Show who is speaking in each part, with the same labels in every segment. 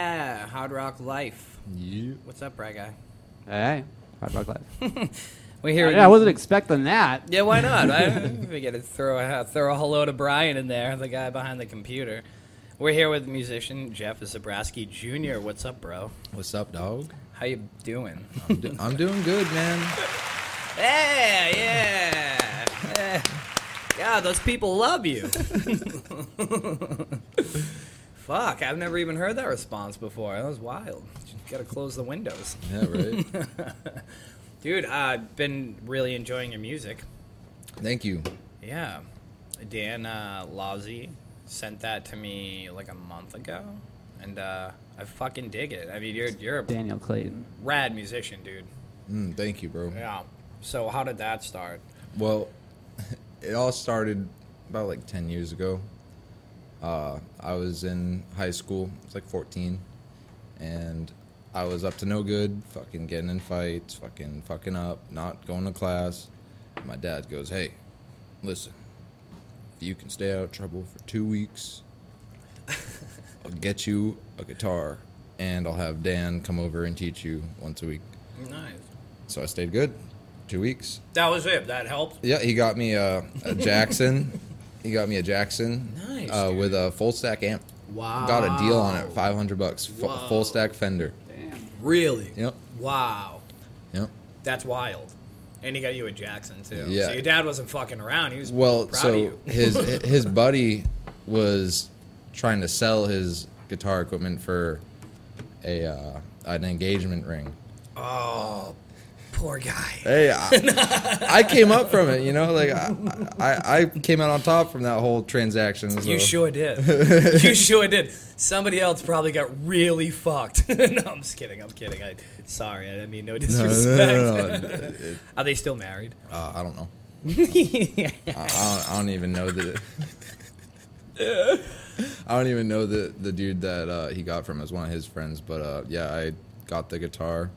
Speaker 1: Hard Rock Life.
Speaker 2: Yeah.
Speaker 1: What's up, Rye Guy?
Speaker 3: Hey, hard rock life.
Speaker 1: We hear
Speaker 3: yeah, I wasn't expecting that.
Speaker 1: Yeah, why not? I figured to throw a, throw a hello to Brian in there, the guy behind the computer. We're here with musician Jeff Zabrowski Jr. What's up, bro?
Speaker 2: What's up, dog?
Speaker 1: How you doing?
Speaker 2: I'm, do- I'm doing good, man.
Speaker 1: yeah, yeah. yeah. God, those people love you. Fuck, I've never even heard that response before. That was wild. Gotta close the windows.
Speaker 2: Yeah, right.
Speaker 1: Dude, I've been really enjoying your music.
Speaker 2: Thank you.
Speaker 1: Yeah. Dan uh, Lozzy sent that to me like a month ago, and uh, I fucking dig it. I mean, you're you're a
Speaker 3: Daniel Clayton.
Speaker 1: rad musician, dude.
Speaker 2: Mm, thank you, bro.
Speaker 1: Yeah. So how did that start?
Speaker 2: Well, it all started about like 10 years ago. Uh, I was in high school, I was like 14, and I was up to no good, fucking getting in fights, fucking fucking up, not going to class. My dad goes, Hey, listen, if you can stay out of trouble for two weeks, I'll get you a guitar, and I'll have Dan come over and teach you once a week.
Speaker 1: Nice.
Speaker 2: So I stayed good, two weeks.
Speaker 1: That was it. That helped.
Speaker 2: Yeah, he got me a, a Jackson. he got me a Jackson
Speaker 1: Nice,
Speaker 2: uh,
Speaker 1: dude.
Speaker 2: with a full stack amp.
Speaker 1: Wow.
Speaker 2: Got a deal on it, five hundred bucks, f-
Speaker 1: Whoa.
Speaker 2: full stack Fender.
Speaker 1: Really?
Speaker 2: Yep,
Speaker 1: Wow.
Speaker 2: yep.
Speaker 1: That's wild. And he got you a Jackson too.
Speaker 2: Yeah.
Speaker 1: So your dad wasn't fucking around. He was
Speaker 2: Well,
Speaker 1: proud of
Speaker 2: so
Speaker 1: you.
Speaker 2: his his buddy was trying to sell his guitar equipment for a uh, an engagement ring.
Speaker 1: Oh, poor guy.
Speaker 2: Hey, I, I came up from it, you know. Like I, I, I came out on top from that whole transaction. so-
Speaker 1: You sure did. you sure did. Somebody else probably got really fucked. no, I'm just kidding. I'm kidding. I sorry. I didn't mean no
Speaker 2: No,
Speaker 1: disrespect.
Speaker 2: no, no, no, no.
Speaker 1: Are they still married?
Speaker 2: Uh, I don't know. I, I, don't, I don't even know the. I don't even know the the dude that uh, he got from as one of his friends, but uh, yeah, I got the guitar.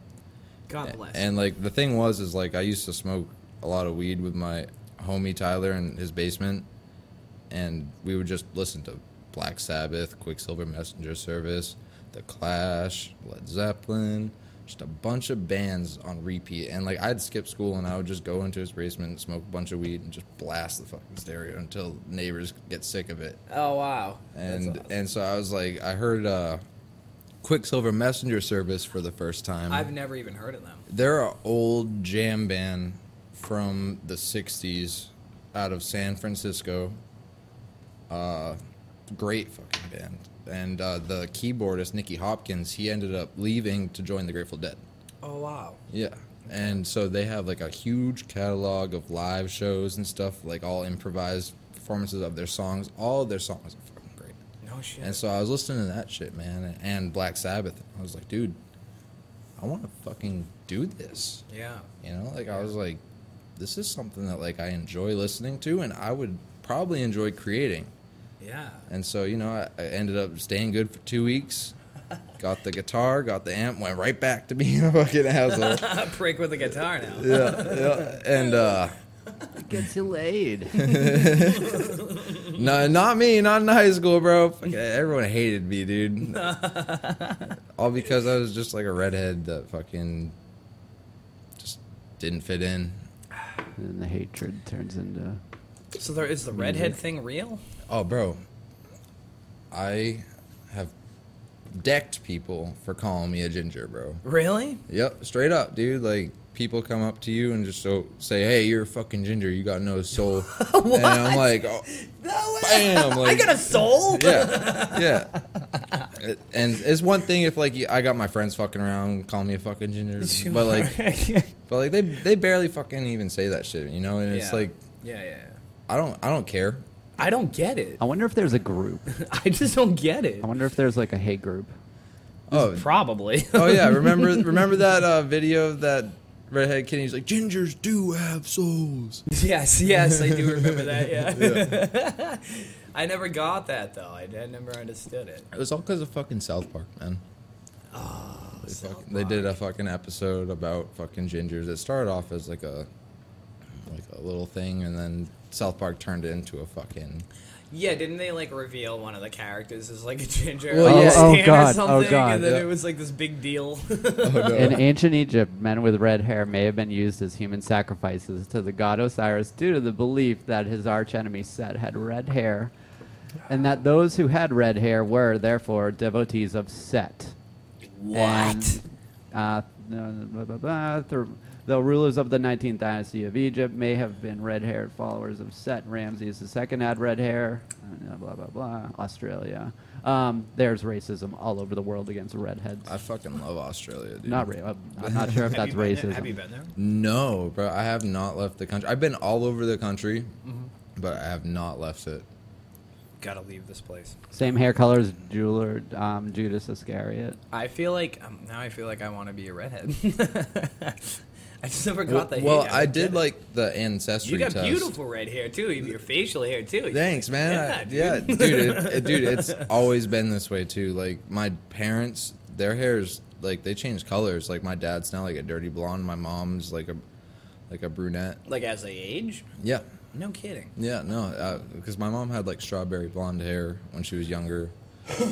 Speaker 1: God bless.
Speaker 2: And like the thing was, is like I used to smoke a lot of weed with my homie Tyler in his basement, and we would just listen to Black Sabbath, Quicksilver Messenger Service, The Clash, Led Zeppelin, just a bunch of bands on repeat. And like I'd skip school and I would just go into his basement, smoke a bunch of weed, and just blast the fucking stereo until neighbors get sick of it
Speaker 1: oh wow.
Speaker 2: and and so I was like, I heard uh, Quicksilver Messenger Service for the first time.
Speaker 1: I've never even heard of them.
Speaker 2: They're an old jam band from the '60s out of San Francisco. Uh, great fucking band. And uh, the keyboardist Nicky Hopkins, he ended up leaving to join the Grateful Dead.
Speaker 1: Oh wow.
Speaker 2: Yeah. And so they have like a huge catalog of live shows and stuff, like all improvised performances of their songs. All of their songs are fucking great.
Speaker 1: No shit.
Speaker 2: And so I was listening to that shit, man, and Black Sabbath. I was like, dude, I want to fucking do this.
Speaker 1: yeah.
Speaker 2: You know, like I was like, this is something that like I enjoy listening to, and I would probably enjoy creating.
Speaker 1: Yeah.
Speaker 2: And so you know, I, I ended up staying good for two weeks. Got the guitar, got the amp, went right back to being a fucking asshole.
Speaker 1: A prick with a guitar now.
Speaker 2: yeah, and uh,
Speaker 3: Gets you laid.
Speaker 2: No, not me. Not in high school, bro. Fucking everyone hated me, dude. All because I was just like a redhead that fucking just didn't fit in.
Speaker 3: and the hatred turns into.
Speaker 1: So there
Speaker 2: Mm-hmm.
Speaker 1: is the redhead thing real?
Speaker 2: Oh, bro. I have decked people for calling me a ginger, bro.
Speaker 1: Really?
Speaker 2: Yep, straight up, dude. Like people come up to you and just so say, "Hey, you're a fucking ginger. You got no soul." And I'm like, oh,
Speaker 1: No way.
Speaker 2: "Bam!"
Speaker 1: I
Speaker 2: Like,
Speaker 1: got a soul.
Speaker 2: yeah, yeah. It- And it's one thing if like you- I got my friends fucking around, calling me a fucking ginger, but like, but like they they barely fucking even say that shit, you know. And it's
Speaker 1: Yeah.
Speaker 2: like
Speaker 1: Yeah, yeah. yeah.
Speaker 2: I don't I don't care.
Speaker 1: I don't get it.
Speaker 3: I wonder if there's a group.
Speaker 1: I just don't get it.
Speaker 3: I wonder if there's like a hate group.
Speaker 2: Oh,
Speaker 1: Probably.
Speaker 2: oh yeah. Remember remember that uh, video of that redhead kid? He's like, gingers do have souls.
Speaker 1: Yes, yes, I do remember that. Yeah. I never got that though. I, I never understood it.
Speaker 2: It was all because of fucking South Park, man.
Speaker 1: Ah,
Speaker 2: They, fucking- they did a fucking episode about fucking gingers. It started off as like a like a little thing, and then South Park turned it into a fucking.
Speaker 1: Yeah, didn't they like reveal one of the characters as like a ginger
Speaker 2: Well,
Speaker 1: or
Speaker 2: yeah.
Speaker 3: Oh, oh,
Speaker 1: Stan
Speaker 3: God. Oh,
Speaker 1: or something?
Speaker 3: God.
Speaker 1: And then
Speaker 2: Yeah.
Speaker 1: it was like this big deal.
Speaker 2: Oh, no.
Speaker 3: In ancient Egypt, men with red hair may have been used as human sacrifices to the god Osiris due to the belief that his archenemy Set had red hair, and that those who had red hair were, therefore, devotees of Set. And, uh, no, blah, blah, blah, through- the rulers of the 19th dynasty of Egypt may have been red-haired followers of Set. Ramses II had red hair. uh, Blah blah blah. Australia. Um, there's racism all over the world against redheads.
Speaker 2: I fucking love Australia, dude.
Speaker 3: Not re- I'm I'm not sure if that's
Speaker 1: Uh, have you been there-
Speaker 3: racism.
Speaker 1: Have you been there?
Speaker 2: No, bro. I have not left the country. I've been all over the country,
Speaker 1: Mm-hmm.
Speaker 2: but I have not left it.
Speaker 1: Gotta leave this place.
Speaker 3: Same hair color as jeweler um, Judas Iscariot.
Speaker 1: I feel like um, now I feel like I want to be a redhead. I just never
Speaker 2: Well,
Speaker 1: got the.
Speaker 2: well,
Speaker 1: hate.
Speaker 2: I
Speaker 1: don't get
Speaker 2: did
Speaker 1: it.
Speaker 2: like the ancestry
Speaker 1: You got
Speaker 2: test.
Speaker 1: beautiful red hair too. even Your facial hair too.
Speaker 2: Thanks, man. I- Yeah, dude, it, it- dude, it's always been this way too. Like my parents, their hair's like they change colors. Like my dad's now like a dirty blonde. My mom's like a like a brunette.
Speaker 1: Like as they age,
Speaker 2: Yeah,
Speaker 1: no kidding.
Speaker 2: yeah, no, because my mom had like strawberry blonde hair when she was younger.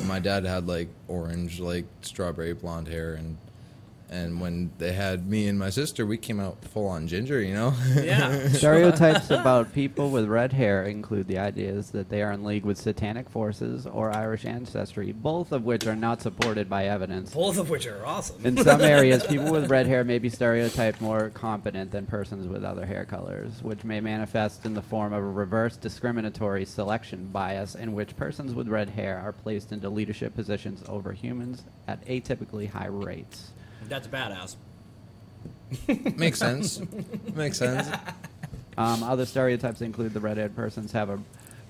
Speaker 2: my dad had like orange, like strawberry blonde hair, and and when they had me and my sister, we came out full on ginger. You know?
Speaker 1: Yeah.
Speaker 3: Stereotypes about people with red hair include the ideas that they are in league with satanic forces or Irish ancestry, both of which are not supported by evidence.
Speaker 1: Both of which are awesome.
Speaker 3: In some areas, people with red hair may be stereotyped more competent than persons with other hair colors, which may manifest in the form of a reverse discriminatory selection bias in which persons with red hair are placed into leadership positions over humans at atypically high rates.
Speaker 1: That's badass.
Speaker 2: Makes sense. Makes sense.
Speaker 3: Um, other stereotypes include the red-haired persons have a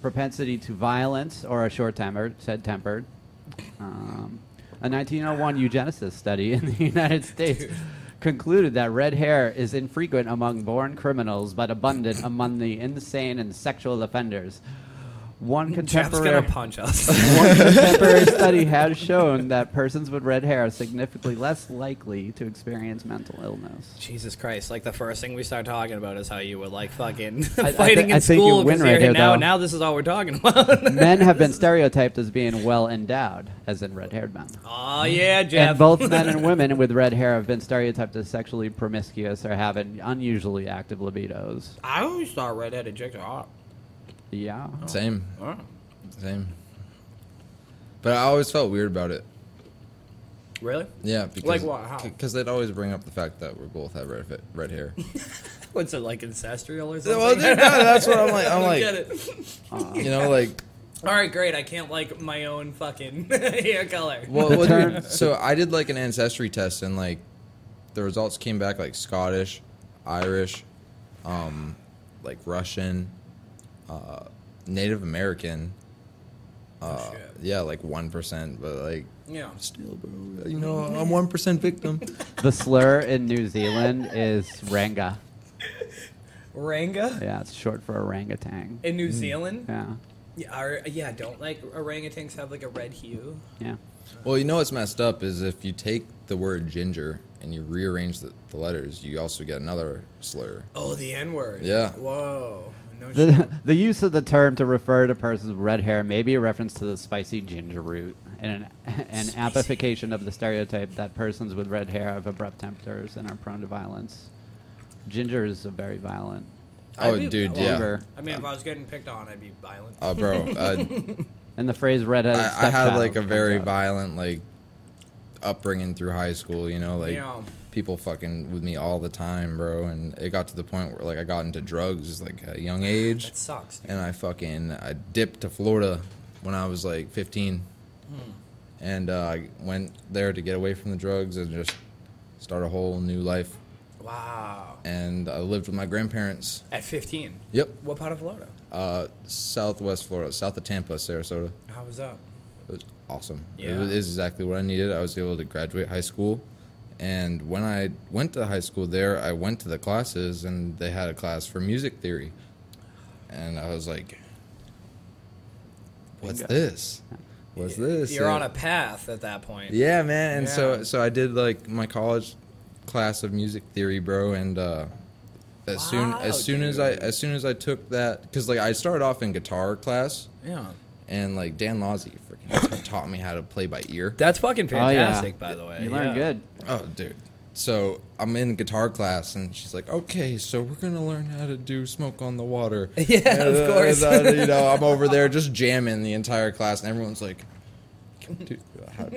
Speaker 3: propensity to violence or are short-tempered, said-tempered. Um, a 1901 eugenicist study in the United States concluded that red hair is infrequent among born criminals, but abundant among the insane and sexual offenders. One
Speaker 1: Jeff's
Speaker 3: contemporary
Speaker 1: gonna punch us.
Speaker 3: one contemporary study has shown that persons with red hair are significantly less likely to experience mental illness.
Speaker 1: Jesus Christ! Like the first thing we start talking about is how you were like fucking
Speaker 3: I thi-
Speaker 1: fighting
Speaker 3: I
Speaker 1: in
Speaker 3: think you
Speaker 1: school.
Speaker 3: win
Speaker 1: 'cause
Speaker 3: right
Speaker 1: you're-
Speaker 3: here,
Speaker 1: now,
Speaker 3: though.
Speaker 1: now this is all we're talking about.
Speaker 3: men have been stereotyped as being well endowed, as in red haired men.
Speaker 1: oh yeah, Jeff.
Speaker 3: And both men and women with red hair have been stereotyped as sexually promiscuous or having unusually active libidos.
Speaker 1: I always thought redheaded chicks are hot.
Speaker 3: Yeah.
Speaker 2: Same.
Speaker 1: Oh.
Speaker 2: Same. But I always felt weird about it.
Speaker 1: Really?
Speaker 2: Yeah, because
Speaker 1: Like what? How?
Speaker 2: Because they'd always bring up the fact that we both have red, fa- red hair.
Speaker 1: What's it like ancestral or something?
Speaker 2: well, dude, no, that's what I'm like. I'm
Speaker 1: I get
Speaker 2: like,
Speaker 1: it.
Speaker 2: you know, like,
Speaker 1: All right, great. I can't like my own fucking hair color.
Speaker 2: well,
Speaker 3: The
Speaker 2: well,
Speaker 3: term-
Speaker 2: dude, so I did like an ancestry test, and like, the results came back like Scottish, Irish, um, like Russian, uh, Native American. Uh,
Speaker 1: Oh, shit.
Speaker 2: yeah, like one percent, but like,
Speaker 1: Yeah.
Speaker 2: still, bro, you know, I'm one percent victim.
Speaker 3: The slur in New Zealand is ranga.
Speaker 1: Ranga
Speaker 3: Yeah, it's short for orangutan.
Speaker 1: in New Zealand.
Speaker 3: Yeah.
Speaker 1: Yeah, are, yeah, don't like orangutans have like a red hue.
Speaker 3: Yeah.
Speaker 2: Well, you know what's messed up is if you take the word ginger and you rearrange the, the letters, you also get another slur.
Speaker 1: Oh, the N word.
Speaker 2: Yeah.
Speaker 1: Whoa. No shit.
Speaker 3: The, the use of the term to refer to persons with red hair may be a reference to the spicy ginger root and an, an amplification of the stereotype that persons with red hair have abrupt tempers and are prone to violence. Ginger is a very violent.
Speaker 1: I'd
Speaker 2: Oh,
Speaker 1: be-
Speaker 2: dude,
Speaker 1: well,
Speaker 2: yeah.
Speaker 3: flavor.
Speaker 1: I mean, if I was getting picked on, I'd be violent.
Speaker 2: Oh, bro, I,
Speaker 3: And the phrase redhead.
Speaker 2: I, I had like a very
Speaker 3: violent.
Speaker 2: violent like upbringing through high school. You know, like
Speaker 1: Yeah.
Speaker 2: people fucking with me all the time, bro. And it got to the point where like I got into drugs like at a young age,
Speaker 1: That sucks. dude.
Speaker 2: and I fucking I dipped to Florida when I was like 15, and uh, I went there to get away from the drugs and just start a whole new life.
Speaker 1: Wow.
Speaker 2: and I lived with my grandparents.
Speaker 1: At 15.
Speaker 2: Yep.
Speaker 1: What part of Florida?
Speaker 2: Uh, Southwest Florida, south of Tampa, Sarasota.
Speaker 1: How was that?
Speaker 2: It was awesome.
Speaker 1: Yeah.
Speaker 2: It was is exactly what I needed. I was able to graduate high school. And when I went to high school there, I went to the classes and they had a class for music theory. And I was like, what's
Speaker 3: Bingo.
Speaker 2: this? What's this?
Speaker 1: You're
Speaker 2: Yeah.
Speaker 1: on a path at that point.
Speaker 2: Yeah, man. And
Speaker 1: Yeah.
Speaker 2: so so I did like my college class of music theory, bro, and uh as soon
Speaker 1: Wow,
Speaker 2: as soon as I as soon as I took that because like I started off in guitar class
Speaker 1: Yeah.
Speaker 2: and like Dan Lozzi freaking taught me how to play by ear.
Speaker 1: That's fucking
Speaker 3: Oh, yeah.
Speaker 1: fantastic, by the way.
Speaker 3: You learn
Speaker 1: yeah.
Speaker 3: good.
Speaker 2: Oh, dude. So I'm in guitar class, and she's like, "Okay, so we're gonna learn how to do smoke on the water."
Speaker 1: Yeah, of
Speaker 2: And, uh,
Speaker 1: course.
Speaker 2: and, uh, you know, I'm over there just jamming the entire class, and everyone's like, "Dude, how-"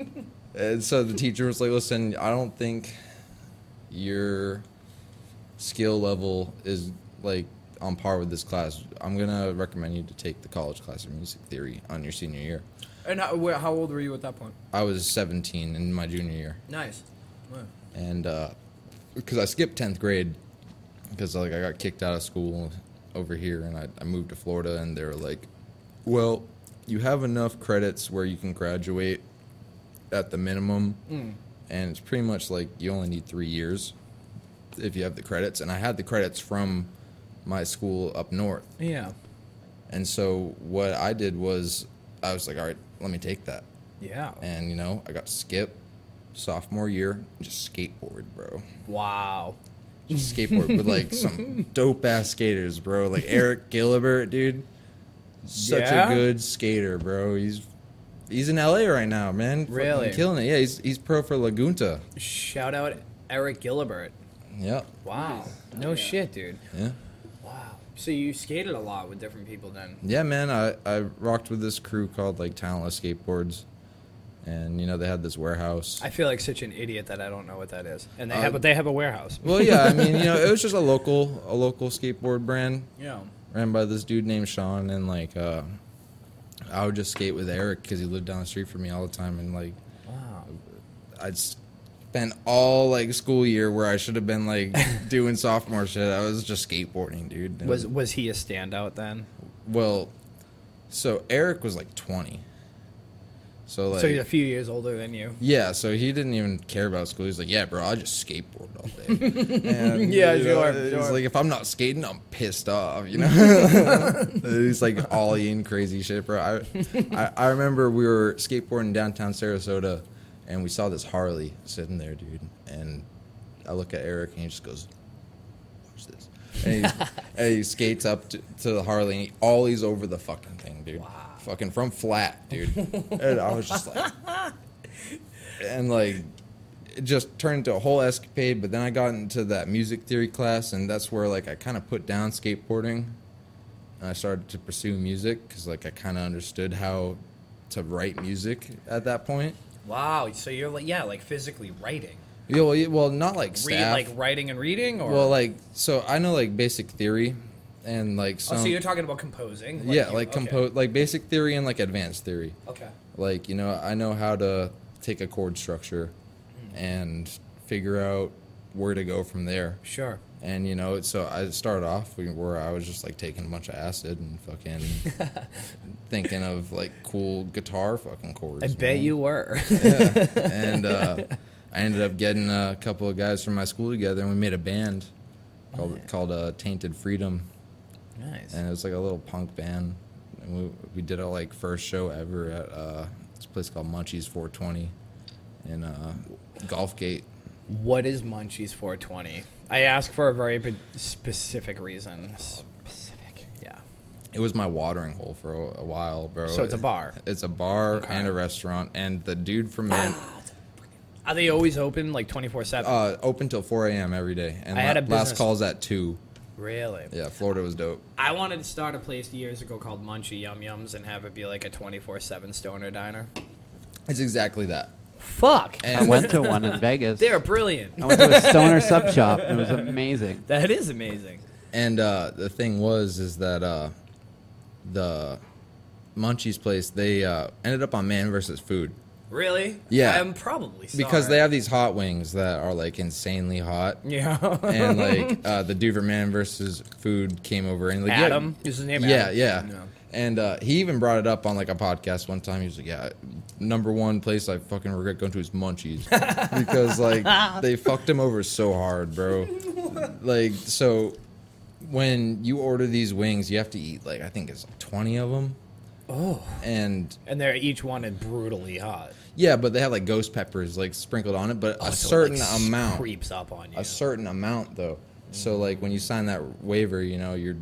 Speaker 2: and so the teacher was like, "Listen, I don't think your skill level is like on par with this class. I'm gonna recommend you to take the college class of music theory on your senior year."
Speaker 1: And how, wh- how old were you at that point?
Speaker 2: I was 17 in my junior year.
Speaker 1: Nice. Wow.
Speaker 2: and because I skipped tenth grade because like I got kicked out of school over here and I, I moved to Florida and they were like, well, you have enough credits where you can graduate at the minimum, and it's pretty much like you only need three years if you have the credits. And I had the credits from my school up north,
Speaker 1: Yeah.
Speaker 2: and so what I did was I was like, all right, let me take that,
Speaker 1: Yeah.
Speaker 2: and you know I got to skip sophomore year, just skateboard, bro
Speaker 1: Wow.
Speaker 2: just skateboard with like some dope ass skaters, bro. Like Eric Gilbert, dude. Such
Speaker 1: Yeah?
Speaker 2: a good skater, bro. He's he's in LA right now, man. Fucking
Speaker 1: Really?
Speaker 2: killing it. Yeah, he's he's pro for Lagunta.
Speaker 1: Shout out Eric Gilbert.
Speaker 2: Yep.
Speaker 1: Wow.
Speaker 2: Oh,
Speaker 1: No shit, dude.
Speaker 2: Yeah.
Speaker 1: Wow. So you skated a lot with different people then?
Speaker 2: Yeah, man. I I rocked with this crew called like Talentless Skateboards, and you know they had this warehouse.
Speaker 1: I feel like such an idiot that I don't know what that is. And they
Speaker 2: Uh,
Speaker 1: have have they have a warehouse.
Speaker 2: well, yeah. I mean, you know, it was just a local a local skateboard brand.
Speaker 1: Yeah.
Speaker 2: ran by this dude named Sean, and like uh, I would just skate with Eric because he lived down the street from me all the time, and like
Speaker 1: Wow.
Speaker 2: I'd spent all like school year where I should have been like doing sophomore shit. I was just skateboarding, dude. And-
Speaker 1: Was was he a standout then?
Speaker 2: well, so Eric was like twenty, so like
Speaker 1: so he's a few years older than you.
Speaker 2: yeah, so he didn't even care about school. He's like, yeah, bro, I just skateboard all day. And,
Speaker 1: Yeah,
Speaker 2: you
Speaker 1: sure,
Speaker 2: know, He's
Speaker 1: sure.
Speaker 2: like, if I'm not skating, I'm pissed off. You know, he's like ollieing crazy shit, bro. I, I, I remember we were skateboarding downtown Sarasota, and we saw this Harley sitting there, dude. And I look at Eric, and he just goes, "Watch this." And he, and he skates up to, to the Harley, and he ollies over the fucking thing, dude. Fucking from flat, dude. and I was just like and like it just turned into a whole escapade but then i got into that music theory class and that's where like i kind of put down skateboarding and i started to pursue music because like i kind of understood how to write music at that point
Speaker 1: Wow. So you're like yeah, like physically writing.
Speaker 2: yeah well, yeah, well not like
Speaker 1: Read
Speaker 2: staff
Speaker 1: like writing and reading or
Speaker 2: well like so i know like basic theory and like
Speaker 1: Oh,
Speaker 2: some
Speaker 1: so you're talking about composing?
Speaker 2: um, yeah
Speaker 1: you-
Speaker 2: like
Speaker 1: okay.
Speaker 2: compose like basic theory and like advanced theory
Speaker 1: Okay.
Speaker 2: Like, you know, I know how to take a chord structure
Speaker 1: Hmm.
Speaker 2: and figure out where to go from there.
Speaker 1: Sure.
Speaker 2: And, you know, so I started off where I was just like taking a bunch of acid and fucking thinking of like cool guitar fucking chords.
Speaker 1: I bet
Speaker 2: man.
Speaker 1: you were.
Speaker 2: Yeah. and uh, I ended up getting a couple of guys from my school together and we made a band called, called uh, Tainted Freedom.
Speaker 1: nice.
Speaker 2: And it was like a little punk band. And we, we did our like first show ever at uh, this place called Munchies 420 in uh, Golfgate.
Speaker 1: What is Munchies 420? I ask for a very p- specific reason. Specific. Yeah.
Speaker 2: It was my watering hole for a, a while, bro.
Speaker 1: So it's a bar.
Speaker 2: It's a bar and a restaurant. And the dude from Man
Speaker 1: Are they always open like 24 7?
Speaker 2: uh, open till 4 a.m. every day. And
Speaker 1: I
Speaker 2: la-
Speaker 1: had a
Speaker 2: last
Speaker 1: business-
Speaker 2: calls at 2.
Speaker 1: Really?
Speaker 2: Yeah, Florida was dope.
Speaker 1: I wanted to start a place years ago called Munchie Yum Yums and have it be like a 24 7 stoner diner.
Speaker 2: It's exactly that.
Speaker 1: Fuck!
Speaker 3: I
Speaker 2: And
Speaker 3: went to one in Vegas.
Speaker 1: They're brilliant.
Speaker 3: I went to a stoner sub shop. It was amazing.
Speaker 1: That is amazing.
Speaker 2: And uh, the thing was, is that uh, the Munchies place, they uh, ended up on Man versus Food.
Speaker 1: Really?
Speaker 2: Yeah.
Speaker 1: I'm probably sorry.
Speaker 2: because they have these hot wings that are like insanely hot.
Speaker 1: Yeah.
Speaker 2: And like uh, the Duverman versus Food came over and like yeah,
Speaker 1: Adam is his name.
Speaker 2: yeah,
Speaker 1: Adam?
Speaker 2: yeah,
Speaker 1: No.
Speaker 2: And uh, he even brought it up on like a podcast one time. He was like, "Yeah, number one place I fucking regret going to is Munchies because like they fucked him over so hard, bro. like so, when you order these wings, you have to eat like I think it's like twenty of them.
Speaker 1: Oh.
Speaker 2: And
Speaker 1: And they're each one is brutally hot.
Speaker 2: yeah, but they have like ghost peppers like sprinkled on it, but a
Speaker 1: Oh, So it,
Speaker 2: certain
Speaker 1: like,
Speaker 2: amount.
Speaker 1: creeps up on you.
Speaker 2: a certain amount though So
Speaker 1: Mm.
Speaker 2: like when you sign that waiver, you know you're,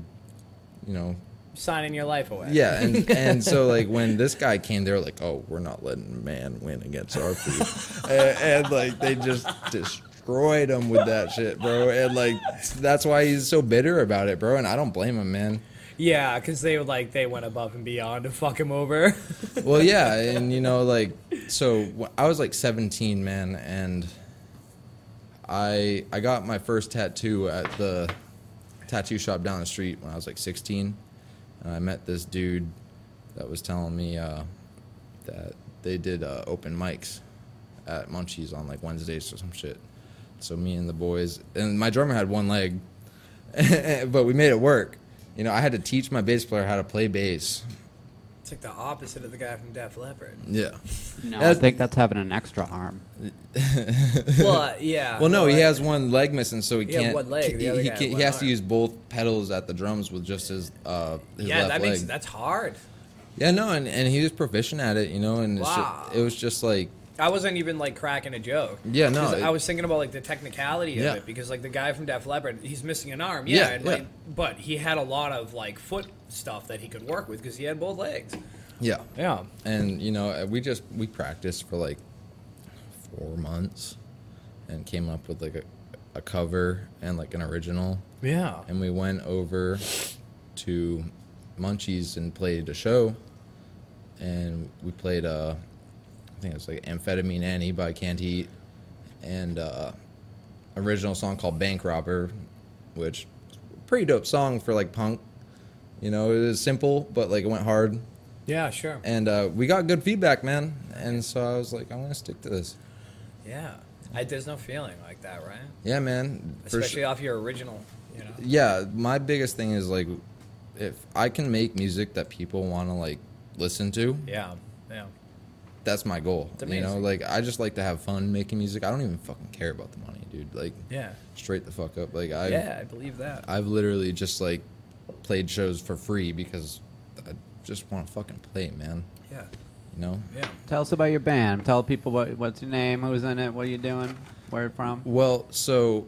Speaker 2: you know,
Speaker 1: Signing your life away.
Speaker 2: yeah, and and so like when this guy came, they were like, oh, we're not letting man win against our people, and, and like they just destroyed him with that shit, bro. And like that's why he's so bitter about it, bro. And I don't blame him, man.
Speaker 1: Yeah, because they would like they went above and beyond to fuck him over.
Speaker 2: well yeah and you know like so wh- i was like 17 man and i i got my first tattoo at the tattoo shop down the street when i was like 16 and i met this dude that was telling me uh, that they did uh, open mics at munchies on like wednesdays or some shit so me and the boys and my drummer had one leg but we made it work you know i had to teach my bass player how to play bass
Speaker 1: it's like the opposite of the guy from Def Leppard.
Speaker 2: yeah
Speaker 3: No, I
Speaker 2: That's-
Speaker 3: think that's having an extra arm.
Speaker 1: Well, yeah.
Speaker 2: Well, no, he
Speaker 1: but-
Speaker 2: has one leg missing, so he
Speaker 1: Yeah,
Speaker 2: can't.
Speaker 1: one leg, the
Speaker 2: He,
Speaker 1: other
Speaker 2: he
Speaker 1: guy had
Speaker 2: can't- he
Speaker 1: one
Speaker 2: has to
Speaker 1: arm.
Speaker 2: use both pedals at the drums with just his uh his
Speaker 1: Yeah,
Speaker 2: left
Speaker 1: that
Speaker 2: leg.
Speaker 1: makes that's hard.
Speaker 2: yeah, no, and, and he was proficient at it, you know, and it's ju-
Speaker 1: Wow.
Speaker 2: it was just like
Speaker 1: I wasn't even like cracking a joke.
Speaker 2: Yeah, no,
Speaker 1: 'Cause
Speaker 2: it-
Speaker 1: I was thinking about like the technicality of
Speaker 2: Yeah.
Speaker 1: it because like the guy from Def Leppard, he's missing an arm. Yeah,
Speaker 2: Yeah,
Speaker 1: and, like,
Speaker 2: yeah.
Speaker 1: but he had a lot of like foot stuff that he could work with because he had both legs.
Speaker 2: yeah,
Speaker 1: Yeah.
Speaker 2: and you know, uh, we just we practiced for like four months, and came up with like a, a cover and like an original,
Speaker 1: Yeah.
Speaker 2: and we went over to Munchies and played a show, and we played uh, I think it was like Amphetamine Annie by Can't Eat, and uh, original song called Bank Robber, which is a pretty dope song for like punk. You know, it was simple, but like it went hard,
Speaker 1: Yeah, sure.
Speaker 2: and uh, we got good feedback, man. And so I was like, I'm gonna stick to this.
Speaker 1: Yeah. I, there's no feeling like that, right?
Speaker 2: Yeah, man. for
Speaker 1: Especially
Speaker 2: su-
Speaker 1: off your original, you know.
Speaker 2: yeah my biggest thing is like if i can make music that people want to like listen to
Speaker 1: Yeah. Yeah.
Speaker 2: that's my goal
Speaker 1: It's
Speaker 2: you know
Speaker 1: amazing.
Speaker 2: like i just like to have fun making music i don't even fucking care about the money dude like
Speaker 1: Yeah.
Speaker 2: straight the fuck up like i
Speaker 1: yeah, I believe that.
Speaker 2: i've literally just like played shows for free because i just want to fucking play man
Speaker 1: yeah.
Speaker 2: you know
Speaker 1: Yeah.
Speaker 3: Tell us about your band. Tell people what, what's your name, who's in it, what are you doing, where you're from.
Speaker 2: well so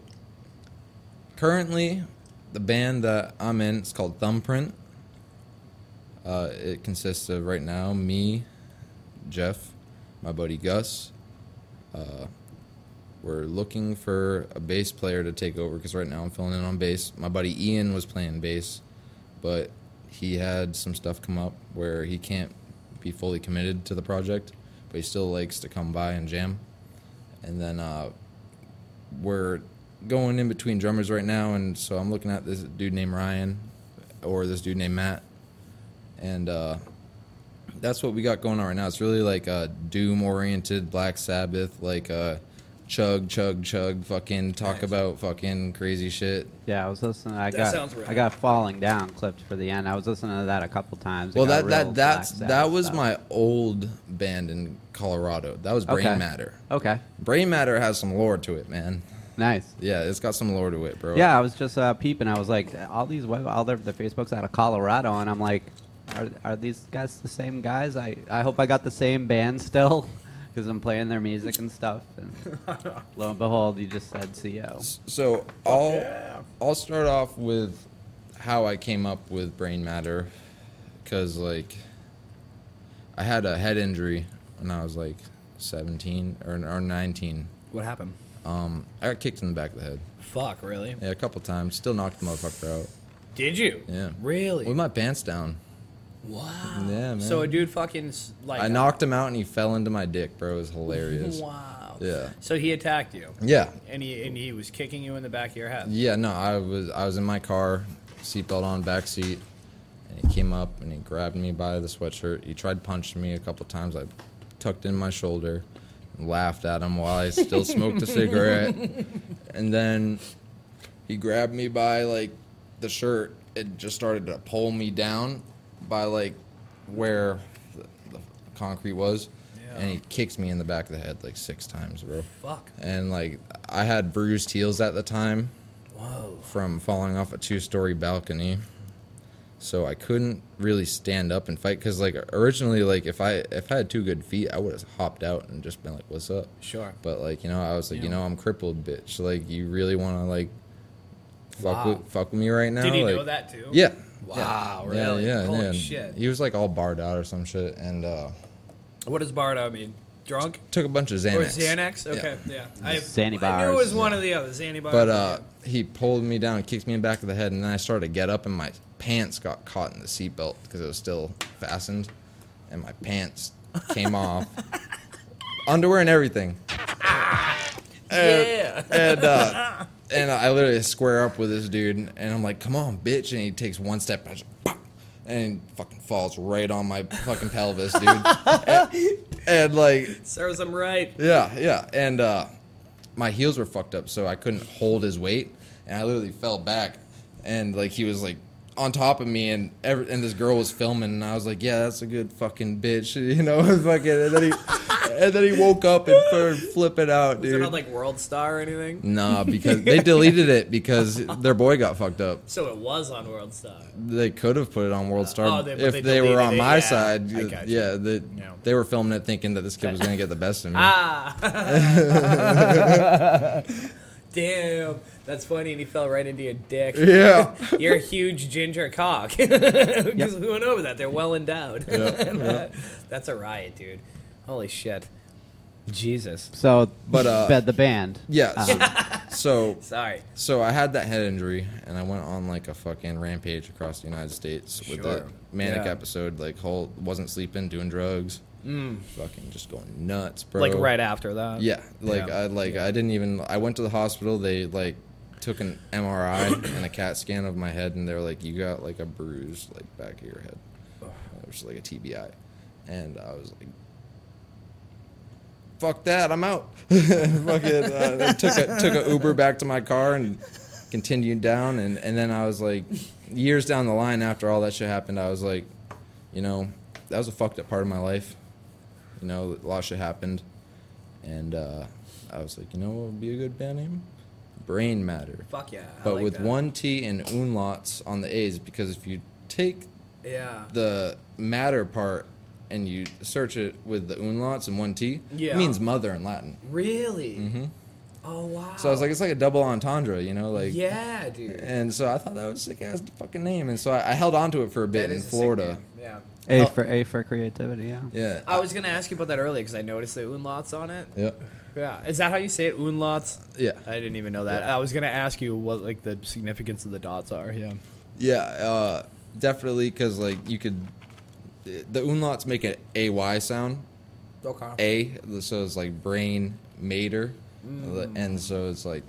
Speaker 2: currently the band that i'm in is called thumbprint Uh, it consists of right now me, Jeff, my buddy Gus. Uh, we're looking for a bass player to take over because right now I'm filling in on bass. My buddy Ian was playing bass, but he had some stuff come up where he can't be fully committed to the project, but he still likes to come by and jam. And then uh, we're going in between drummers right now, and so I'm looking at this dude named Ryan or this dude named Matt and uh, that's what we got going on right now. It's really like a doom oriented Black Sabbath, like a chug, chug, chug, fucking talk
Speaker 1: Nice.
Speaker 2: about fucking crazy shit.
Speaker 3: Yeah, I was listening. I
Speaker 1: That
Speaker 3: got
Speaker 1: sounds right.
Speaker 3: I got falling down clipped for the end. I was listening to that a couple times. It
Speaker 2: well,
Speaker 3: got
Speaker 2: that
Speaker 3: real
Speaker 2: that that's
Speaker 3: Black Sabbath
Speaker 2: that was
Speaker 3: stuff.
Speaker 2: my old band in Colorado. That was Brain
Speaker 3: Okay.
Speaker 2: Matter.
Speaker 3: Okay,
Speaker 2: Brain Matter has some lore to it, man.
Speaker 3: nice.
Speaker 2: Yeah, it's got some lore to it, bro.
Speaker 3: Yeah, I was just uh, peeping. I was like, all these web, all their the Facebooks out of Colorado, and I'm like, are, are these guys the same guys? I, I hope I got the same band still, because I'm playing their music and stuff. And lo and behold, you just said CO.
Speaker 2: So I'll I'll start off with how I came up with brain matter, because like I had a head injury when I was like 17 or, or 19.
Speaker 1: What happened?
Speaker 2: Um, I got kicked in the back of the head.
Speaker 1: Fuck, really?
Speaker 2: Yeah, a couple times. Still knocked the motherfucker out.
Speaker 1: Did you?
Speaker 2: Yeah.
Speaker 1: Really?
Speaker 2: With my pants down.
Speaker 1: wow.
Speaker 2: Yeah, man.
Speaker 1: So a dude fucking s- like
Speaker 2: I knocked him out and he fell into my dick, bro. It was hilarious.
Speaker 1: Wow.
Speaker 2: Yeah.
Speaker 1: So he attacked you,
Speaker 2: Yeah.
Speaker 1: and he and he was kicking you in the back of your head.
Speaker 2: Yeah, no, I was I was in my car, seatbelt on, back seat, and he came up and he grabbed me by the sweatshirt. He tried punching me a couple times. I tucked in my shoulder and laughed at him while I still smoked a cigarette. And then he grabbed me by like the shirt and just started to pull me down by like where the, the concrete was.
Speaker 1: Yeah.
Speaker 2: And he kicks me in the back of the head like six times, bro.
Speaker 1: Fuck.
Speaker 2: And like I had bruised heels at the time
Speaker 1: Whoa.
Speaker 2: from falling off a two-story balcony. So I couldn't really stand up and fight because, like, originally, like if I if I had two good feet, I would have hopped out and just been like, "What's up?"
Speaker 1: Sure.
Speaker 2: But like, you know, I was like,
Speaker 1: Yeah.
Speaker 2: you know, I'm crippled, bitch. Like, you really want to like fuck
Speaker 1: Wow.
Speaker 2: with fuck with me right now.
Speaker 4: Did he
Speaker 2: like,
Speaker 4: know that too?
Speaker 2: Yeah.
Speaker 1: Wow,
Speaker 2: Yeah,
Speaker 1: really?
Speaker 2: Yeah,
Speaker 1: Holy
Speaker 2: yeah.
Speaker 1: shit.
Speaker 2: He was like all barred out or some shit, and uh,
Speaker 1: What does bardo mean? Drunk?
Speaker 2: took a bunch of Xanax.
Speaker 1: Or Oh, Xanax? Okay, yeah. I,
Speaker 3: Xanny
Speaker 1: I knew it
Speaker 3: bars,
Speaker 1: was one or the other. Xanny bars.
Speaker 2: But uh, he pulled me down, kicked me in the back of the head, and then I started to get up, and my pants got caught in the seatbelt because it was still fastened, and my pants came off, underwear and everything.
Speaker 1: yeah.
Speaker 2: And uh, and I literally square up with this dude, and I'm like, "Come on, bitch!" And he takes one step, and I just, pop, and fucking falls right on my fucking pelvis, dude. And- and like,
Speaker 1: Serves him right.
Speaker 2: yeah, yeah. And uh, my heels were fucked up, so I couldn't hold his weight, and I literally fell back, and like he was like on top of me, and every, and this girl was filming, and I was like, yeah, that's a good fucking bitch, you know, fucking. And then he, and then he woke up and started flipping out,
Speaker 1: Is it
Speaker 2: dude.
Speaker 1: on like World Star or anything?
Speaker 2: nah, because they deleted it because their boy got fucked up.
Speaker 1: So it was on World Star.
Speaker 2: They could have put it on World Star
Speaker 1: Oh, they- but
Speaker 2: if
Speaker 1: they
Speaker 2: they, were
Speaker 1: deleted
Speaker 2: on
Speaker 1: it,
Speaker 2: my
Speaker 1: yeah.
Speaker 2: side.
Speaker 1: I gotcha.
Speaker 2: Yeah, they,
Speaker 1: Yeah.
Speaker 2: they were filming it thinking that this kid was gonna get the best of me.
Speaker 1: Ah. Damn. That's funny, and he fell right into your dick.
Speaker 2: Yeah.
Speaker 1: You're a huge ginger cock. Because we went over that. They're well endowed. That's a riot, dude. Holy shit. Jesus.
Speaker 3: So,
Speaker 2: But, uh,
Speaker 3: bed the band.
Speaker 2: Yeah. so- Um, so
Speaker 1: Sorry.
Speaker 2: So I had that head injury, and I went on like a fucking rampage across the United States with that
Speaker 1: Sure.
Speaker 2: manic
Speaker 1: Yeah.
Speaker 2: episode. Like, whole wasn't sleeping, doing drugs, fucking just going nuts, bro.
Speaker 1: Mm. Like right after that.
Speaker 2: Yeah, like
Speaker 1: Yeah.
Speaker 2: I like I didn't even. I went to the hospital. They like took an MRI and a CAT scan of my head, and they were like, "You got like a bruise, like back of your head, it was like a TBI," and I was like. Fuck that! I'm out. Fucking uh, I took a took a Uber back to my car and continued down, and and then I was like, years down the line after all that shit happened, I was like, you know, that was a fucked up part of my life. You know, a lot of shit happened. And uh, I was like, you know what would be a good band name? Brain Matter.
Speaker 1: Fuck yeah. I
Speaker 2: But
Speaker 1: like
Speaker 2: with
Speaker 1: that.
Speaker 2: one T and umlauts on the A's, because if you take
Speaker 1: Yeah.
Speaker 2: the matter part and you search it with the umlauts and one T,
Speaker 1: Yeah.
Speaker 2: it means mother in Latin.
Speaker 1: Really? Mm-hmm. Oh wow.
Speaker 2: So I was like, it's like a double entendre, you know? Like,
Speaker 1: yeah, dude.
Speaker 2: And so I thought that was a sick ass fucking name. And so I, I held on to it for a bit
Speaker 1: That
Speaker 2: in
Speaker 1: is a sick
Speaker 2: Florida.
Speaker 1: name, Uh, Yeah.
Speaker 2: uh,
Speaker 3: A for A for creativity. Yeah.
Speaker 2: Yeah.
Speaker 1: I was gonna ask you about that earlier because I noticed the umlauts on it.
Speaker 2: yeah.
Speaker 1: Yeah. Is that how you say it? Umlauts.
Speaker 2: Yeah.
Speaker 1: I didn't even know that. I was gonna ask you what like the significance of the dots are. Yeah.
Speaker 2: Yeah, uh, definitely, because like you could, the umlauts make an ay sound.
Speaker 1: Okay.
Speaker 2: A, so it's like brain mater, and so it's like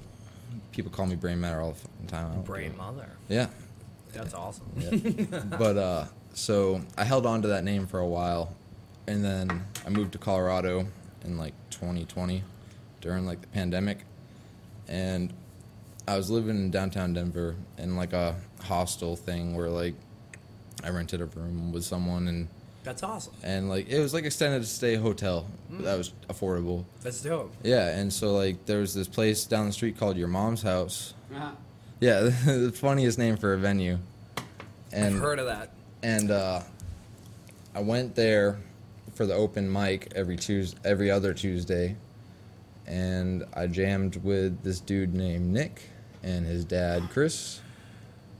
Speaker 2: people call me brain matter all the fucking time. I don't
Speaker 1: Brain
Speaker 2: do
Speaker 1: mother.
Speaker 2: it. Yeah,
Speaker 1: That's awesome.
Speaker 2: but uh, so I held on to that name for a while, and then I moved to Colorado in like 2020 during like the pandemic, and I was living in downtown Denver in like a hostel thing where like I rented a room with someone and
Speaker 1: That's awesome. Mm.
Speaker 2: and like it was like extended stay hotel but that was affordable.
Speaker 1: That's dope.
Speaker 2: Yeah, and so like there was this place down the street called Your Mom's House.
Speaker 3: Uh-huh.
Speaker 2: Yeah, the funniest name for a venue. And
Speaker 1: I've heard of that.
Speaker 2: and uh, I went there for the open mic every Tuesday, every other Tuesday, and I jammed with this dude named Nick and his dad Chris,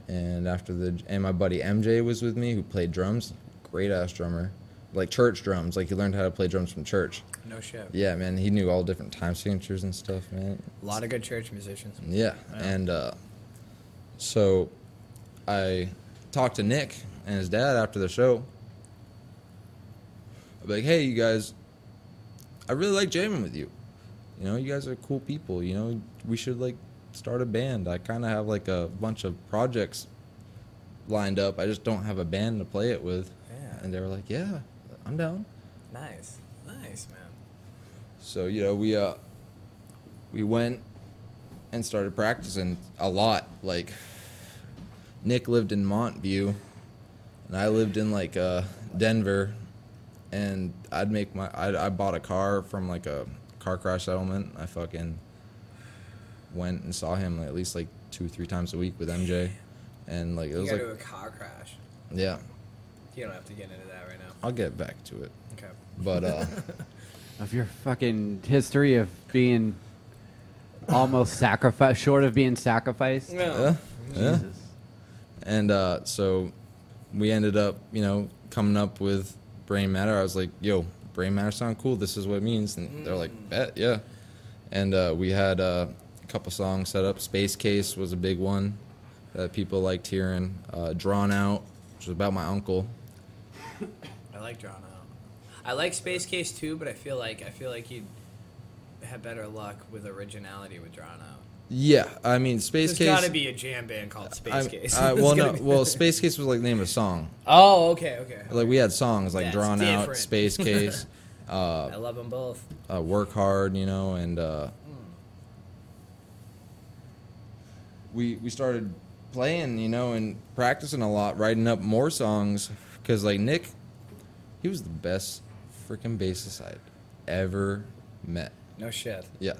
Speaker 2: and after the and my buddy MJ was with me who played drums, great ass drummer, like church drums, like he learned how to play drums from church.
Speaker 1: No shit.
Speaker 2: Yeah, man, he knew all different time signatures and stuff, man.
Speaker 1: A lot of good church musicians.
Speaker 2: Yeah, and uh, so I talked to Nick and his dad after the show. I'm like, hey, you guys, I really like jamming with you. You know, you guys are cool people. You know, we should like start a band. I kind of have like a bunch of projects lined up. I just don't have a band to play it with.
Speaker 1: Yeah.
Speaker 2: And they were like, yeah, I'm down.
Speaker 1: Nice. Nice man.
Speaker 2: So you know we uh we went and started practicing a lot. Like Nick lived in Montview, and I lived in like uh, Denver. And I'd make my I I bought a car from like a car crash settlement. I fucking went and saw him like, at least like two three times a week with MJ, and like it
Speaker 1: You
Speaker 2: was
Speaker 1: got
Speaker 2: like
Speaker 1: to a car crash.
Speaker 2: yeah
Speaker 1: You don't have to get into that right now.
Speaker 2: I'll get back to it,
Speaker 1: Okay.
Speaker 2: but uh
Speaker 3: Of your fucking history of being almost sacrificed, short of being sacrificed.
Speaker 1: No.
Speaker 2: yeah, Yeah.
Speaker 3: Jesus.
Speaker 2: And uh, so we ended up, you know, coming up with brain matter. I was like, yo, brain matter sound cool. This is what it means. And they're
Speaker 1: Mm.
Speaker 2: like, bet, yeah. And uh, we had uh, a couple songs set up. Space Case was a big one that people liked hearing. Uh, Drawn Out, which was about my uncle.
Speaker 1: I like drawn out. I like Space Case too, but I feel like I feel like you'd have better luck with originality with drawn out.
Speaker 2: Yeah, I mean,
Speaker 1: There's
Speaker 2: Space Case.
Speaker 1: got to be a jam band called Space
Speaker 2: I-
Speaker 1: Case.
Speaker 2: I-
Speaker 1: There's
Speaker 2: well,
Speaker 1: gotta
Speaker 2: no,
Speaker 1: be-
Speaker 2: well, Space Case was like the name of a song.
Speaker 1: oh, okay, okay.
Speaker 2: Like we had songs like
Speaker 1: That's
Speaker 2: Drawn Out,
Speaker 1: different.
Speaker 2: Space Case, uh,
Speaker 1: I love them both.
Speaker 2: uh, work hard, you know, and uh, we we started playing, you know, and practicing a lot, writing up more songs because like Nick, he was the best freaking bassist I'd ever met.
Speaker 1: No shit.
Speaker 2: Yeah,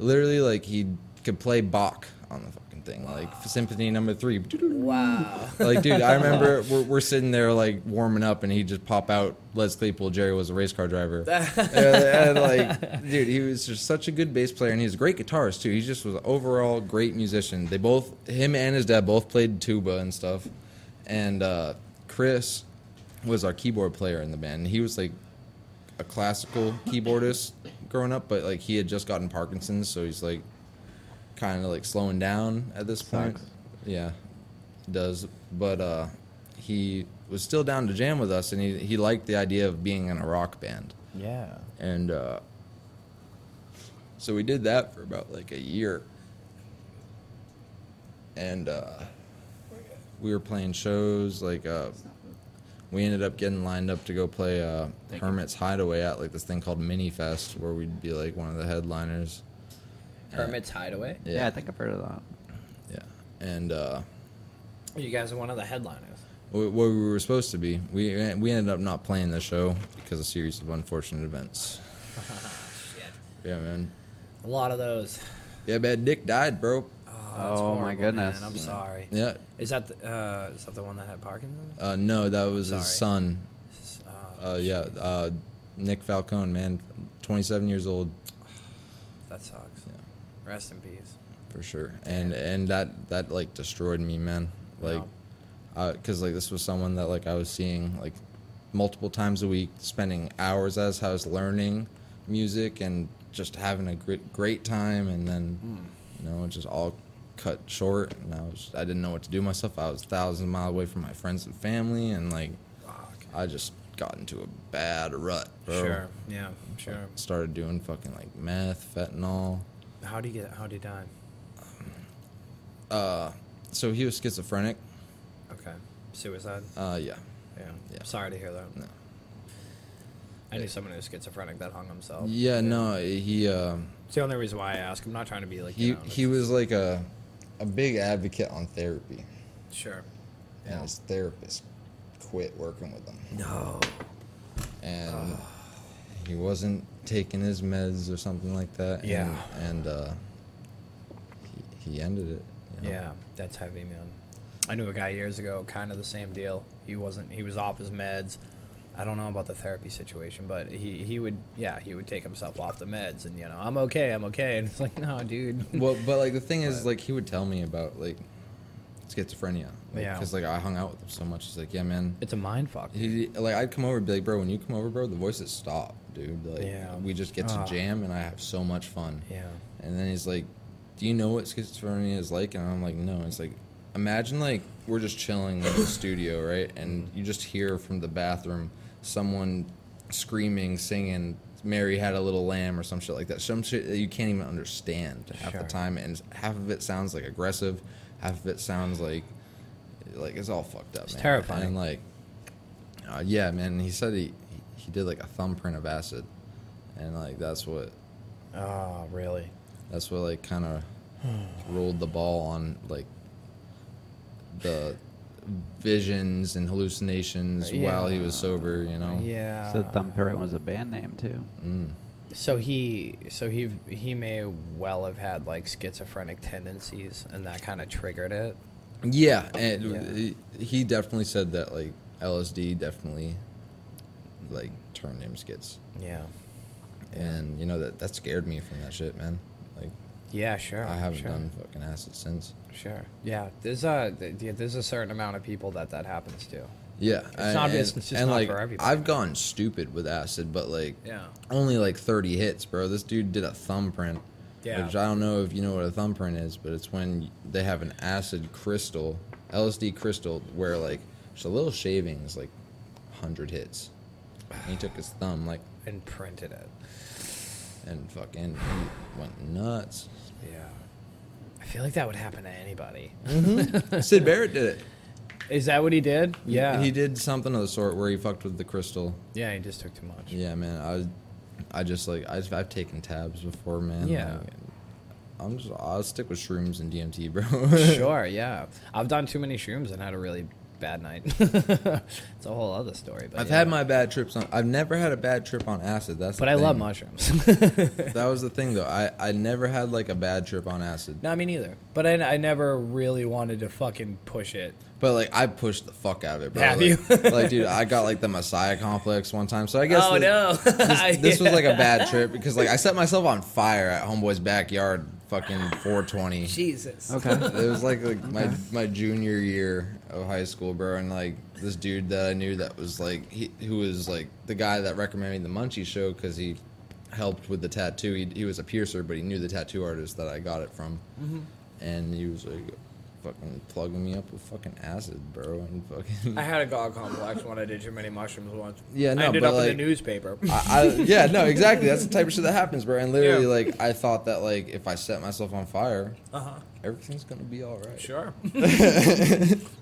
Speaker 2: literally, like he could play Bach on the fucking thing, like Symphony Number Three.
Speaker 1: Wow.
Speaker 2: Like, dude, I remember we're, we're sitting there like warming up, and he just pop out. Les Claypool, Jerry was a race car driver. and, and, like, dude, he was just such a good bass player, and he was a great guitarist too. He just was an overall great musician. They both, him and his dad, both played tuba and stuff. And uh, Chris was our keyboard player in the band. He was like a classical keyboardist growing up, but like he had just gotten Parkinson's, so he's like kind of like slowing down at this point.
Speaker 3: Sucks.
Speaker 2: Yeah, does. But uh, he was still down to jam with us, and he he liked the idea of being in a rock band,
Speaker 4: Yeah.
Speaker 2: and uh, so we did that for about like a year, and uh, we were playing shows like. Uh, we ended up getting lined up to go play uh, Hermit's Hideaway at like this thing called Mini Fest, where we'd be like one of the headliners.
Speaker 1: Hermit's Hideaway.
Speaker 3: Yeah. I think I've heard of that.
Speaker 2: Yeah, and uh,
Speaker 1: You guys are one of the headliners.
Speaker 2: wh- what we were supposed to be, we we ended up not playing the show because of a series of unfortunate events.
Speaker 1: Shit.
Speaker 2: Yeah, man.
Speaker 1: A lot of those.
Speaker 2: Yeah, bad Dick died, bro.
Speaker 1: Oh,
Speaker 3: Oh, my goodness.
Speaker 1: Man. I'm sorry.
Speaker 2: Yeah.
Speaker 1: Is that the, uh, is that the one that had Parkinson's?
Speaker 2: Uh, no, that was his
Speaker 1: Sorry.
Speaker 2: son.
Speaker 1: Uh,
Speaker 2: Uh, yeah, uh, Nick Falcone, man, 27 years old
Speaker 1: that sucks.
Speaker 2: Yeah.
Speaker 1: Rest in peace.
Speaker 2: for sure. And and that that like destroyed me, man. Like,
Speaker 1: Wow.
Speaker 2: because like this was someone that like I was seeing like multiple times a week, spending hours at his house learning music and just having a great great time, and then you know it just all cut short. And I was I didn't know what to do myself. I was thousands mile away from my friends and family, and like
Speaker 1: Fuck.
Speaker 2: I just got into a bad rut, bro.
Speaker 1: Sure. Yeah. Sure.
Speaker 2: Started doing fucking like meth, fentanyl.
Speaker 1: How do you get? How do you die?
Speaker 2: Uh, so he was schizophrenic.
Speaker 1: Okay. Suicide.
Speaker 2: Uh, yeah.
Speaker 1: Yeah.
Speaker 2: yeah.
Speaker 1: Sorry to hear that.
Speaker 2: No.
Speaker 1: I knew someone who was schizophrenic that hung himself.
Speaker 2: Yeah, no, he uh,
Speaker 1: It's the only reason why I ask. I'm not trying to be like.
Speaker 2: he
Speaker 1: you know,
Speaker 2: he was like a a big advocate on therapy,
Speaker 1: Sure.
Speaker 2: and his therapist quit working with him,
Speaker 1: No.
Speaker 2: and he wasn't taking his meds or something like that. and-
Speaker 1: Yeah.
Speaker 2: and, uh, he, he ended it. you know?
Speaker 1: Yeah, that's heavy, man. I knew a guy years ago, kind of the same deal. He wasn't. He was off his meds. I don't know about the therapy situation, but he he would yeah he would take himself off the meds and you know I'm okay I'm okay and it's like no dude
Speaker 2: Well, but like the thing is, like he would tell me about like schizophrenia, like,
Speaker 1: Yeah.
Speaker 2: because like I hung out with him so much. He's like, yeah, man,
Speaker 1: it's a mind fuck.
Speaker 2: He, like I'd come over and be like, bro, when you come over, bro, the voices stop, dude. Like
Speaker 1: Yeah.
Speaker 2: we just get to
Speaker 1: Ah.
Speaker 2: jam and I have so much fun.
Speaker 1: Yeah.
Speaker 2: And then he's like, Do you know what schizophrenia is like? And I'm like, No. It's like imagine like we're just chilling in the studio, right? And you just hear from the bathroom someone screaming, singing Mary had a little lamb or some shit like that. Some shit that you can't even understand half
Speaker 1: Sure.
Speaker 2: the time and half of it sounds like aggressive, half of it sounds like like it's all fucked up.
Speaker 1: It's
Speaker 2: man.
Speaker 1: terrifying.
Speaker 2: And like, uh, yeah, man. He said he he did like a thumbprint of acid, and like that's what
Speaker 1: Oh really?
Speaker 2: that's what like kind of rolled the ball on like the visions and hallucinations while he was sober. You know.
Speaker 1: Yeah.
Speaker 3: so Thumbprint was a band name too.
Speaker 1: So he, so he, he may well have had like schizophrenic tendencies, and that kind of triggered it.
Speaker 2: Yeah, and
Speaker 1: Yeah.
Speaker 2: he- he definitely said that like LSD definitely like turned him skits.
Speaker 1: Yeah.
Speaker 2: and you know that that scared me from that shit, man. Like
Speaker 1: Yeah, sure.
Speaker 2: I haven't
Speaker 1: Oh, sure,
Speaker 2: done fucking acid since.
Speaker 1: Sure. Yeah, there's a th- yeah, there's a certain amount of people that that happens to.
Speaker 2: Yeah, it's
Speaker 1: not- it's just not
Speaker 2: like,
Speaker 1: for everybody.
Speaker 2: I've gone stupid with acid, but like,
Speaker 1: Yeah.
Speaker 2: only like 30 hits, bro. This dude did a thumbprint.
Speaker 1: Yeah.
Speaker 2: Which I don't know if you know what a thumbprint is, but it's when they have an acid crystal, LSD crystal, where like just a little shaving is like 100 hits. And he took his thumb, like,
Speaker 1: And printed it.
Speaker 2: and fucking he went nuts.
Speaker 1: Yeah. I feel like that would happen to anybody.
Speaker 2: Sid Barrett did it.
Speaker 1: Is that what he did? Yeah.
Speaker 2: He, he did something of the sort where he fucked with the crystal.
Speaker 1: Yeah, he just took too much.
Speaker 2: Yeah, man. I, was- I just like I, I've taken tabs before, man.
Speaker 1: Yeah.
Speaker 2: Like, I'm just I'll stick with shrooms and DMT, bro.
Speaker 1: sure, yeah. I've done too many shrooms and had a really bad night. it's a whole other story. But
Speaker 2: I've
Speaker 1: yeah.
Speaker 2: had my bad trips on. I've never had a bad trip on acid. That's.
Speaker 1: But
Speaker 2: the
Speaker 1: I love
Speaker 2: thing.
Speaker 1: mushrooms.
Speaker 2: That was the thing, though. I I never had like a bad trip on acid.
Speaker 1: no, I mean either. But I, I never really wanted to fucking push it.
Speaker 2: But like I pushed the fuck out of it, bro.
Speaker 1: Have
Speaker 2: like,
Speaker 1: you?
Speaker 2: like, dude, I got like the Messiah complex one time. So I guess.
Speaker 1: oh
Speaker 2: the-
Speaker 1: no!
Speaker 2: This was like a bad trip because like I set myself on fire at homeboy's backyard, fucking 420.
Speaker 1: Jesus.
Speaker 3: Okay.
Speaker 2: it was like, like my my junior year of high school, bro, and like this dude that I knew that was like he who was like the guy that recommended the Munchie Show because he helped with the tattoo. He he was a piercer, but he knew the tattoo artist that I got it from, and he was like fucking plugging me up with fucking acid, bro, and fucking.
Speaker 1: I had a god complex when I did too many mushrooms once.
Speaker 2: Yeah, no,
Speaker 1: I ended
Speaker 2: but
Speaker 1: up
Speaker 2: like-
Speaker 1: in the newspaper.
Speaker 2: I, I, yeah, no, exactly. That's the type of shit that happens, bro. And literally,
Speaker 1: Yeah.
Speaker 2: like, I thought that, like, if I set myself on fire,
Speaker 1: Uh huh.
Speaker 2: everything's gonna be all right.
Speaker 1: Sure.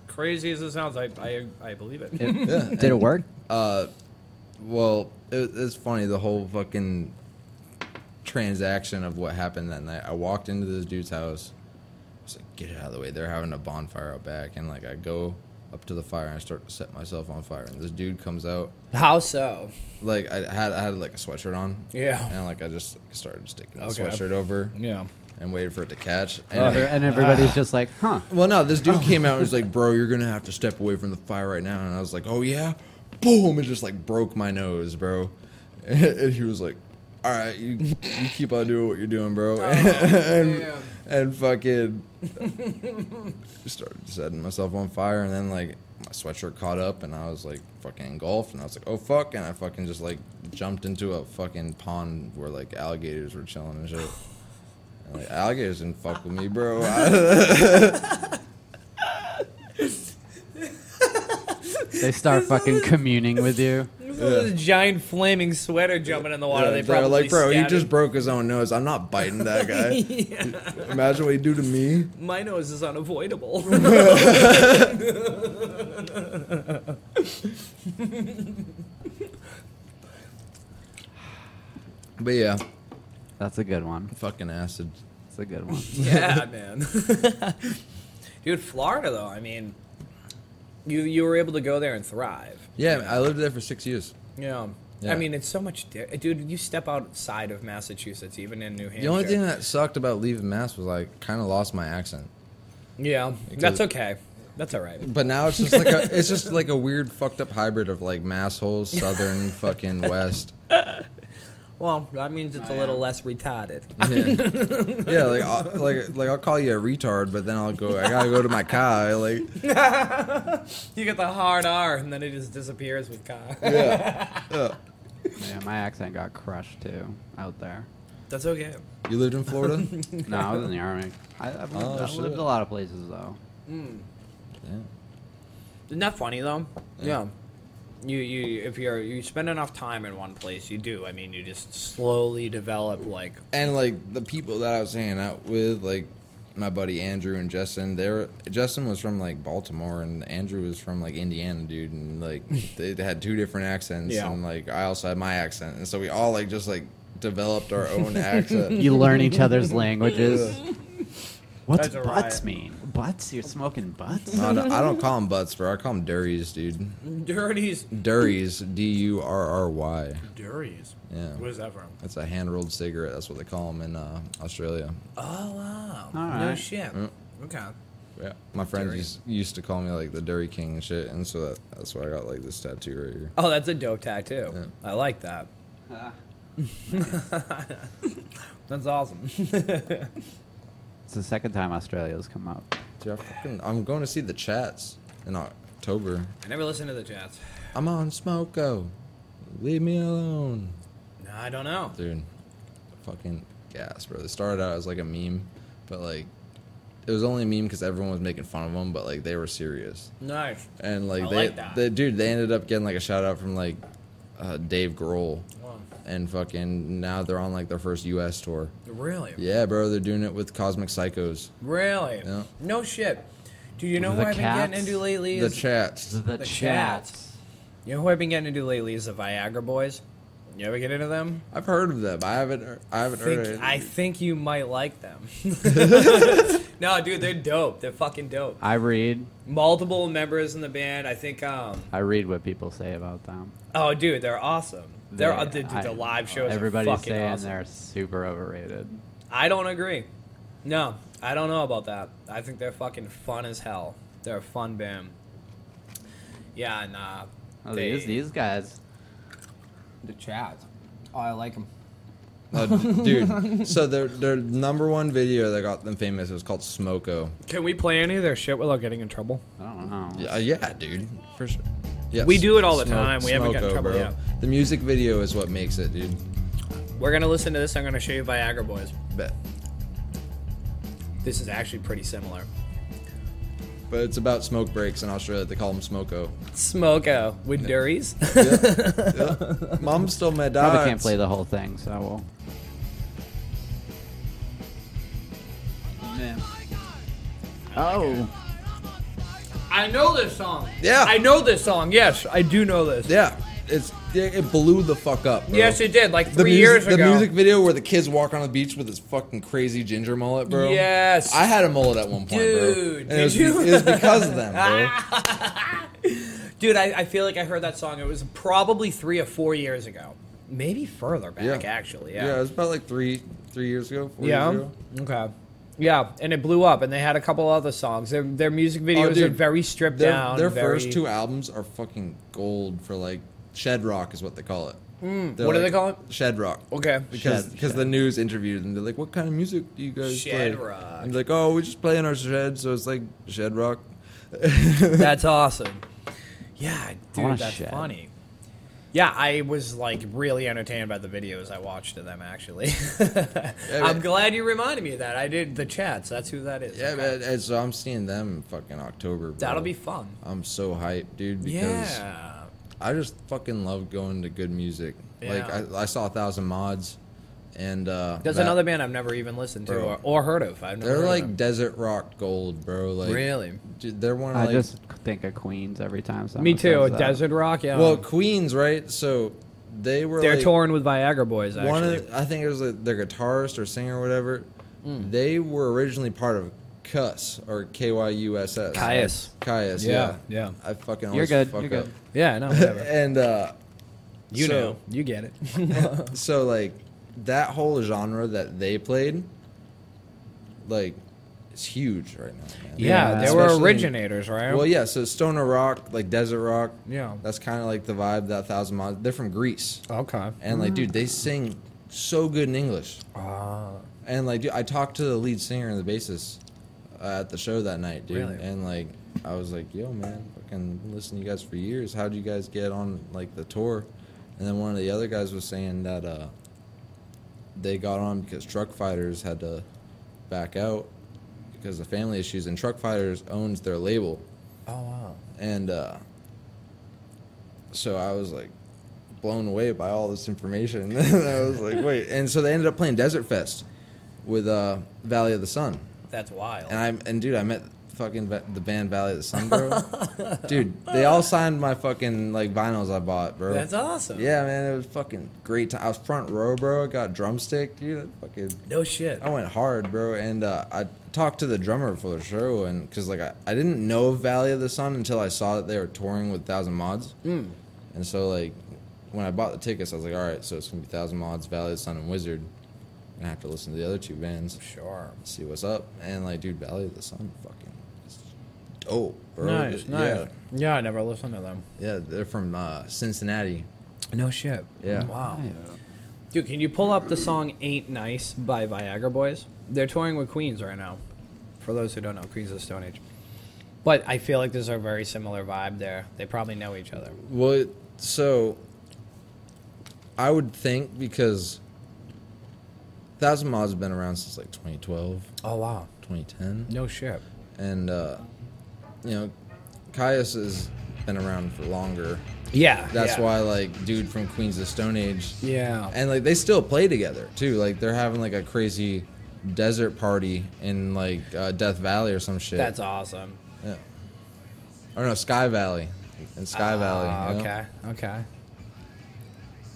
Speaker 1: Crazy as it sounds, I I, I believe it.
Speaker 2: Yeah,
Speaker 3: Did it work?
Speaker 2: Uh, well, it, it's funny the whole fucking transaction of what happened that night. I walked into this dude's house. I was like, "Get it out of the way!" They're having a bonfire out back, and like I go up to the fire and I start to set myself on fire. And this dude comes out.
Speaker 1: How so?
Speaker 2: Like I had, I had like a sweatshirt on.
Speaker 1: Yeah.
Speaker 2: And like I just started sticking the
Speaker 1: Okay. Oh,
Speaker 2: sweatshirt over
Speaker 1: Yeah.
Speaker 2: and waited for it to catch. And
Speaker 3: And, every- and everybody's just like, huh.
Speaker 2: well, no, this dude came out and was like, "Bro, you're gonna have to step away from the fire right now." And I was like, "Oh yeah," boom! It just like broke my nose, bro. And he was like, "All right, you, you keep on doing what you're doing, bro." and,
Speaker 1: damn.
Speaker 2: and fucking started setting myself on fire, and then like my sweatshirt caught up, and I was like fucking engulfed, and I was like, "Oh fuck!" And I fucking just like jumped into a fucking pond where like alligators were chilling and shit. And, like, alligators didn't fuck with me, bro.
Speaker 3: They start fucking communing with you.
Speaker 1: This is a giant flaming sweater jumping in the water.
Speaker 2: Yeah,
Speaker 1: they
Speaker 2: they're
Speaker 1: probably
Speaker 2: like, bro, he
Speaker 1: stabbed
Speaker 2: just
Speaker 1: him."
Speaker 2: broke his own nose. I'm not biting that guy. Imagine what he do to me.
Speaker 1: My nose is unavoidable.
Speaker 2: But yeah,
Speaker 3: That's a good one.
Speaker 2: fucking acid.
Speaker 3: That's a good one.
Speaker 1: yeah, man. Dude, Florida though. I mean, you you were able to go there and thrive.
Speaker 2: Yeah, I lived there for six years.
Speaker 1: Yeah.
Speaker 2: Yeah.
Speaker 1: I mean, it's so much, di- dude. You step outside of Massachusetts, even in New Hampshire.
Speaker 2: The only thing that sucked about leaving Mass was I kind of lost my accent.
Speaker 1: yeah, that's okay. That's all right.
Speaker 2: But now it's just like a, it's just like a weird fucked up hybrid of like Masshole, Southern, fucking West.
Speaker 1: Well, that means it's a little less retarded.
Speaker 2: Yeah, yeah like I'll, like like I'll call you a retard, but then I'll go. I gotta go to my car. Like
Speaker 1: You get the hard R, and then it just disappears with Kyle.
Speaker 3: Yeah, my accent got crushed too out there.
Speaker 1: That's okay.
Speaker 2: you lived in Florida.
Speaker 3: No, I was in the army. I, I've lived,
Speaker 2: Oh,
Speaker 3: I've
Speaker 2: shit.
Speaker 3: lived a lot of places though.
Speaker 2: Yeah.
Speaker 1: Isn't that funny though? Yeah. You you if you're you spend enough time in one place, you do. I mean, you just slowly develop like
Speaker 2: and like the people that I was hanging out with, like my buddy Andrew and Justin, they were Justin was from like Baltimore and Andrew was from like Indiana, dude, and like they had two different accents,
Speaker 1: Yeah.
Speaker 2: and like I also had my accent, and so we all like just like developed our own accent.
Speaker 3: You learn each other's languages. What's
Speaker 1: That's a
Speaker 3: butts
Speaker 1: riot.
Speaker 3: mean? Butts? You're smoking butts?
Speaker 2: No, I don't- I don't call them butts, bro. I call them durries, dude.
Speaker 1: dirties.
Speaker 2: Durries, D U R R Y.
Speaker 1: Dirties.
Speaker 2: Yeah. What is
Speaker 1: that from?
Speaker 2: That's a hand rolled cigarette. That's what they call them in uh, Australia.
Speaker 1: Oh wow. No
Speaker 3: Alright.
Speaker 1: shit.
Speaker 2: Mm.
Speaker 1: Okay.
Speaker 2: Yeah. My friends
Speaker 1: Durry.
Speaker 2: used, used to call me like the Durry King and shit, and so that, that's why I got like this tattoo right here.
Speaker 1: Ah. Oh, that's a dope tattoo. I like that. That's awesome.
Speaker 3: It's the second time Australia's come up.
Speaker 2: Dude, I fucking, I'm going to see the chats in October.
Speaker 1: I never listen to the chats.
Speaker 2: I'm on Smoko. Leave me alone.
Speaker 1: No, I don't know.
Speaker 2: Dude, fucking gas, bro. They started out as like a meme, but like, it was only a meme because everyone was making fun of them, but like, they were serious.
Speaker 1: Nice.
Speaker 2: And like,
Speaker 1: I
Speaker 2: they,
Speaker 1: like that.
Speaker 2: they- dude, they ended up getting like a shout out from like uh, Dave Grohl.
Speaker 1: Wow.
Speaker 2: And fucking now they're on like their first US tour.
Speaker 1: Really?
Speaker 2: Yeah, bro, they're doing it with Cosmic Psychos.
Speaker 1: Really?
Speaker 2: Yeah.
Speaker 1: No shit. Do you know
Speaker 3: The
Speaker 1: who I've been
Speaker 3: cats?
Speaker 1: getting into lately?
Speaker 2: The
Speaker 1: Is,
Speaker 2: chats.
Speaker 3: The,
Speaker 1: chat. you know who I've been getting into lately is the Viagra Boys. You ever get into them?
Speaker 2: I've heard of them. I haven't. heard- I haven't heard.
Speaker 1: Think,
Speaker 2: Of
Speaker 1: I think you might like them. no, dude, they're dope. They're fucking dope.
Speaker 3: I read.
Speaker 1: Multiple members in the band. I think. um
Speaker 3: I read what people say about them.
Speaker 1: Oh, dude, they're awesome. They're uh,
Speaker 3: They-
Speaker 1: dude, dude, the
Speaker 3: I-
Speaker 1: live shows.
Speaker 3: Everybody's
Speaker 1: are fucking
Speaker 3: saying
Speaker 1: awesome.
Speaker 3: they're super overrated.
Speaker 1: I don't agree. No, I don't know about that. I think they're fucking fun as hell. They're a fun band. Yeah, and uh,
Speaker 3: Oh,
Speaker 1: they,
Speaker 3: these these guys.
Speaker 1: the chat. Oh, I like them.
Speaker 2: Uh, dude, so their their number one video that got them famous was called Smoko.
Speaker 1: Can we play any of their shit without getting in trouble?
Speaker 3: I don't know.
Speaker 2: Yeah, uh, yeah dude, for sure. Yeah,
Speaker 1: We
Speaker 2: s-
Speaker 1: do it all the time. We haven't gotten in trouble
Speaker 2: bro.
Speaker 1: yet.
Speaker 2: The music video is what makes it, dude.
Speaker 1: We're gonna listen to this. I'm gonna show you Viagra Boys.
Speaker 2: Bet.
Speaker 1: This is actually pretty similar.
Speaker 2: But it's about smoke breaks in Australia. They call them Smoko.
Speaker 1: Smoko with Duries.
Speaker 2: Yeah. Mom still my dad.
Speaker 3: Probably can't play the whole thing, so I will. Yeah. Oh,
Speaker 1: I know this song.
Speaker 2: Yeah.
Speaker 1: I know this song. Yes, I do know this.
Speaker 2: Yeah, it's it it blew the fuck up. Bro.
Speaker 1: Yes, it did. Like
Speaker 2: The
Speaker 1: three
Speaker 2: music,
Speaker 1: years
Speaker 2: the
Speaker 1: ago.
Speaker 2: music video where the kids walk on the beach with this fucking crazy ginger mullet, bro.
Speaker 1: Yes.
Speaker 2: I had a mullet at one point, bro.
Speaker 1: Dude,
Speaker 2: And
Speaker 1: did
Speaker 2: it, was,
Speaker 1: you?
Speaker 2: it was because of them, bro.
Speaker 1: Dude, I, I feel like I heard that song. It was probably three or four years ago. Maybe further back, actually.
Speaker 2: it
Speaker 1: Yeah.
Speaker 2: was about like three three years ago, four years ago.
Speaker 1: Okay. Yeah, and it blew up, and they had a couple other songs. Their, their music videos
Speaker 2: Oh, dude,
Speaker 1: are very stripped
Speaker 2: Their,
Speaker 1: down.
Speaker 2: their
Speaker 1: very-
Speaker 2: first two albums are fucking gold for like shed rock is what they call it. They're
Speaker 1: Hmm. what do they
Speaker 2: like
Speaker 1: call it?
Speaker 2: Shed rock.
Speaker 1: Okay.
Speaker 2: Because
Speaker 3: Shed-
Speaker 2: because the news interviewed them, they're like, "What kind of music do you guys play?"
Speaker 1: Shed rock.
Speaker 2: And they're like, "Oh, we just play in our shed, so it's like shed rock."
Speaker 1: That's awesome. Yeah,
Speaker 3: wanna
Speaker 1: dude, that's
Speaker 3: shed.
Speaker 1: funny. Yeah, I was like really entertained by the videos I watched of them. Actually, I'm glad you reminded me of that. I did the chats. That's who that is.
Speaker 2: Yeah,
Speaker 1: Okay.
Speaker 2: man. And so I'm seeing them fucking October. Bro.
Speaker 1: That'll be fun.
Speaker 2: I'm so hyped, dude. Because
Speaker 1: Yeah.
Speaker 2: I just fucking love going to good music.
Speaker 1: Yeah.
Speaker 2: Like I, I saw a thousand mods, and uh,
Speaker 1: There's
Speaker 2: that-
Speaker 1: another band I've never even listened to
Speaker 2: Bro.
Speaker 1: or, or heard of. I've never
Speaker 2: They're
Speaker 1: heard of
Speaker 2: like
Speaker 1: them.
Speaker 2: desert rock gold, bro. Like
Speaker 1: Really?
Speaker 2: dude, they're one of
Speaker 3: I
Speaker 2: like
Speaker 3: just think of Queens every time. someone
Speaker 1: me too.
Speaker 3: says that.
Speaker 1: Desert Rock, yeah.
Speaker 2: well Queens, right? So they were
Speaker 1: they're
Speaker 2: like,
Speaker 1: touring with Viagra Boys. Actually, Hmm.
Speaker 2: One of the, I think it was like their guitarist or singer or whatever. They were originally part of Cuss or K Y U S S.
Speaker 1: Caius.
Speaker 2: Caius.
Speaker 1: Yeah,
Speaker 2: Yeah,
Speaker 1: yeah.
Speaker 2: I fucking
Speaker 3: You're
Speaker 2: always
Speaker 3: good.
Speaker 2: fuck
Speaker 3: You're good.
Speaker 2: up.
Speaker 1: yeah, no, whatever.
Speaker 2: and uh,
Speaker 1: you
Speaker 2: so-
Speaker 1: know, you get it.
Speaker 2: so like that whole genre that they played, like, it's huge right now. man.
Speaker 1: yeah, they were
Speaker 2: Especially in-
Speaker 1: originators, right?
Speaker 2: Well, yeah. So stoner rock, like desert rock.
Speaker 1: Yeah.
Speaker 2: That's kind of like the vibe that Thousand Miles. They're from Greece,
Speaker 1: Okay.
Speaker 2: and like, dude, they sing so good in English.
Speaker 1: Ah.
Speaker 2: And like, dude, I talked to the lead singer and the bassist uh, at the show that night, dude.
Speaker 1: Really?
Speaker 2: And like, I was like, "Yo, man, fucking been listening to you guys for years. How'd you guys get on like the tour?" And then one of the other guys was saying that uh, they got on because Truck Fighters had to back out because of family issues, and Truck Fighters owns their label.
Speaker 1: oh wow.
Speaker 2: And uh, so I was like blown away by all this information. and I was like, wait. And so they ended up playing Desert Fest with uh, Valley of the Sun.
Speaker 1: That's wild.
Speaker 2: And I and dude, I met fucking va- the band Valley of the Sun, bro. dude, they all signed my fucking like vinyls I bought, bro.
Speaker 1: That's awesome.
Speaker 2: Yeah, man, it was fucking great time. I was front row, bro. I got drumstick, dude. Fucking
Speaker 1: No shit.
Speaker 2: I went hard, bro, and uh, I talked to the drummer for the show, and because like I, I didn't know of Valley of the Sun until I saw that they were touring with Thousand Mods, mm. and so like when I bought the tickets, I was like, all right, so it's gonna be Thousand Mods, Valley of the Sun, and Wizard, and I have to listen to the other two bands,
Speaker 1: Sure.
Speaker 2: see what's up, and like dude, Valley of the Sun, fucking, is dope, bro.
Speaker 1: Nice,
Speaker 2: Just-
Speaker 1: nice. Yeah. I never listened to them.
Speaker 2: Yeah, yeah, they're from uh, Cincinnati.
Speaker 1: No shit.
Speaker 2: Yeah.
Speaker 1: Wow. Dude, can you pull up the song Ain't Nice by Viagra Boys? They're touring with Queens right now. For those who don't know, Queens of the Stone Age. But I feel like there's a very similar vibe there. They probably know each other.
Speaker 2: Well, it- so I would think because Thousand Miles has been around since like 2012,
Speaker 1: Oh, wow.
Speaker 2: 2010.
Speaker 1: No shit.
Speaker 2: And, uh, you know, Caius has been around for longer.
Speaker 1: Yeah.
Speaker 2: That's
Speaker 1: yeah.
Speaker 2: why, like, dude from Queens of Stone Age.
Speaker 1: Yeah.
Speaker 2: And, like, they still play together, too. Like, they're having, like, a crazy desert party in, like, uh, Death Valley or some shit.
Speaker 1: That's awesome.
Speaker 2: Yeah. Or no, Sky Valley. In Sky
Speaker 1: Ah,
Speaker 2: Valley. you know?
Speaker 1: Okay, okay.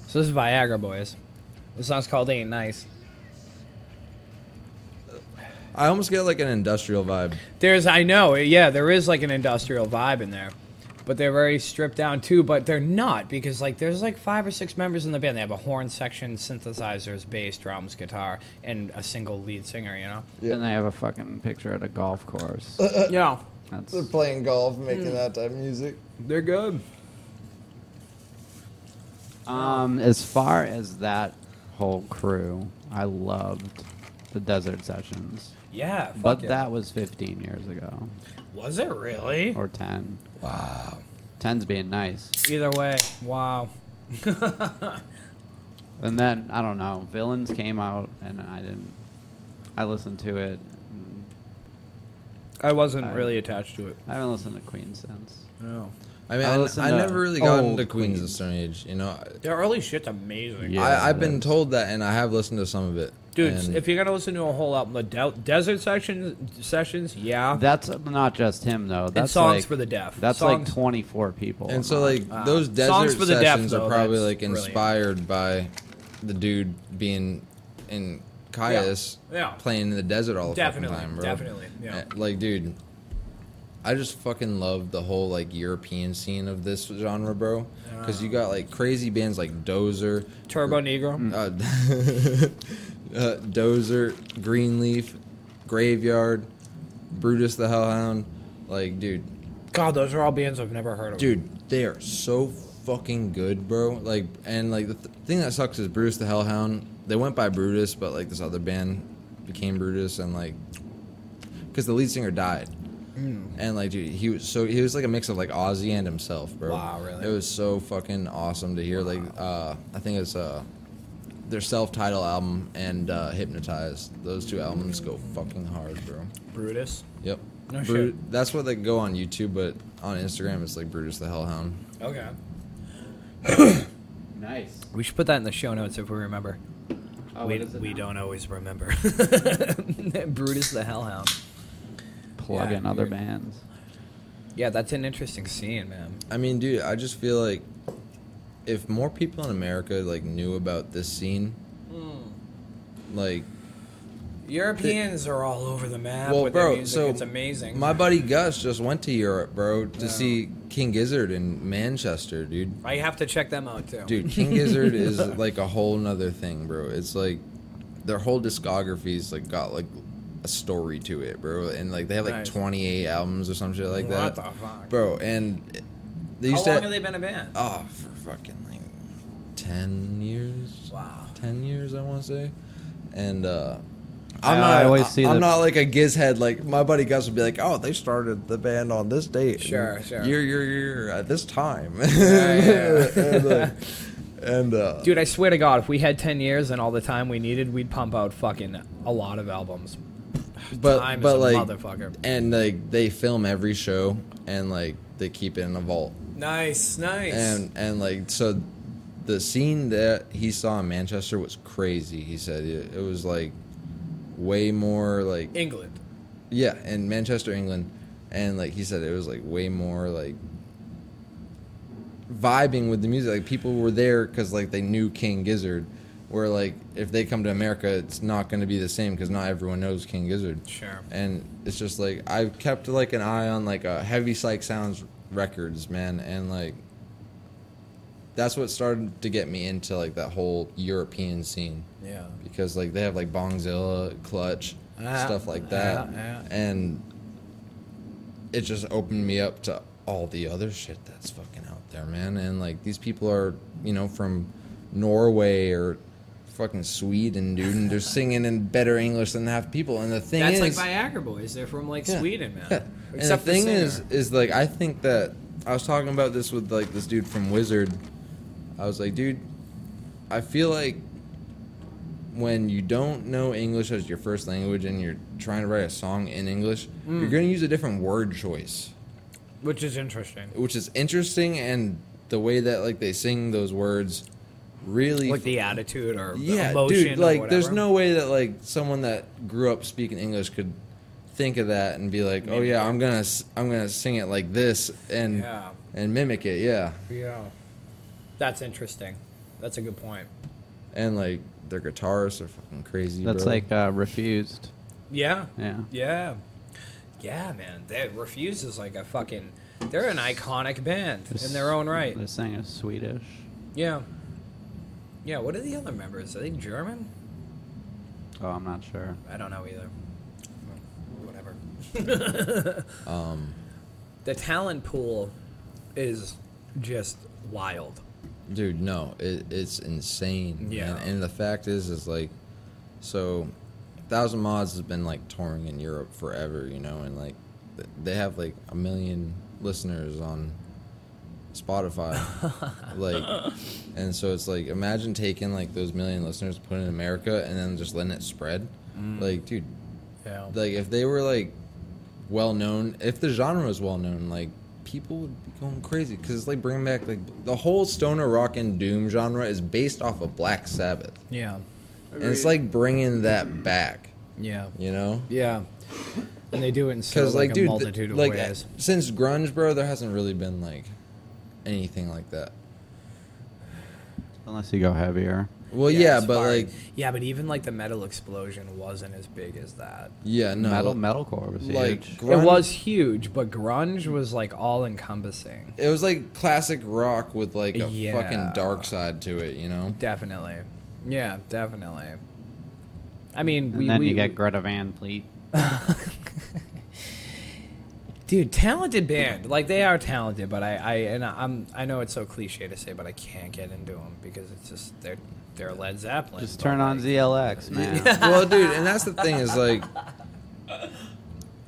Speaker 1: So this is Viagra Boys. This song's called Ain't Nice.
Speaker 2: I almost get, like, an industrial vibe.
Speaker 1: There's, I know, yeah, there is like an industrial vibe in there, but they're very stripped down too. But they're not because like there's like five or six members in the band. They have a horn section, synthesizers, bass, drums, guitar, and a single lead singer. You know.
Speaker 3: And they have a fucking picture at a golf course.
Speaker 1: Yeah,
Speaker 3: That's
Speaker 2: playing golf,
Speaker 1: Hmm.
Speaker 2: making that type of music.
Speaker 1: they're good.
Speaker 3: um as far as that whole crew, I loved the desert sessions.
Speaker 1: Yeah, fuck
Speaker 3: But
Speaker 1: yeah.
Speaker 3: that was 15 years ago
Speaker 1: was it really.
Speaker 3: or 10.
Speaker 2: Wow.
Speaker 3: 10's being nice.
Speaker 1: Either way, wow.
Speaker 3: And then I don't know. Villains came out, and I didn't. I listened to it. and
Speaker 1: I wasn't
Speaker 3: I-
Speaker 1: really attached to it.
Speaker 3: I haven't listened to Queen since.
Speaker 1: No,
Speaker 2: I mean,
Speaker 3: I
Speaker 2: I,
Speaker 3: listen
Speaker 2: I
Speaker 3: to
Speaker 2: never really got
Speaker 3: old
Speaker 2: into Queens of
Speaker 3: Queens.
Speaker 2: Stone Age. You know,
Speaker 1: their early shit's amazing.
Speaker 3: Yeah,
Speaker 2: I, I've been
Speaker 3: that's-
Speaker 2: told that, and I have listened to some of it.
Speaker 1: Dude,
Speaker 2: and
Speaker 1: if you're gonna listen to a whole album, the del desert section sessions, yeah,
Speaker 3: That's not just him though. That's
Speaker 1: songs
Speaker 3: like,
Speaker 1: for the deaf.
Speaker 3: That's
Speaker 1: Songs-
Speaker 3: like 24 people.
Speaker 2: and so like
Speaker 1: Ah.
Speaker 2: those
Speaker 1: Songs
Speaker 2: desert
Speaker 1: for the deaf,
Speaker 2: sessions
Speaker 1: though,
Speaker 2: are probably
Speaker 1: that's
Speaker 2: like
Speaker 1: brilliant.
Speaker 2: inspired by the dude being in Caius
Speaker 1: Yeah.
Speaker 2: playing in the desert all the
Speaker 1: Definitely,
Speaker 2: fucking time, bro.
Speaker 1: definitely, yeah.
Speaker 2: Uh, Like, dude, I just fucking love the whole like European scene of this genre, bro. Because you got like crazy bands like Dozer,
Speaker 1: Ah. Turbo Negro.
Speaker 2: uh, uh, Dozer, Greenleaf, Graveyard, Brutus the Hellhound. Like, dude,
Speaker 1: God, those are all bands I've never heard of.
Speaker 2: dude, they are so fucking good, bro. Like, and like the th- thing that sucks is Brutus the Hellhound. They went by Brutus, but like this other band became Brutus, and like, because the lead singer died.
Speaker 1: Mm.
Speaker 2: And like, dude, he was so he was like a mix of like Ozzy and himself, bro.
Speaker 1: Wow, really?
Speaker 2: It was so fucking awesome to hear. Like, uh, I think it's uh, their self-titled album and uh, Hypnotized. Those two albums go fucking hard, bro.
Speaker 1: Brutus.
Speaker 2: Yep.
Speaker 1: No
Speaker 2: Bru-
Speaker 1: shit.
Speaker 2: That's what they go on YouTube, but on Instagram it's like Brutus the Hellhound.
Speaker 1: Okay.
Speaker 3: nice.
Speaker 1: We should put that in the show notes if we remember.
Speaker 3: Oh,
Speaker 1: we
Speaker 3: what is it
Speaker 1: we
Speaker 3: now?
Speaker 1: don't always remember. Brutus the Hellhound.
Speaker 3: plug
Speaker 1: Yeah,
Speaker 3: in other
Speaker 1: weird.
Speaker 3: bands.
Speaker 1: Yeah, that's an interesting scene, man.
Speaker 2: I mean, dude, I just feel like if more people in America like knew about this scene,
Speaker 1: Hmm.
Speaker 2: like
Speaker 1: Europeans are all over the map.
Speaker 2: well,
Speaker 1: with their
Speaker 2: bro,
Speaker 1: music.
Speaker 2: so
Speaker 1: it's amazing.
Speaker 2: My buddy Gus just went to Europe, bro, to
Speaker 1: Yeah.
Speaker 2: see King Gizzard in Manchester, dude.
Speaker 1: I have to check them out too.
Speaker 2: Dude, King Gizzard is like a whole nother thing, bro. It's like their whole discography's like got like a story to it, bro. And like they have like
Speaker 1: Nice.
Speaker 2: 28 albums or some shit like
Speaker 1: What
Speaker 2: that.
Speaker 1: the fuck?
Speaker 2: Bro, and they
Speaker 1: How
Speaker 2: used
Speaker 1: long
Speaker 2: to
Speaker 1: have they been a band?
Speaker 2: Oh, for fucking like 10 years.
Speaker 1: Wow.
Speaker 2: 10 years, I want to say. And, uh,.
Speaker 3: I-
Speaker 2: I'm not.
Speaker 3: I
Speaker 2: I
Speaker 3: always see
Speaker 2: am
Speaker 3: the-
Speaker 2: not like a giz head. Like my buddy Gus would be like, "Oh, they started the band on this date.
Speaker 1: Sure,
Speaker 2: and
Speaker 1: sure.
Speaker 2: Year, year, year at this time."
Speaker 1: yeah, yeah.
Speaker 2: and, like, and, uh,
Speaker 1: Dude, I swear to God, if we had 10 years and all the time we needed, we'd pump out fucking a lot of albums.
Speaker 2: but
Speaker 1: time is
Speaker 2: but
Speaker 1: a
Speaker 2: like,
Speaker 1: motherfucker.
Speaker 2: and like they film every show, and like they keep it in a vault.
Speaker 1: Nice, nice.
Speaker 2: and and like so the scene that he saw in manchester was crazy he said it, it was like way more like
Speaker 1: England.
Speaker 2: yeah in manchester england and like he said it was like way more like vibing with the music like people were there because like they knew king gizzard where like if they come to america it's not going to be the same because not everyone knows king gizzard
Speaker 1: Sure.
Speaker 2: and it's just like I've kept like an eye on like uh, heavy psych sounds records, man, and like that's what started to get me into like that whole European scene
Speaker 1: Yeah.
Speaker 2: because like they have like Bongzilla, Clutch,
Speaker 1: Ah,
Speaker 2: stuff like that,
Speaker 1: ah, ah.
Speaker 2: and it just opened me up to all the other shit that's fucking out there, man. And like these people are, you know, from Norway or fucking Sweden, dude, and they're singing in better English than half people. And the thing
Speaker 1: That's
Speaker 2: is,
Speaker 1: like Viagra Boys. They're from like
Speaker 2: Yeah.
Speaker 1: Sweden, man.
Speaker 2: Yeah. And
Speaker 1: Except
Speaker 2: the thing is,
Speaker 1: singer.
Speaker 2: is like I think that I was talking about this with like this dude from Wizard. I was like, dude, I feel like when you don't know English as your first language and you're trying to write a song in English,
Speaker 1: Mm.
Speaker 2: you're going to use a different word choice,
Speaker 1: which is interesting.
Speaker 2: which is interesting. And the way that like they sing those words really
Speaker 1: Like the attitude or the
Speaker 2: yeah,
Speaker 1: emotion.
Speaker 2: dude.
Speaker 1: or
Speaker 2: Like, there's
Speaker 1: whatever.
Speaker 2: no way that like someone that grew up speaking English could think of that and be like, oh yeah, I'm gonna s- I'm gonna sing it like this and
Speaker 1: Yeah.
Speaker 2: and mimic it, yeah.
Speaker 1: Yeah. That's interesting. That's a good point.
Speaker 2: And like their guitarists are fucking crazy.
Speaker 3: That's
Speaker 2: bro.
Speaker 3: like uh, refused.
Speaker 1: Yeah.
Speaker 3: Yeah.
Speaker 1: Yeah. Yeah, man. They Refuse is like a fucking. They're an iconic band in their own right.
Speaker 3: They're saying it's Swedish.
Speaker 1: Yeah. Yeah. What are the other members? Are they German?
Speaker 3: Oh, I'm not sure.
Speaker 1: I don't know either. Whatever.
Speaker 2: um,
Speaker 1: The talent pool is just wild.
Speaker 2: dude, no, it, it's insane.
Speaker 1: Yeah.
Speaker 2: and, and the fact is, is like, so, Thousand Mods has been like touring in Europe forever, you know, and like th- they have like a million listeners on Spotify. like and so it's like imagine taking like those million listeners put it in America and then just letting it spread. Like dude,
Speaker 1: Yeah.
Speaker 2: like if they were like well known, if the genre was well known, like people would be going crazy cuz it's like bringing back like the whole stoner rock and doom genre is based off of Black Sabbath.
Speaker 1: yeah.
Speaker 2: And it's like bringing that back,
Speaker 1: Yeah.
Speaker 2: you know?
Speaker 1: Yeah. And they do it in so
Speaker 2: Because
Speaker 1: like,
Speaker 2: like,
Speaker 1: a
Speaker 2: dude, th-
Speaker 1: multitude of
Speaker 2: like
Speaker 1: ways.
Speaker 2: since grunge, bro, there hasn't really been like anything like that.
Speaker 3: Unless you go heavier.
Speaker 2: Well, yeah,
Speaker 1: it's
Speaker 2: but
Speaker 1: hard.
Speaker 2: like,
Speaker 1: yeah, but even like the metal explosion wasn't as big as that.
Speaker 2: yeah, no,
Speaker 3: metal
Speaker 2: like,
Speaker 3: metalcore was
Speaker 2: like
Speaker 3: huge.
Speaker 2: grunge,
Speaker 1: It was huge, but grunge was like all encompassing.
Speaker 2: It was like classic rock with like a
Speaker 1: Yeah.
Speaker 2: fucking dark side to it, you know.
Speaker 1: Definitely. Yeah, definitely. I mean,
Speaker 3: And
Speaker 1: we,
Speaker 3: then
Speaker 1: we
Speaker 3: you get Greta Van Fleet.
Speaker 1: dude, talented band. Like they are talented, but I, I and I'm I know it's so cliche to say, but I can't get into them because it's just they're they're Led Zeppelin.
Speaker 3: Just
Speaker 1: but,
Speaker 3: turn on
Speaker 1: like,
Speaker 3: ZLX, man.
Speaker 2: well, dude, and that's the thing is like,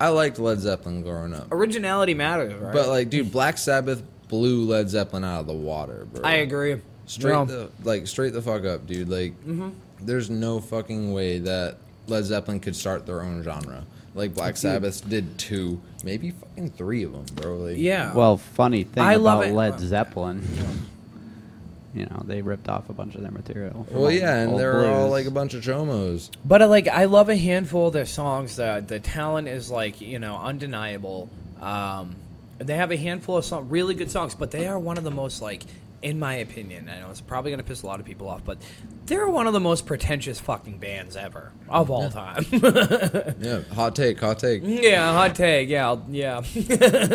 Speaker 2: I liked Led Zeppelin growing up,
Speaker 1: Originality matters, right?
Speaker 2: but like, dude, Black Sabbath blew Led Zeppelin out of the water, bro.
Speaker 1: I agree.
Speaker 2: Straight
Speaker 1: No. Mm-hmm.
Speaker 2: the like straight the fuck up, dude. Like, there's no fucking way that Led Zeppelin could start their own genre. Like Black Sabbath did two, maybe fucking three of them, bro. Like,
Speaker 1: yeah.
Speaker 3: Well, funny thing
Speaker 1: I love
Speaker 3: about
Speaker 1: it.
Speaker 3: Led Zeppelin, you know, they ripped off a bunch of their material. from
Speaker 2: Well,
Speaker 3: old-
Speaker 2: yeah, and
Speaker 3: old
Speaker 2: they're all
Speaker 3: blues.
Speaker 2: like a bunch of chomos.
Speaker 1: But uh, like, I love a handful of their songs. The the talent is like you know undeniable. Um, they have a handful of song, really good songs, but they are one of the most like, in my opinion, I know it's probably gonna piss a lot of people off, but they're one of the most pretentious fucking bands ever of all time.
Speaker 2: Yeah, hot take, hot
Speaker 1: Mm-hmm.
Speaker 2: take.
Speaker 1: yeah, hot take. Yeah, I'll- yeah.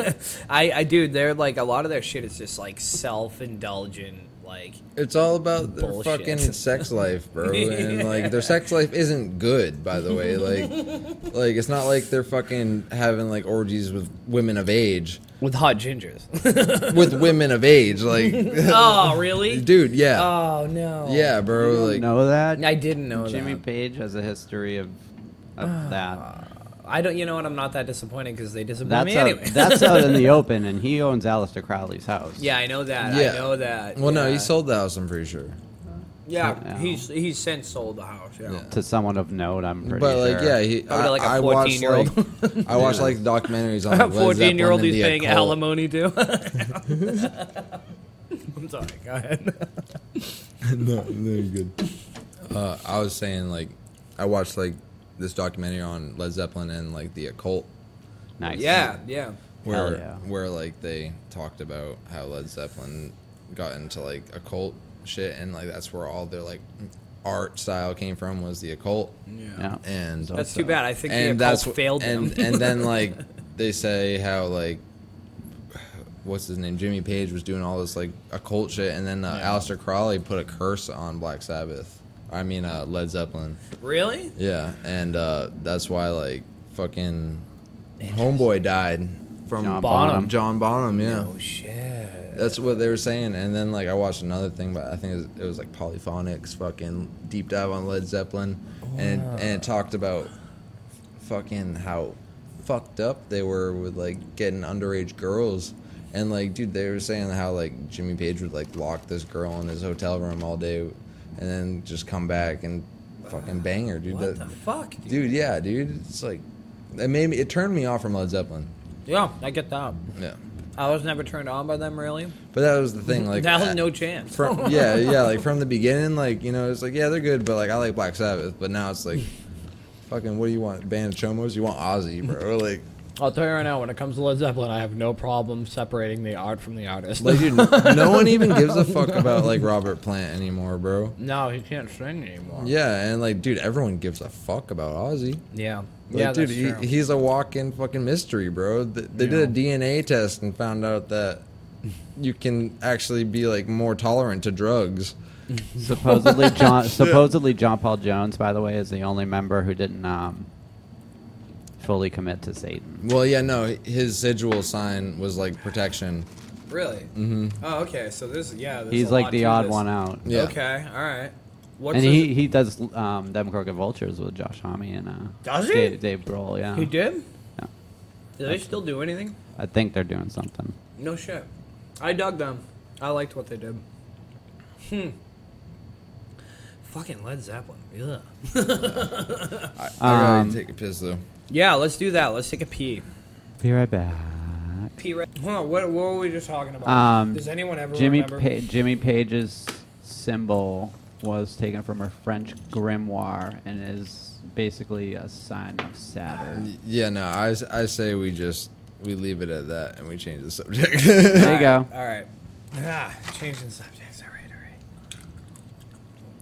Speaker 1: I I dude, they're like a lot of their shit is just like self indulgent. Like
Speaker 2: It's all about their
Speaker 1: Bullshit.
Speaker 2: fucking sex life, bro. And like their sex life isn't good, by the way. Like, like it's not like they're fucking having like orgies with women of age,
Speaker 1: with hot gingers.
Speaker 2: with women of age. Like,
Speaker 1: oh really?
Speaker 2: dude, yeah,
Speaker 1: Oh no.
Speaker 2: yeah,
Speaker 3: You
Speaker 2: bro.
Speaker 3: don't
Speaker 2: Like,
Speaker 3: know that?
Speaker 1: I didn't know
Speaker 3: Jimmy
Speaker 1: that.
Speaker 3: Page has a history of, of that.
Speaker 1: I don't. You know what? I'm not that disappointed because they disappoint
Speaker 3: That's
Speaker 1: me
Speaker 3: out,
Speaker 1: anyway.
Speaker 3: that's out in the open, and he owns Aleister Crowley's house.
Speaker 1: yeah, I know that.
Speaker 2: yeah,
Speaker 1: I know that.
Speaker 2: Well, no,
Speaker 1: yeah.
Speaker 2: he sold the house. I'm pretty sure.
Speaker 1: Yeah,
Speaker 3: Yeah.
Speaker 1: he's he's since sold the house. Yeah.
Speaker 2: Yeah.
Speaker 3: To someone of note, I'm pretty
Speaker 2: But like,
Speaker 3: sure.
Speaker 2: yeah, he.
Speaker 1: Oh,
Speaker 2: I,
Speaker 1: to, like, a
Speaker 2: I watched
Speaker 1: 14-year-old.
Speaker 2: like, I watched like documentaries on like, Led
Speaker 1: Fourteen year old who's
Speaker 2: Zeppelin and the
Speaker 1: paying
Speaker 2: occult.
Speaker 1: alimony to. I'm sorry. Go ahead.
Speaker 2: no, no, you're good. Uh, I was saying like, I watched like this documentary on Led Zeppelin and like the occult,
Speaker 3: Nice.
Speaker 1: Yeah, yeah.
Speaker 2: where
Speaker 3: Hell yeah.
Speaker 2: where like they talked about how Led Zeppelin got into like occult shit and like that's where all their like art style came from was the occult,
Speaker 3: Yeah.
Speaker 2: and
Speaker 3: So-
Speaker 1: That's too bad. I think
Speaker 2: and
Speaker 1: the
Speaker 2: that's
Speaker 1: occult
Speaker 2: wh-
Speaker 1: failed
Speaker 2: and
Speaker 1: them.
Speaker 2: and then like they say how like. What's his name? Jimmy Page was doing all this like occult shit, and then uh,
Speaker 1: Yeah.
Speaker 2: Aleister Crowley put a curse on Black Sabbath. I mean, uh, Led Zeppelin.
Speaker 1: really?
Speaker 2: Yeah, and uh, that's why like fucking homeboy died from
Speaker 3: John
Speaker 2: Bonham.
Speaker 3: Bonham.
Speaker 2: John Bonham, yeah.
Speaker 1: Oh shit.
Speaker 2: That's what they were saying. And then like I watched another thing, but I think it was, it was like polyphonics, fucking deep dive on Led Zeppelin, and and it talked about fucking how fucked up they were with like getting underage girls. And like, dude, they were saying how like Jimmy Page would like lock this girl in his hotel room all day, and then just come back and fucking bang her, dude.
Speaker 1: What the
Speaker 2: That-
Speaker 1: fuck, dude?
Speaker 2: dude, yeah, dude. It's like it made me. It turned me off from Led Zeppelin.
Speaker 1: Yeah, I get that.
Speaker 2: Yeah,
Speaker 1: I was never turned on by them, really.
Speaker 2: but that was the thing. Like
Speaker 1: that was
Speaker 2: I-
Speaker 1: no chance.
Speaker 2: from yeah yeah like from the beginning like you know it's like yeah they're good but like i like black sabbath but now it's like fucking what do you want band of chomos you want ozzy bro like
Speaker 1: I'll tell you right now, when it comes to Led Zeppelin, I have no problem separating the art from the artist.
Speaker 2: like dude no one even gives a fuck about like robert plant anymore bro
Speaker 1: no, he can't sing anymore.
Speaker 2: yeah and like dude everyone gives a fuck about ozzy
Speaker 1: yeah,
Speaker 2: Like,
Speaker 1: yeah.
Speaker 2: dude
Speaker 1: that's
Speaker 2: he,
Speaker 1: true.
Speaker 2: he's a walk-in fucking mystery bro Th- they
Speaker 1: Yeah.
Speaker 2: did a dna test and found out that you can actually be like more tolerant to drugs
Speaker 3: Supposedly, John. supposedly, John Paul Jones, by the way, is the only member who didn't um, fully commit to Satan.
Speaker 2: well yeah no his sigil sign was like protection
Speaker 1: really. Mm-hmm. Oh, okay. So this, yeah, there's
Speaker 3: He's
Speaker 1: a
Speaker 3: like
Speaker 1: lot
Speaker 3: the
Speaker 1: to
Speaker 3: odd
Speaker 1: this.
Speaker 3: one out.
Speaker 2: Yeah.
Speaker 1: Okay, all right. What's
Speaker 3: and
Speaker 1: his-
Speaker 3: he, he does um, them crooked vultures with Josh Homme and uh,
Speaker 1: Does he?
Speaker 3: Dave, Dave Grohl. Yeah,
Speaker 1: He did?
Speaker 3: Yeah.
Speaker 1: Did they still do anything?
Speaker 3: I think they're doing something.
Speaker 1: No shit. I dug them. I liked what they did. Hmm. Fucking Led Zeppelin. Yeah.
Speaker 2: I, I
Speaker 3: Um,
Speaker 2: gotta take a piss though.
Speaker 1: Yeah, let's do that. Let's take a pee.
Speaker 3: Be right back.
Speaker 1: Pee right. Huh, what, what were we just talking about?
Speaker 3: Um,
Speaker 1: Does anyone ever
Speaker 3: Jimmy
Speaker 1: remember?
Speaker 3: pa- Jimmy Page's symbol was taken from a French grimoire and is basically a sign of Saturn.
Speaker 2: Y- Yeah, no, I, s- I say we just we leave it at that and we change the subject.
Speaker 3: There you go.
Speaker 1: All right. Ah, changing subjects. All right, all right.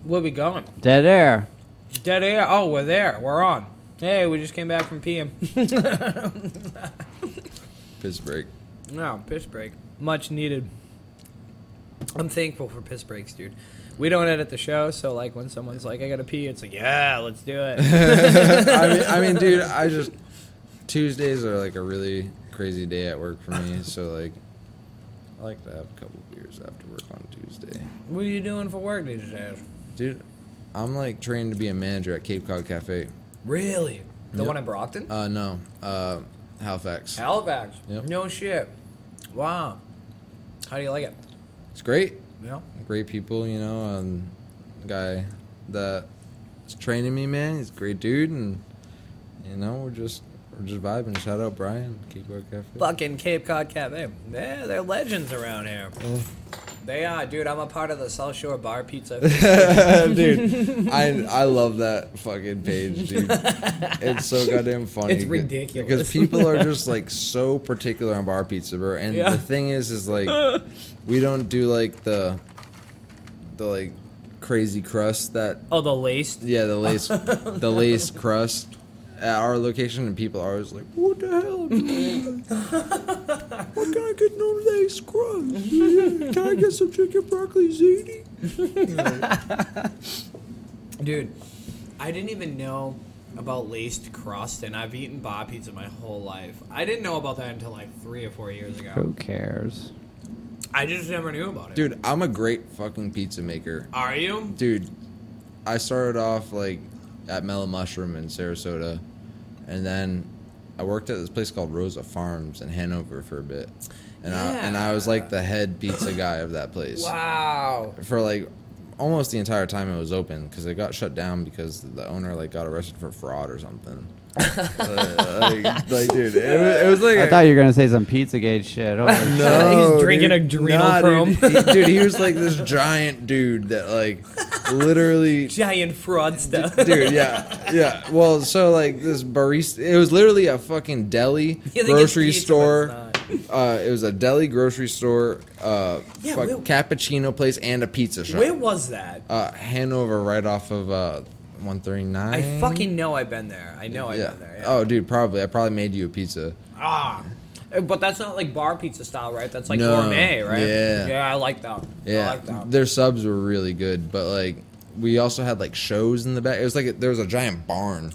Speaker 1: Where we going?
Speaker 3: Dead air.
Speaker 1: Dead air. Oh, we're there. We're on. Hey, we just came back from peeing.
Speaker 2: Piss break.
Speaker 1: No, piss break. Much needed. I'm thankful for piss breaks, dude. We don't edit the show, so like when someone's like, "I gotta pee," it's like, "Yeah, let's do it."
Speaker 2: I mean, I mean, dude, I just Tuesdays are like a really crazy day at work for me, so like I like to have a couple beers after work on Tuesday.
Speaker 1: what are you doing for work these days?
Speaker 2: Dude, I'm like trained to be a manager at Cape Cod Cafe.
Speaker 1: Really? The
Speaker 2: Yep.
Speaker 1: one in Brockton?
Speaker 2: Uh, no, uh, Halifax.
Speaker 1: Halifax.
Speaker 2: Yep.
Speaker 1: No shit. Wow. How do you like it?
Speaker 2: It's great.
Speaker 1: Yeah.
Speaker 2: great people, you know. Um, guy that is training me, man, he's a great dude, and you know, we're just we're just vibing. Shout out Brian, Keep Going Cafe.
Speaker 1: Fucking Cape Cod Cafe. Yeah, they're legends around here. They are, dude. I'm a part of the South Shore Bar Pizza.
Speaker 2: dude, I I love that fucking page, dude. It's so goddamn funny.
Speaker 1: It's ridiculous.
Speaker 2: because people are just like so particular on bar pizza, bro. And
Speaker 1: Yeah.
Speaker 2: the thing is, is like we don't do like the the like crazy crust that
Speaker 1: oh, the laced.
Speaker 2: Yeah, the lace, the lace crust at our location, and people are always like, "What the hell? man? Why can I get no lace crust? Can I get some chicken broccoli ziti?"
Speaker 1: Dude, I didn't even know about laced crust, and I've eaten bar pizza my whole life. I didn't know about that until like three or four years ago.
Speaker 3: Who cares?
Speaker 1: I just never knew about it.
Speaker 2: Dude, I'm a great fucking pizza maker.
Speaker 1: Are you?
Speaker 2: Dude, I started off like at Mellow Mushroom in Sarasota, and then I worked at this place called Rosa Farms in Hanover for a bit, and I and I was like the head pizza guy of that place.
Speaker 1: Wow.
Speaker 2: for like almost the entire time it was open because it got shut down because the owner like got arrested for fraud or something. Uh, like, like, dude, it was, it was like
Speaker 3: I
Speaker 2: a-
Speaker 3: thought you were gonna say some Pizzagate shit. Oh, Holy shit.
Speaker 2: no,
Speaker 1: He's drinking
Speaker 2: dude.
Speaker 1: adrenochrome.
Speaker 2: dude. He, dude, he was like this giant dude that like literally.
Speaker 1: Giant fraudster.
Speaker 2: Dude, yeah, yeah. Well, so like this barista, it was literally a fucking deli
Speaker 1: You think it's
Speaker 2: grocery
Speaker 1: pizza,
Speaker 2: store.
Speaker 1: but
Speaker 2: Uh, it was a deli grocery store, uh,
Speaker 1: Yeah,
Speaker 2: fuck-
Speaker 1: where-
Speaker 2: cappuccino place, and a pizza shop.
Speaker 1: Where was that?
Speaker 2: Uh, Hanover, right off of uh, 139.
Speaker 1: I fucking know I've been there. I know I've
Speaker 2: yeah.
Speaker 1: been there. Yeah.
Speaker 2: Oh, dude, probably. I probably made you a pizza.
Speaker 1: Ah. But that's not like bar pizza style, right? That's like
Speaker 2: No.
Speaker 1: gourmet, right?
Speaker 2: Yeah.
Speaker 1: Yeah, I like that. I
Speaker 2: Yeah,
Speaker 1: like that.
Speaker 2: their subs were really good, but like we also had like shows in the back. It was like a, there was a giant barn,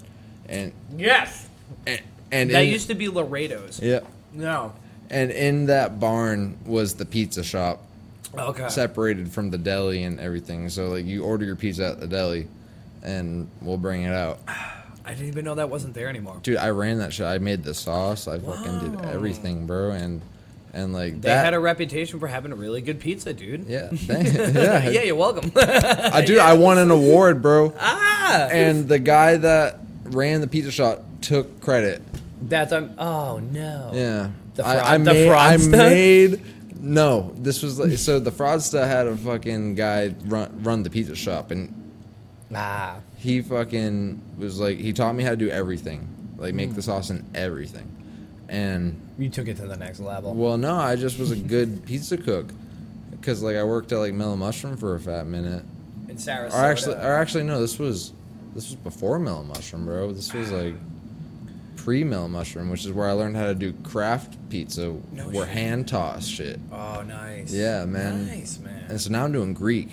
Speaker 2: and
Speaker 1: yes.
Speaker 2: and, and
Speaker 1: that
Speaker 2: in-
Speaker 1: used to be Laredo's.
Speaker 2: yeah,
Speaker 1: No.
Speaker 2: And in that barn was the pizza shop
Speaker 1: Okay.
Speaker 2: separated from the deli and everything. So like you order your pizza at the deli and we'll bring it out.
Speaker 1: I didn't even know that wasn't there anymore.
Speaker 2: Dude, I ran that shit. I made the sauce. I fucking did everything, bro. And and like
Speaker 1: They
Speaker 2: that
Speaker 1: had a reputation for having a really good pizza, dude.
Speaker 2: yeah, thank- yeah.
Speaker 1: yeah, you're welcome.
Speaker 2: I dude, I won an award, bro.
Speaker 1: ah,
Speaker 2: And the guy that ran the pizza shop took credit.
Speaker 1: that's um. Oh no.
Speaker 2: Yeah.
Speaker 1: The fraud-
Speaker 2: I, I,
Speaker 1: the
Speaker 2: made, I
Speaker 1: fraudster?
Speaker 2: made. No, this was like, so the fraudster had a fucking guy run run the pizza shop, and
Speaker 1: Ah.
Speaker 2: he fucking was like, he taught me how to do everything, like
Speaker 1: Hmm.
Speaker 2: make the sauce and everything, and
Speaker 1: You took it to the next level.
Speaker 2: well, no, I just was a good pizza cook, because like I worked at like Mellow Mushroom for a fat minute,
Speaker 1: In Sarasota.
Speaker 2: or actually, or actually, no. This was this was before Mellow Mushroom, bro. This was like pre Mellow Mushroom, which is where I learned how to do craft pizza,
Speaker 1: No
Speaker 2: where
Speaker 1: shit.
Speaker 2: hand toss shit.
Speaker 1: oh, nice.
Speaker 2: Yeah, man.
Speaker 1: Nice, man.
Speaker 2: And so now I'm doing Greek.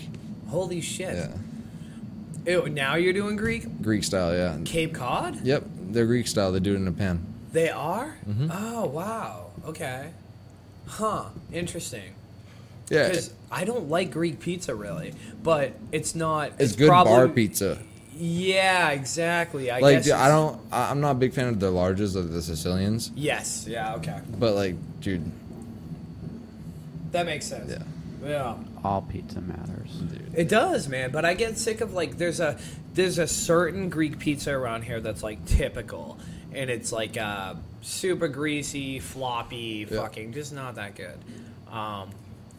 Speaker 1: Holy shit.
Speaker 2: Yeah,
Speaker 1: Ew, now you're doing Greek?
Speaker 2: Greek style. Yeah.
Speaker 1: Cape Cod?
Speaker 2: Yep, they're Greek style. They do it in a pan.
Speaker 1: They are?
Speaker 2: Mm-hmm.
Speaker 1: Oh, wow. Okay. Huh. Interesting.
Speaker 2: Yeah,
Speaker 1: Because I don't like Greek pizza really, but it's not.
Speaker 2: it's good
Speaker 1: probably-
Speaker 2: bar pizza.
Speaker 1: Yeah, exactly. I
Speaker 2: Like,
Speaker 1: guess
Speaker 2: dude, I
Speaker 1: it's-
Speaker 2: don't. I, I'm not a big fan of the larges of the Sicilians,
Speaker 1: Yes. Yeah. Okay.
Speaker 2: but like, dude,
Speaker 1: That makes sense.
Speaker 2: Yeah.
Speaker 1: Yeah.
Speaker 3: All pizza matters.
Speaker 2: dude,
Speaker 1: It does, man. But I get sick of like there's a there's a certain Greek pizza around here that's like typical, and it's like uh, super greasy, floppy,
Speaker 2: Yeah.
Speaker 1: fucking just not that good. Um,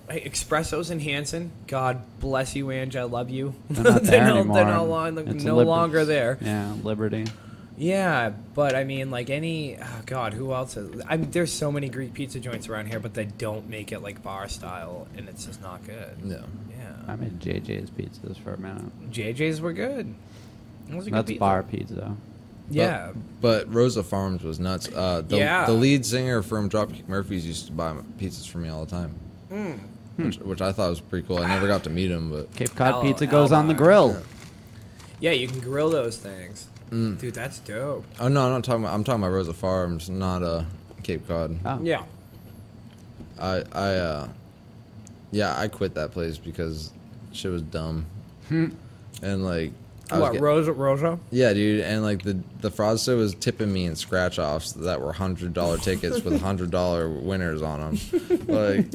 Speaker 1: hey, Expressos in Hanson, God bless you, Ange. I love you.
Speaker 3: They're not there
Speaker 1: no,
Speaker 3: anymore.
Speaker 1: they're no, long,
Speaker 3: It's
Speaker 1: no
Speaker 3: liber-
Speaker 1: longer there.
Speaker 3: Yeah, Liberty.
Speaker 1: Yeah, but I mean, like any oh God, who else? Is, I mean, there's so many Greek pizza joints around here, but they don't make it like bar style, and it's just not good.
Speaker 2: no.
Speaker 1: Yeah,
Speaker 3: I made JJ's pizzas for a minute.
Speaker 1: JJ's were good. It was a good
Speaker 3: That's
Speaker 1: pizza.
Speaker 3: bar pizza.
Speaker 1: Yeah.
Speaker 2: But, but Rosa Farms was nuts. Uh, the,
Speaker 1: Yeah.
Speaker 2: the lead singer from Dropkick Murphys used to buy pizzas for me all the time,
Speaker 1: Hmm.
Speaker 2: which, which I thought was pretty cool. I never got to meet him, but
Speaker 3: Cape Cod
Speaker 1: Al-
Speaker 3: pizza goes on the
Speaker 1: Albar.
Speaker 3: grill.
Speaker 1: Yeah, you can grill those things.
Speaker 3: Mm.
Speaker 1: Dude, that's dope.
Speaker 2: oh no, I'm not talking. About, I'm talking about Rosa Farms, not uh, Cape Cod.
Speaker 3: Oh.
Speaker 1: Yeah.
Speaker 2: I I uh yeah, I quit that place because shit was dumb. and like I was
Speaker 1: What,
Speaker 2: get-
Speaker 1: Rosa? Rosa?
Speaker 2: yeah, dude, and like the the fraudster was tipping me in scratch offs that were hundred dollar tickets with hundred dollar winners on them. Like,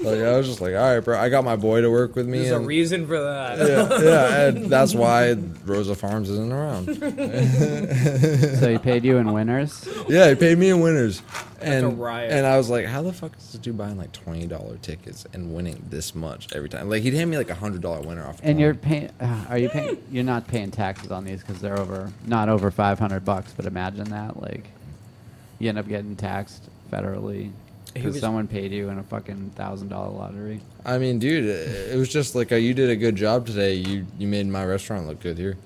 Speaker 2: like I was just like, all right, bro. I got my boy to work with me,
Speaker 1: There's a
Speaker 2: and-
Speaker 1: reason for that.
Speaker 2: yeah, yeah, and that's why Rosa Farms isn't around.
Speaker 3: Oh, So he paid you in winners?
Speaker 2: Yeah, he paid me in winners. And,
Speaker 1: a riot.
Speaker 2: and I was like, how the fuck is this dude buying like twenty dollar tickets and winning this much every time? Like he'd hand me like a hundred dollar winner off.
Speaker 3: And
Speaker 2: one.
Speaker 3: you're paying? Uh, are you paying? You're not paying taxes on these because they're over, not over 500 bucks. But imagine that, like, you end up getting taxed federally
Speaker 1: He
Speaker 3: because
Speaker 1: was-
Speaker 3: someone paid you in a fucking thousand dollar lottery.
Speaker 2: I mean, dude, it it was just like uh you did a good job today. You you made my restaurant look good here,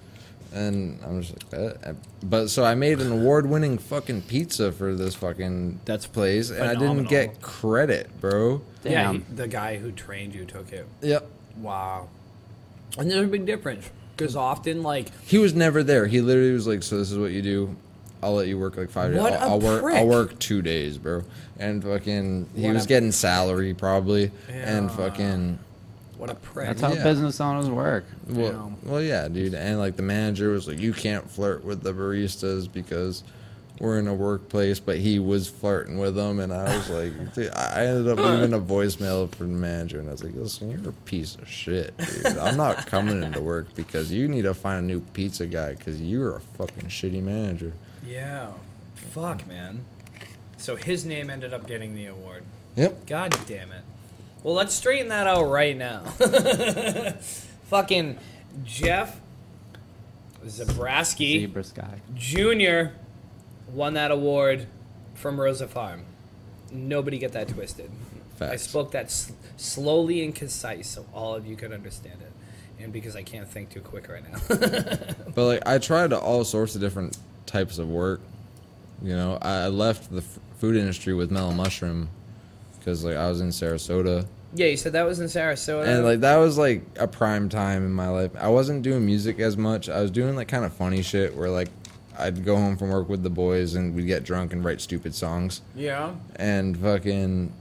Speaker 2: and I'm just like that. Uh, But so I made an award winning fucking pizza for this fucking
Speaker 1: That's
Speaker 2: place, and I didn't
Speaker 1: phenomenal.
Speaker 2: get credit, bro.
Speaker 1: Yeah,
Speaker 3: Damn.
Speaker 1: he- the guy who trained you took it.
Speaker 2: Yep.
Speaker 1: Wow. And there's a big difference. Because often, like,
Speaker 2: He was never there. He literally was like, "So this is what you do. I'll let you work like five
Speaker 1: What
Speaker 2: days.
Speaker 1: a
Speaker 2: I'll, I'll work. I'll
Speaker 1: prick.
Speaker 2: work two days, bro." And fucking, he
Speaker 1: What
Speaker 2: was
Speaker 1: a-
Speaker 2: getting salary probably, and
Speaker 1: Yeah.
Speaker 2: fucking.
Speaker 1: what a prick.
Speaker 3: That's how
Speaker 2: Yeah.
Speaker 3: business owners work.
Speaker 2: Well, well, yeah, dude. And like the manager was like, "You can't flirt with the baristas because we're in a workplace." But he was flirting with them, and I was like, dude, I I ended up leaving a voicemail for the manager, and I was like, "Listen, you're a piece of shit, dude. I'm not coming into work because you need to find a new pizza guy because you're a fucking shitty manager."
Speaker 1: Yeah. Fuck, man. So his name ended up getting the award.
Speaker 2: Yep.
Speaker 1: God damn it. Well, let's straighten that out right now. Fucking Jeff Zabraski.
Speaker 3: Zebra sky.
Speaker 1: Junior won that award from Rosa Farm. Nobody get that twisted. I
Speaker 2: Facts.
Speaker 1: spoke that s- slowly and concise so all of you could understand it. And because I can't think too quick right now.
Speaker 2: But like, I tried all sorts of different types of work. You know, I I left the f- food industry with Mellow Mushroom because like I was in Sarasota.
Speaker 1: yeah, you said that was in Sarasota.
Speaker 2: and like that was like a prime time in my life. I wasn't doing music as much. I was doing like kind of funny shit where like I'd go home from work with the boys and we'd get drunk and write stupid songs.
Speaker 1: Yeah.
Speaker 2: And fucking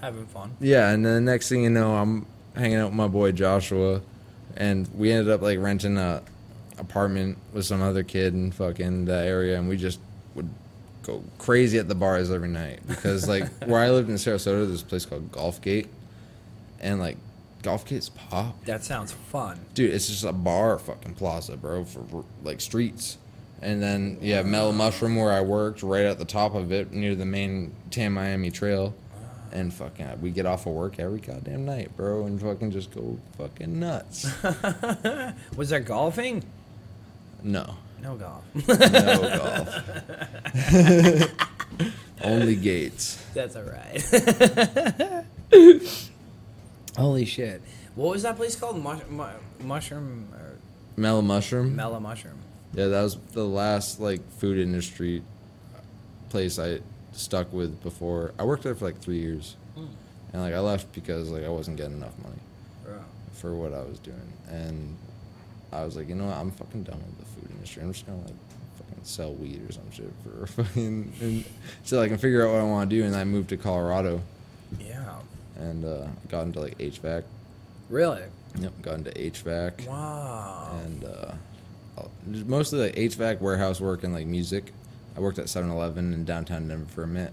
Speaker 1: Having fun.
Speaker 2: yeah, and then the next thing you know, I'm hanging out with my boy Joshua, and we ended up like renting a apartment with some other kid in fucking the area, and we just would go crazy at the bars every night because like where I lived in Sarasota, there's this place called Golf Gate, and like Golf Gate's pop,
Speaker 1: That sounds fun.
Speaker 2: dude. It's just a bar fucking plaza, bro, for like streets. And then yeah, Metal Mushroom where I worked, right at the top of it, near the main Tam Miami Trail. And fucking, we get off of work every goddamn night, bro, and fucking just go fucking nuts.
Speaker 1: Was there golfing?
Speaker 2: No,
Speaker 1: No golf.
Speaker 2: no golf. Only gates.
Speaker 1: That's all right. Holy shit. What was that place called? Mush- mu- mushroom or
Speaker 2: Metal Mushroom.
Speaker 1: Mellow Mushroom.
Speaker 2: Yeah, that was the last like food industry place I stuck with before. I worked there for like three years, and like I left because like I wasn't getting enough money
Speaker 1: Bro.
Speaker 2: for what I was doing, and I was like, you know what, I'm fucking done with the food industry. I'm just gonna like fucking sell weed or some shit for fucking and so I can figure out what I want to do. And I moved to Colorado
Speaker 1: Yeah.
Speaker 2: and uh, got into like HVAC.
Speaker 1: Really?
Speaker 2: Yep, got into HVAC
Speaker 1: Wow.
Speaker 2: and uh, I'll- mostly like HVAC warehouse work and like music. I worked at 7-Eleven in downtown Denver for a minute,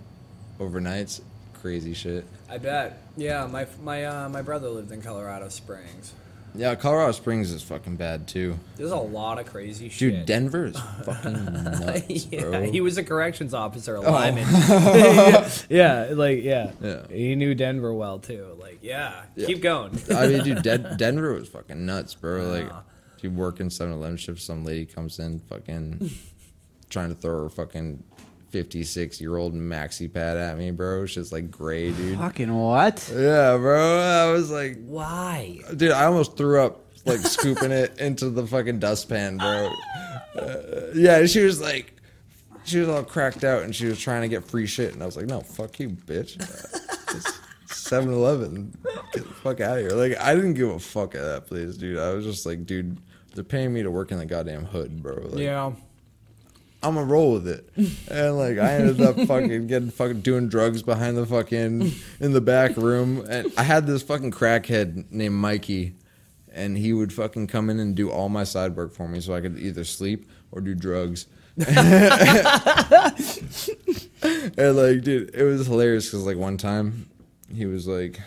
Speaker 2: overnights, crazy shit.
Speaker 1: I bet. Yeah, my my uh, my brother lived in Colorado Springs.
Speaker 2: Yeah, Colorado Springs is fucking bad too,
Speaker 1: There's a lot of crazy
Speaker 2: dude.
Speaker 1: shit.
Speaker 2: Denver is fucking nuts,
Speaker 1: yeah,
Speaker 2: bro.
Speaker 1: he was a corrections officer, a lineman. yeah, like yeah.
Speaker 2: Oh. Yeah.
Speaker 1: He knew Denver well too. Like, yeah,
Speaker 2: Yeah.
Speaker 1: keep going.
Speaker 2: I mean, dude, Den- Denver was fucking nuts, bro. Like,
Speaker 1: Wow.
Speaker 2: if you work in 7-Eleven shift, some lady comes in, fucking trying to throw her fucking. 56 year old maxi pad at me, bro. She's like gray, dude.
Speaker 3: Fucking what?
Speaker 2: Yeah, bro. I was like,
Speaker 1: Why?
Speaker 2: Dude, I almost threw up like scooping it into the fucking dustpan, bro. Uh, yeah, she was like, she was all cracked out and she was trying to get free shit, and I was like, no, fuck you, bitch. 7 Eleven. Get the fuck out of here. Like, I didn't give a fuck at that place, dude. I was just like, dude, they're paying me to work in the goddamn hood, bro. Like,
Speaker 1: Yeah.
Speaker 2: I'm gonna roll with it. And like I ended up fucking getting fucking doing drugs behind the fucking in the back room. And I had this fucking crackhead named Mikey, and he would fucking come in and do all my side work for me, so I could either sleep or do drugs. and like, dude, it was hilarious because like one time he was like,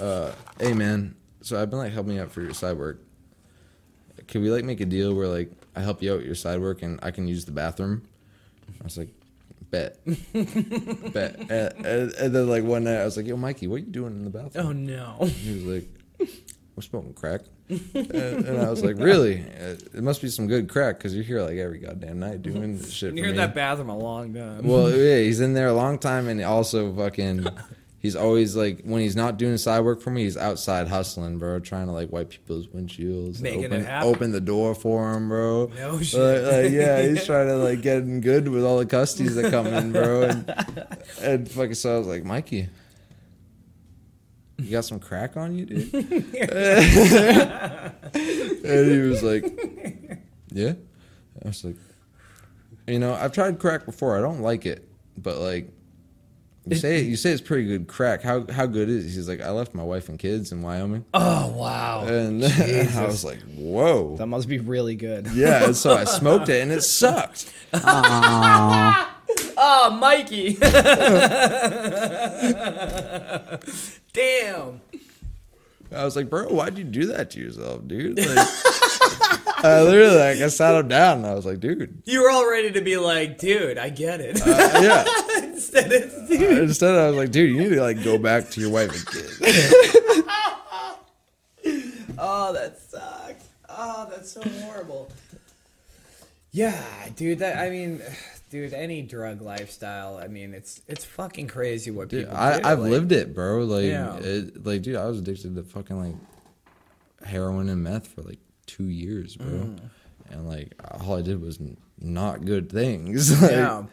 Speaker 2: uh, "Hey man, so I've been like helping you out for your side work. Can we like make a deal where like I help you out with your side work and I can use the bathroom?" I was like, "Bet, bet." And, and, and then like one night I was like, "Yo, Mikey, what are you doing in the bathroom?"
Speaker 1: Oh no.
Speaker 2: He was like, "We're smoking crack." and, and I was like, "Really? Uh, It must be some good crack because you're here like every goddamn night doing this shit."
Speaker 1: You
Speaker 2: for
Speaker 1: heard
Speaker 2: me."
Speaker 1: that bathroom a long time.
Speaker 2: Well, yeah, he's in there a long time, and also fucking, he's always like when he's not doing side work for me, he's outside hustling, bro, trying to like wipe people's windshields,
Speaker 1: Making it
Speaker 2: open,
Speaker 1: happen.
Speaker 2: open the door for him, bro.
Speaker 1: No
Speaker 2: Like-
Speaker 1: shit.
Speaker 2: like, yeah, he's trying to like get in good with all the custies that come in, bro. And, and fucking, so I was like, Mikey. You got some crack on you, dude? and he was like, Yeah. I was like, you know, I've tried crack before. I don't like it, but like, you say you say it's pretty good crack. How how good is it? He's like, I left my wife and kids in Wyoming,
Speaker 1: Oh wow.
Speaker 2: and I was like, whoa,
Speaker 1: That must be really good.
Speaker 2: yeah. And so I smoked it, and it sucked.
Speaker 1: Oh, Mikey. Damn.
Speaker 2: I was like, bro, why'd you do that to yourself, dude? Like, I literally like I sat him down, and I was like, dude,
Speaker 1: You were all ready to be like, dude, I get it.
Speaker 2: yeah.
Speaker 1: Instead, it's dude.
Speaker 2: Instead, I was like, dude, you need to like go back to your wife and kids.
Speaker 1: Oh, that sucks. Oh, that's so horrible. Yeah, dude. That I mean, dude. Any drug lifestyle. I mean, it's it's fucking crazy what
Speaker 2: Dude,
Speaker 1: people. do,
Speaker 2: I, I've
Speaker 1: like-
Speaker 2: lived it, bro. Like,
Speaker 1: Yeah.
Speaker 2: it, like, dude, I was addicted to fucking like heroin and meth for like two years, bro.
Speaker 1: Mm.
Speaker 2: And like, all I did was n- not good things. Like,
Speaker 1: Yeah.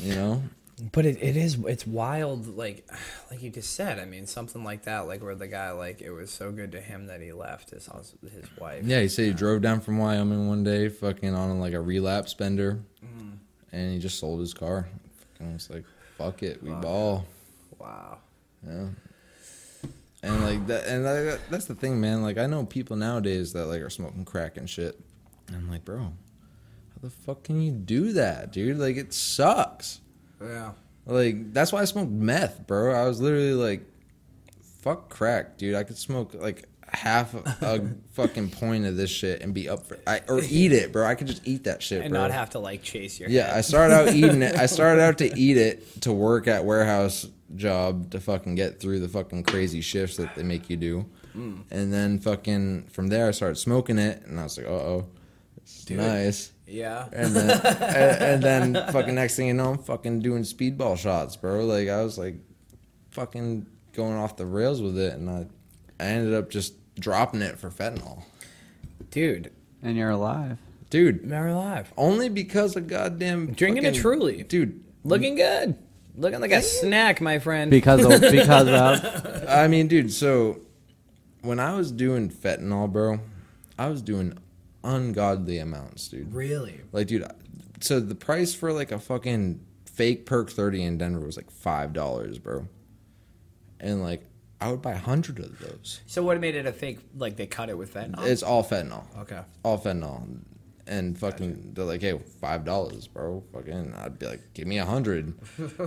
Speaker 2: You know?
Speaker 1: But it, it is it's wild like like you just said I mean something like that like where the guy like it was so good to him that he left his hus- his wife
Speaker 2: Yeah, he said he drove down from Wyoming one day, fucking on like a relapse bender, and he just sold his car. And I was like, fuck it, we ball.
Speaker 1: Wow.
Speaker 2: Yeah. And like that, and like, that's the thing, man. Like I know people nowadays that like are smoking crack and shit. And I'm like, bro, how the fuck can you do that, dude? Like it sucks.
Speaker 1: Yeah.
Speaker 2: Like that's why I smoked meth, bro. I was literally like, fuck crack, dude. I could smoke like half a fucking point of this shit and be up for I or eat it, bro. I could just eat that shit,
Speaker 1: And
Speaker 2: bro.
Speaker 1: not have to like chase your.
Speaker 2: Yeah, I started out eating it. I started out to eat it to work at warehouse job to fucking get through the fucking crazy shifts that they make you do.
Speaker 1: Mm.
Speaker 2: And then fucking from there, I started smoking it, and I was like, uh oh, it's nice.
Speaker 1: Yeah.
Speaker 2: And then, and, and then fucking next thing you know, I'm fucking doing speedball shots, bro. Like I was like fucking going off the rails with it, and I, I ended up just dropping it for fentanyl,
Speaker 1: Dude,
Speaker 3: and you're alive.
Speaker 2: dude.
Speaker 1: Mary Live.
Speaker 2: Only because of goddamn
Speaker 1: Drinking a
Speaker 2: fucking-
Speaker 1: Truly.
Speaker 2: dude.
Speaker 1: Looking good. Looking like a snack, my friend.
Speaker 3: Because of, because of
Speaker 2: I mean, dude, so when I was doing fentanyl, bro, I was doing ungodly amounts, dude.
Speaker 1: really?
Speaker 2: Like, dude, I- so the price for like a fucking fake perk 30 in Denver was like $5, bro. And like, I would buy a 100 of those.
Speaker 1: So what made it a fake? Like they cut it with fentanyl.
Speaker 2: It's all fentanyl.
Speaker 1: okay.
Speaker 2: All fentanyl. And fucking, they're like, hey, $5, bro. Fucking, I'd be like, give me a 100.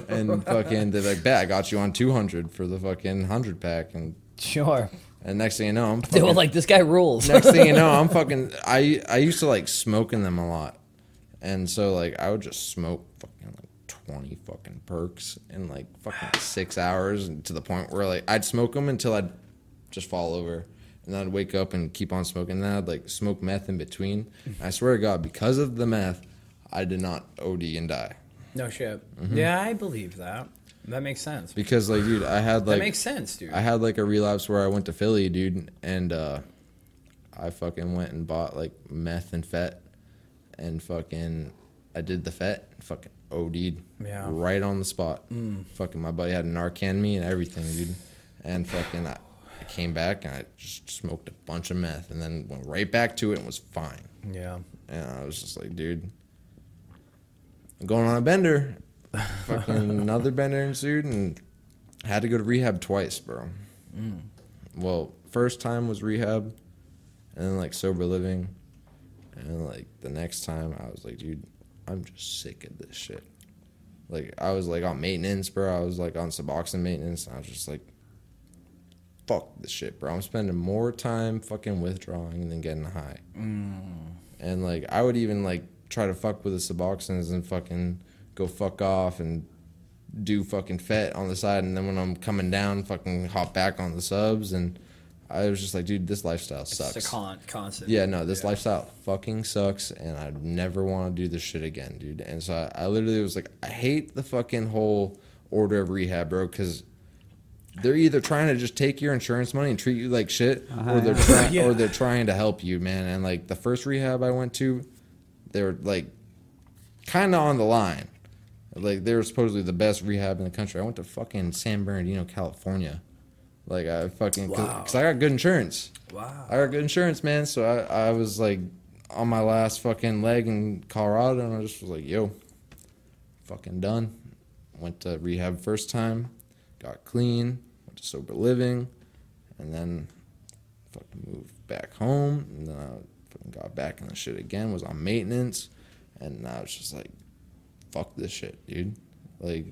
Speaker 2: And fucking, they're like, bet, I got you on 200 for the fucking 100 pack. And,
Speaker 1: Sure.
Speaker 2: and next thing you know, I'm
Speaker 1: They were
Speaker 2: fucking-
Speaker 1: like, this guy rules.
Speaker 2: next thing you know, I'm fucking. I I used to like smoking them a lot, and so like I would just smoke fucking like twenty fucking perks in like fucking six hours, and to the point where like I'd smoke them until I'd just fall over, and then I'd wake up and keep on smoking. And then I'd like smoke meth in between. And I swear to God, because of the meth, I did not OD and die
Speaker 1: no shit. Yeah, I believe that. That makes sense.
Speaker 2: because like dude, I had like
Speaker 1: that makes sense, dude.
Speaker 2: I had like a relapse where I went to Philly, dude, and uh, I fucking went and bought like meth and fet, and fucking I did the fet, and fucking OD'd,
Speaker 1: Yeah.
Speaker 2: right on the spot. Fucking my buddy had an Narcan me and everything, dude, and fucking I, I came back and I just smoked a bunch of meth and then went right back to it and was fine.
Speaker 1: yeah.
Speaker 2: And I was just like, dude, I'm going on a bender. Fucking another bender ensued and had to go to rehab twice, bro. Well, first time was rehab and then like sober living. And like the next time I was like, dude, I'm just sick of this shit. Like I was like on maintenance, bro. I was like on Suboxone maintenance. And I was just like, fuck this shit, bro. I'm spending more time fucking withdrawing than getting high.
Speaker 1: Mm.
Speaker 2: And like I would even like try to fuck with the Suboxones and fucking go fuck off and do fucking fet on the side and then when I'm coming down fucking hop back on the subs and I was just like, dude, this lifestyle sucks.
Speaker 1: It's a con- constant.
Speaker 2: Yeah, no, this lifestyle fucking sucks, and I never want to do this shit again, dude. And so I, I literally was like, I hate the fucking whole order of rehab, bro, because they're either trying to just take your insurance money and treat you like shit, or they're try-
Speaker 1: Uh-huh. Yeah.
Speaker 2: or they're trying to help you, man. And like the first rehab I went to, they were like kind of on the line. Like they were supposedly the best rehab in the country. I went to fucking San Bernardino, California. Like I fucking
Speaker 1: Wow.
Speaker 2: because I got good insurance.
Speaker 1: Wow.
Speaker 2: I got good insurance, man. So I, I was like on my last fucking leg in Colorado, and I just was like, yo, fucking done. Went to rehab first time, got clean, went to sober living, and then fucking moved back home. And then I fucking got back in the shit again, was on maintenance, and I was just like, fuck this shit, dude. Like,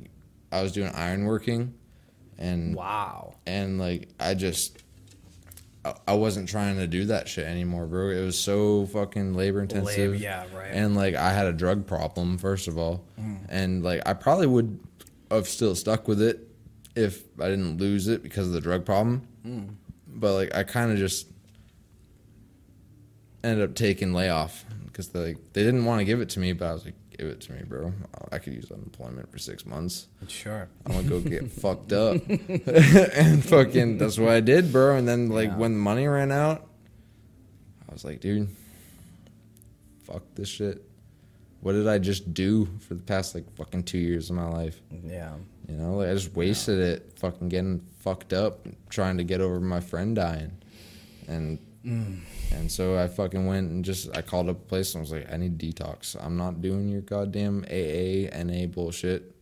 Speaker 2: I was doing ironworking, and
Speaker 1: Wow.
Speaker 2: and like I just I, I wasn't trying to do that shit anymore, bro. It was so fucking labor intensive.
Speaker 1: Lab- yeah, right. Mm.
Speaker 2: And like I had a drug problem first of all, and like I probably would have still stuck with it if I didn't lose it because of the drug problem.
Speaker 1: Mm.
Speaker 2: But like I kind of just ended up taking layoff because they like, they didn't want to give it to me, but I was like, give it to me, bro. I could use unemployment for six months.
Speaker 1: Sure.
Speaker 2: I'm gonna go get fucked up. and fucking that's what I did, bro. And then like
Speaker 1: Yeah.
Speaker 2: when the money ran out, I was like, dude, fuck this shit. What did I just do for the past like fucking two years of my life?
Speaker 1: Yeah.
Speaker 2: You know, like I just wasted it fucking getting fucked up trying to get over my friend dying. And And so I fucking went and just I called up a place and I was like, I need detox. I'm not doing your goddamn AA NA bullshit.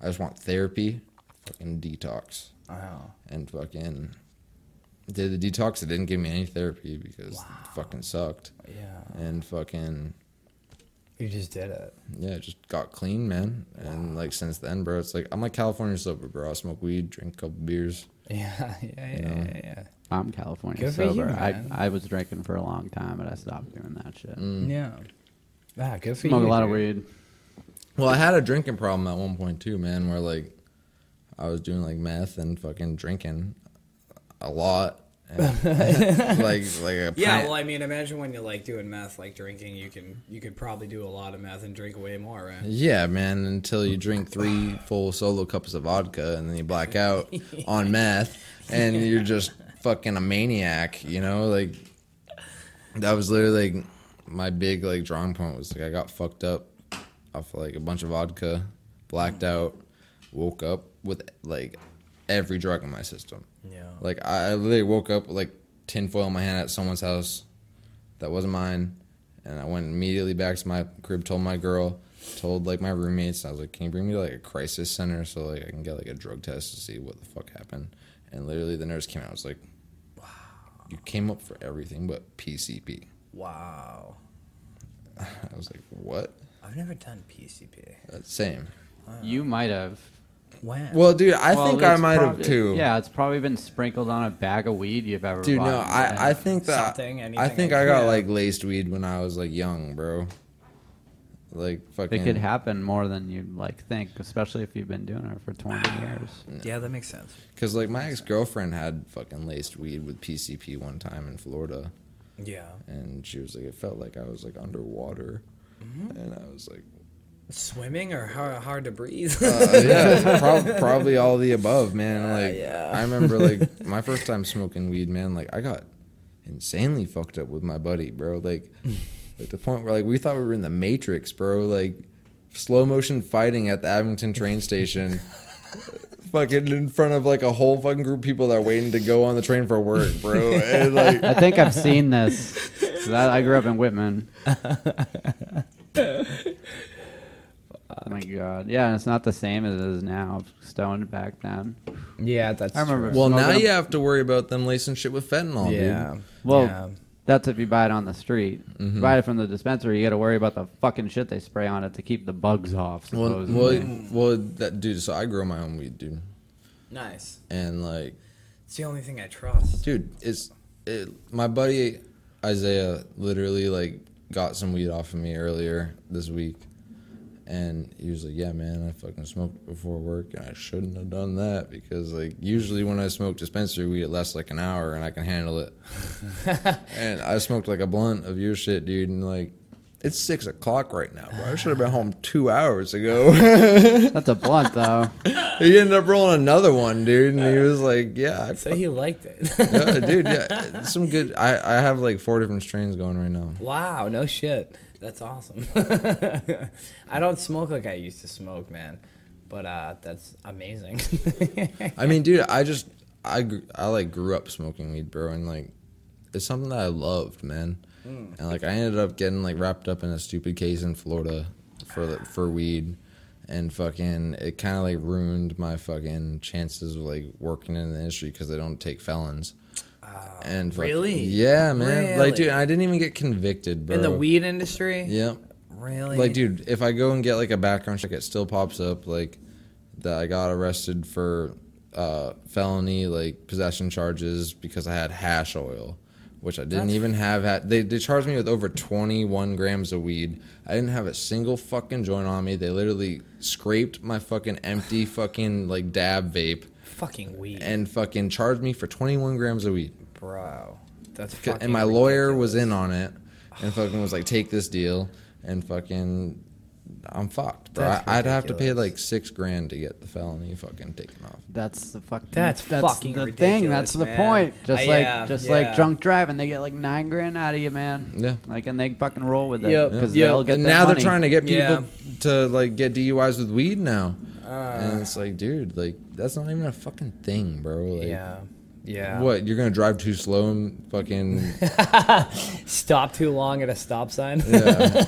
Speaker 2: I just want therapy, fucking detox,
Speaker 1: Wow.
Speaker 2: and fucking did the detox. It didn't give me any therapy because it fucking sucked.
Speaker 1: Yeah.
Speaker 2: And fucking
Speaker 1: You just did it.
Speaker 2: yeah, just got clean, man. And like since then, bro, it's like I'm like California sober, bro. I smoke weed, drink a couple beers.
Speaker 1: Yeah, yeah, yeah,
Speaker 2: know?
Speaker 1: yeah, yeah, yeah.
Speaker 3: I'm California
Speaker 1: Good for you,
Speaker 3: sober.
Speaker 1: man. Mm.
Speaker 3: I, I was drinking for a long time, but I stopped doing that shit.
Speaker 1: Yeah. Ah, good for
Speaker 3: Smoke
Speaker 1: you.
Speaker 3: a lot of
Speaker 1: dude.
Speaker 3: weed.
Speaker 2: Well, I had a drinking problem at one point too, man, where like I was doing like meth and fucking drinking a lot. And like like a
Speaker 1: Yeah,
Speaker 2: pint-
Speaker 1: well, I mean, imagine when you're like doing meth, like drinking, you can you could probably do a lot of meth and drink way more, right?
Speaker 2: yeah, man, until you drink three full solo cups of vodka and then you black out on meth and you're just fucking a maniac, you know? Like that was literally like my big like drawing point was like I got fucked up off like a bunch of vodka, blacked out, woke up with like every drug in my system.
Speaker 1: Yeah.
Speaker 2: Like I I literally woke up with like tinfoil in my hand at someone's house that wasn't mine, and I went immediately back to my crib, told my girl, told like my roommates. I was like, "Can you bring me to like a crisis center so like I can get like a drug test to see what the fuck happened?" And literally, the nurse came out. I was like, "Wow, you came up for everything but PCP."
Speaker 1: Wow.
Speaker 2: I was like, "What?"
Speaker 1: I've never done PCP.
Speaker 2: That's same.
Speaker 3: You might have.
Speaker 1: When?
Speaker 2: Well, dude, I
Speaker 3: Well,
Speaker 2: think I
Speaker 3: it's
Speaker 2: might have
Speaker 3: prob-
Speaker 2: too.
Speaker 3: Yeah, it's probably been sprinkled on a bag of weed you've ever
Speaker 2: Dude,
Speaker 3: bought.
Speaker 2: no, I, I think that
Speaker 1: Something,
Speaker 2: I
Speaker 1: anything
Speaker 2: think
Speaker 1: I
Speaker 2: I got
Speaker 1: can.
Speaker 2: like laced weed when I was like young, bro. Like fucking.
Speaker 3: It could happen more than you like think, especially if you've been doing it for 20 years.
Speaker 1: yeah, that makes sense.
Speaker 2: Cause like my ex girlfriend had fucking laced weed with PCP one time in Florida,
Speaker 1: Yeah.
Speaker 2: and she was like, it felt like I was like underwater,
Speaker 1: Mm-hmm.
Speaker 2: and I was like,
Speaker 1: Swimming or hard, hard to breathe?
Speaker 2: uh, yeah, Uh, prob- probably all the above, man. Like
Speaker 1: yeah.
Speaker 2: I remember like my first time smoking weed, man. Like I got insanely fucked up with my buddy, bro. Like at the point where like we thought we were in the Matrix, bro. Like slow motion fighting at the Abington train station. Fucking in front of like a whole fucking group of people that are waiting to go on the train for work, bro. And like
Speaker 3: I think I've seen this. 'Cause I, I grew up in Whitman. oh my god. Yeah, and it's not the same as it is now. Stoned back then.
Speaker 1: yeah, that's.
Speaker 3: I remember.
Speaker 2: Well,
Speaker 3: smoking
Speaker 2: now
Speaker 3: them-
Speaker 2: you have to worry about them lacing shit with fentanyl,
Speaker 1: Yeah.
Speaker 2: dude.
Speaker 3: Well,
Speaker 1: yeah.
Speaker 3: that's if you buy it on the street.
Speaker 2: Mm-hmm.
Speaker 3: If you buy it from the dispensary, you got to worry about the fucking shit they spray on it to keep the bugs off.
Speaker 2: Well,
Speaker 3: Supposedly.
Speaker 2: well, well, that dude. So I grow my own weed, dude,
Speaker 1: nice.
Speaker 2: and like
Speaker 1: It's the only thing I trust.
Speaker 2: dude it's it, my buddy isaiah literally like got some weed off of me earlier this week and he was like yeah man i fucking smoked before work and i shouldn't have done that because like usually when i smoke dispensary weed it lasts like an hour and i can handle it and i smoked like a blunt of your shit dude and like it's six o'clock right now bro. i should have been home two hours ago
Speaker 3: that's a blunt though.
Speaker 2: he ended up rolling another one dude and he was like yeah i
Speaker 1: So he liked it.
Speaker 2: yeah, dude, yeah, some good. I I have like four different strains going right now.
Speaker 1: Wow, no shit. That's awesome. I don't smoke like I used to smoke, man. But uh, that's amazing.
Speaker 2: I mean, dude, I just I gr- I like grew up smoking weed, bro, and like it's something that I loved, man.
Speaker 1: Mm.
Speaker 2: And like I ended up getting like wrapped up in a stupid case in Florida for the, for weed, and fucking it kind of like ruined my fucking chances of like working in the industry because they don't take felons. and fuck-
Speaker 1: really?
Speaker 2: yeah, man.
Speaker 1: Really?
Speaker 2: Like, dude, I didn't even get convicted, bro.
Speaker 1: In the weed industry?
Speaker 2: Yep.
Speaker 1: Really?
Speaker 2: Like, dude, if I go and get like a background check, it still pops up like that I got arrested for uh, felony like possession charges because I had hash oil, which I didn't
Speaker 1: That's-
Speaker 2: even have. Ha- they they charged me with over twenty one grams of weed. I didn't have a single fucking joint on me. They literally scraped my fucking empty fucking like dab vape
Speaker 1: Fucking weed,
Speaker 2: and fucking charged me for twenty one grams of weed.
Speaker 1: bro. That's
Speaker 2: C-
Speaker 1: fucking
Speaker 2: and my lawyer was in on it and fucking was like take this deal and fucking i'm fucked bro I,
Speaker 1: That's
Speaker 2: i'd have to pay
Speaker 1: ridiculous.
Speaker 2: like six grand to get the felony fucking taken off
Speaker 3: That's the fucking.
Speaker 1: That's fucking
Speaker 3: the thing.
Speaker 1: ridiculous,
Speaker 3: That's the
Speaker 1: man.
Speaker 3: point. Just
Speaker 1: I-
Speaker 3: like
Speaker 1: yeah,
Speaker 3: just
Speaker 1: yeah.
Speaker 3: like drunk driving, they get like nine grand out of you, man.
Speaker 2: Yeah.
Speaker 3: Like and they fucking roll with it
Speaker 1: Yep.
Speaker 3: because
Speaker 1: Yep.
Speaker 3: they'll get
Speaker 2: and
Speaker 3: that
Speaker 2: now
Speaker 3: money.
Speaker 2: they're trying to get people
Speaker 1: Yeah. Uh.
Speaker 2: to like get duis with weed now and it's like dude like that's not even a fucking thing bro like
Speaker 1: yeah, Yeah.
Speaker 2: What? You're gonna drive too slow and fucking
Speaker 1: Stop too long at a stop sign.
Speaker 2: uh,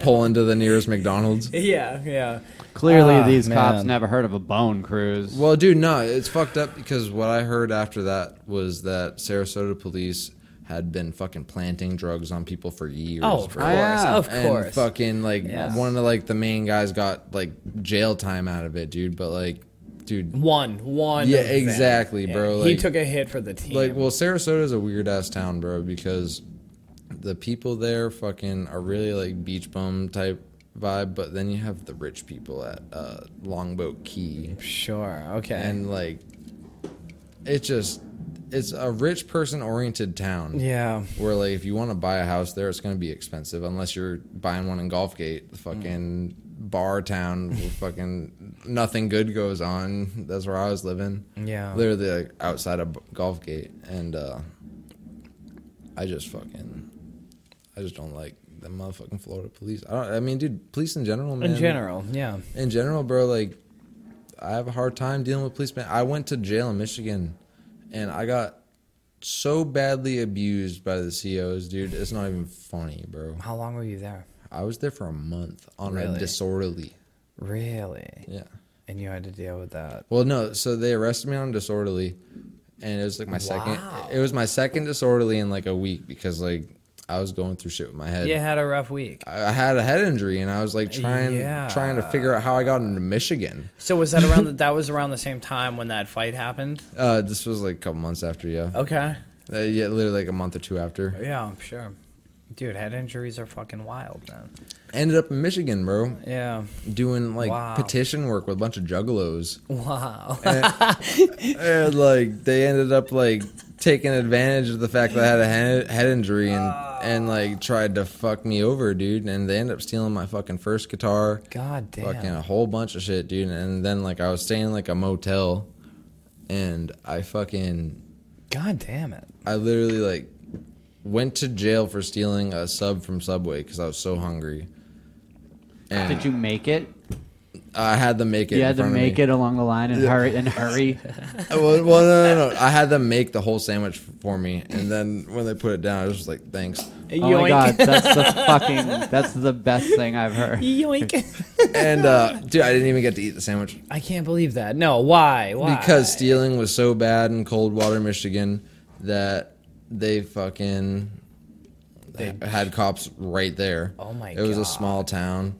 Speaker 2: pull into the nearest McDonald's?
Speaker 1: yeah, yeah.
Speaker 3: Clearly,
Speaker 1: Ah,
Speaker 3: these cops
Speaker 1: man.
Speaker 3: never heard of a bone cruise.
Speaker 2: Well, dude, no, it's fucked up because what I heard after that was that Sarasota police had been fucking planting drugs on people for years.
Speaker 1: Oh, of course,
Speaker 2: bro.
Speaker 3: Yeah.
Speaker 1: of
Speaker 2: and
Speaker 1: course.
Speaker 2: fucking like
Speaker 1: Yeah.
Speaker 2: one of like the main guys got like jail time out of it, dude. But like, dude,
Speaker 1: One, one.
Speaker 2: Yeah,
Speaker 1: of them.
Speaker 2: exactly, bro,
Speaker 1: he
Speaker 2: like-
Speaker 1: took a hit for the team.
Speaker 2: like, well, Sarasota's a weird ass town, bro, because the people there fucking are really like beach bum type vibe, but then you have the rich people at uh, Longboat Key.
Speaker 1: sure, okay.
Speaker 2: and like it just it's a rich person oriented town
Speaker 1: yeah,
Speaker 2: where like if you want to buy a house there it's going to be expensive unless you're buying one in Gulfgate the fucking
Speaker 1: Mm.
Speaker 2: bar town where fucking nothing good goes on that's where I was living
Speaker 1: Yeah.
Speaker 2: literally like outside of Gulfgate and uh I just fucking I just don't like the motherfucking Florida police I don't I mean dude police in general man
Speaker 1: in general, yeah.
Speaker 2: in general, bro, like I have a hard time dealing with policemen. I went to jail in Michigan and I got so badly abused by the COs, dude. It's not even funny, bro.
Speaker 1: How long were you there?
Speaker 2: I was there for a month on
Speaker 1: Really?
Speaker 2: a disorderly.
Speaker 1: Really?
Speaker 2: Yeah.
Speaker 1: And you had to deal with that.
Speaker 2: Well, no, so they arrested me on disorderly and it was like my
Speaker 1: Wow.
Speaker 2: second it was my second disorderly in like a week because like I was going through shit with my head.
Speaker 1: You had a rough week.
Speaker 2: I I had a head injury and I was like trying
Speaker 1: Yeah.
Speaker 2: trying to figure out how I got into Michigan.
Speaker 1: So was that around? The, that was around the same time when that fight happened.
Speaker 2: Uh, this was like a couple months after, yeah.
Speaker 1: Okay.
Speaker 2: Uh, yeah, literally like a month or two after.
Speaker 1: Yeah, I'm sure. Dude, head injuries are fucking wild, man.
Speaker 2: Ended up in Michigan, bro,
Speaker 1: Yeah.
Speaker 2: doing like
Speaker 1: Wow.
Speaker 2: petition work with a bunch of juggalos.
Speaker 1: Wow.
Speaker 2: and like they ended up like taking advantage of the fact that I had a head, head injury and
Speaker 1: Ah.
Speaker 2: and like tried to fuck me over, dude. And they ended up stealing my fucking first guitar,
Speaker 1: God damn.
Speaker 2: fucking a whole bunch of shit, dude. And then like I was staying in, like a motel, and I fucking
Speaker 1: God damn it.
Speaker 2: I literally like went to jail for stealing a sub from Subway because I was so hungry. And
Speaker 3: Did you make it?
Speaker 2: I had them make it.
Speaker 3: You
Speaker 2: in
Speaker 3: had to
Speaker 2: front of
Speaker 3: make
Speaker 2: me.
Speaker 3: it along the line and hurry and hurry. Oh
Speaker 2: Well, well, no, no, no. I had them make the whole sandwich for me, and then when they put it down, I was just like, "Thanks."
Speaker 3: Oh my god, that's the fucking that's the best thing I've heard.
Speaker 1: Yoink.
Speaker 2: And uh, dude, I didn't even get to eat the sandwich
Speaker 1: I can't believe that. No, why? Why?
Speaker 2: because stealing was so bad in Coldwater, Michigan, that they fucking
Speaker 1: They-
Speaker 2: had cops right there.
Speaker 1: Oh my
Speaker 2: It was
Speaker 1: God.
Speaker 2: a small town,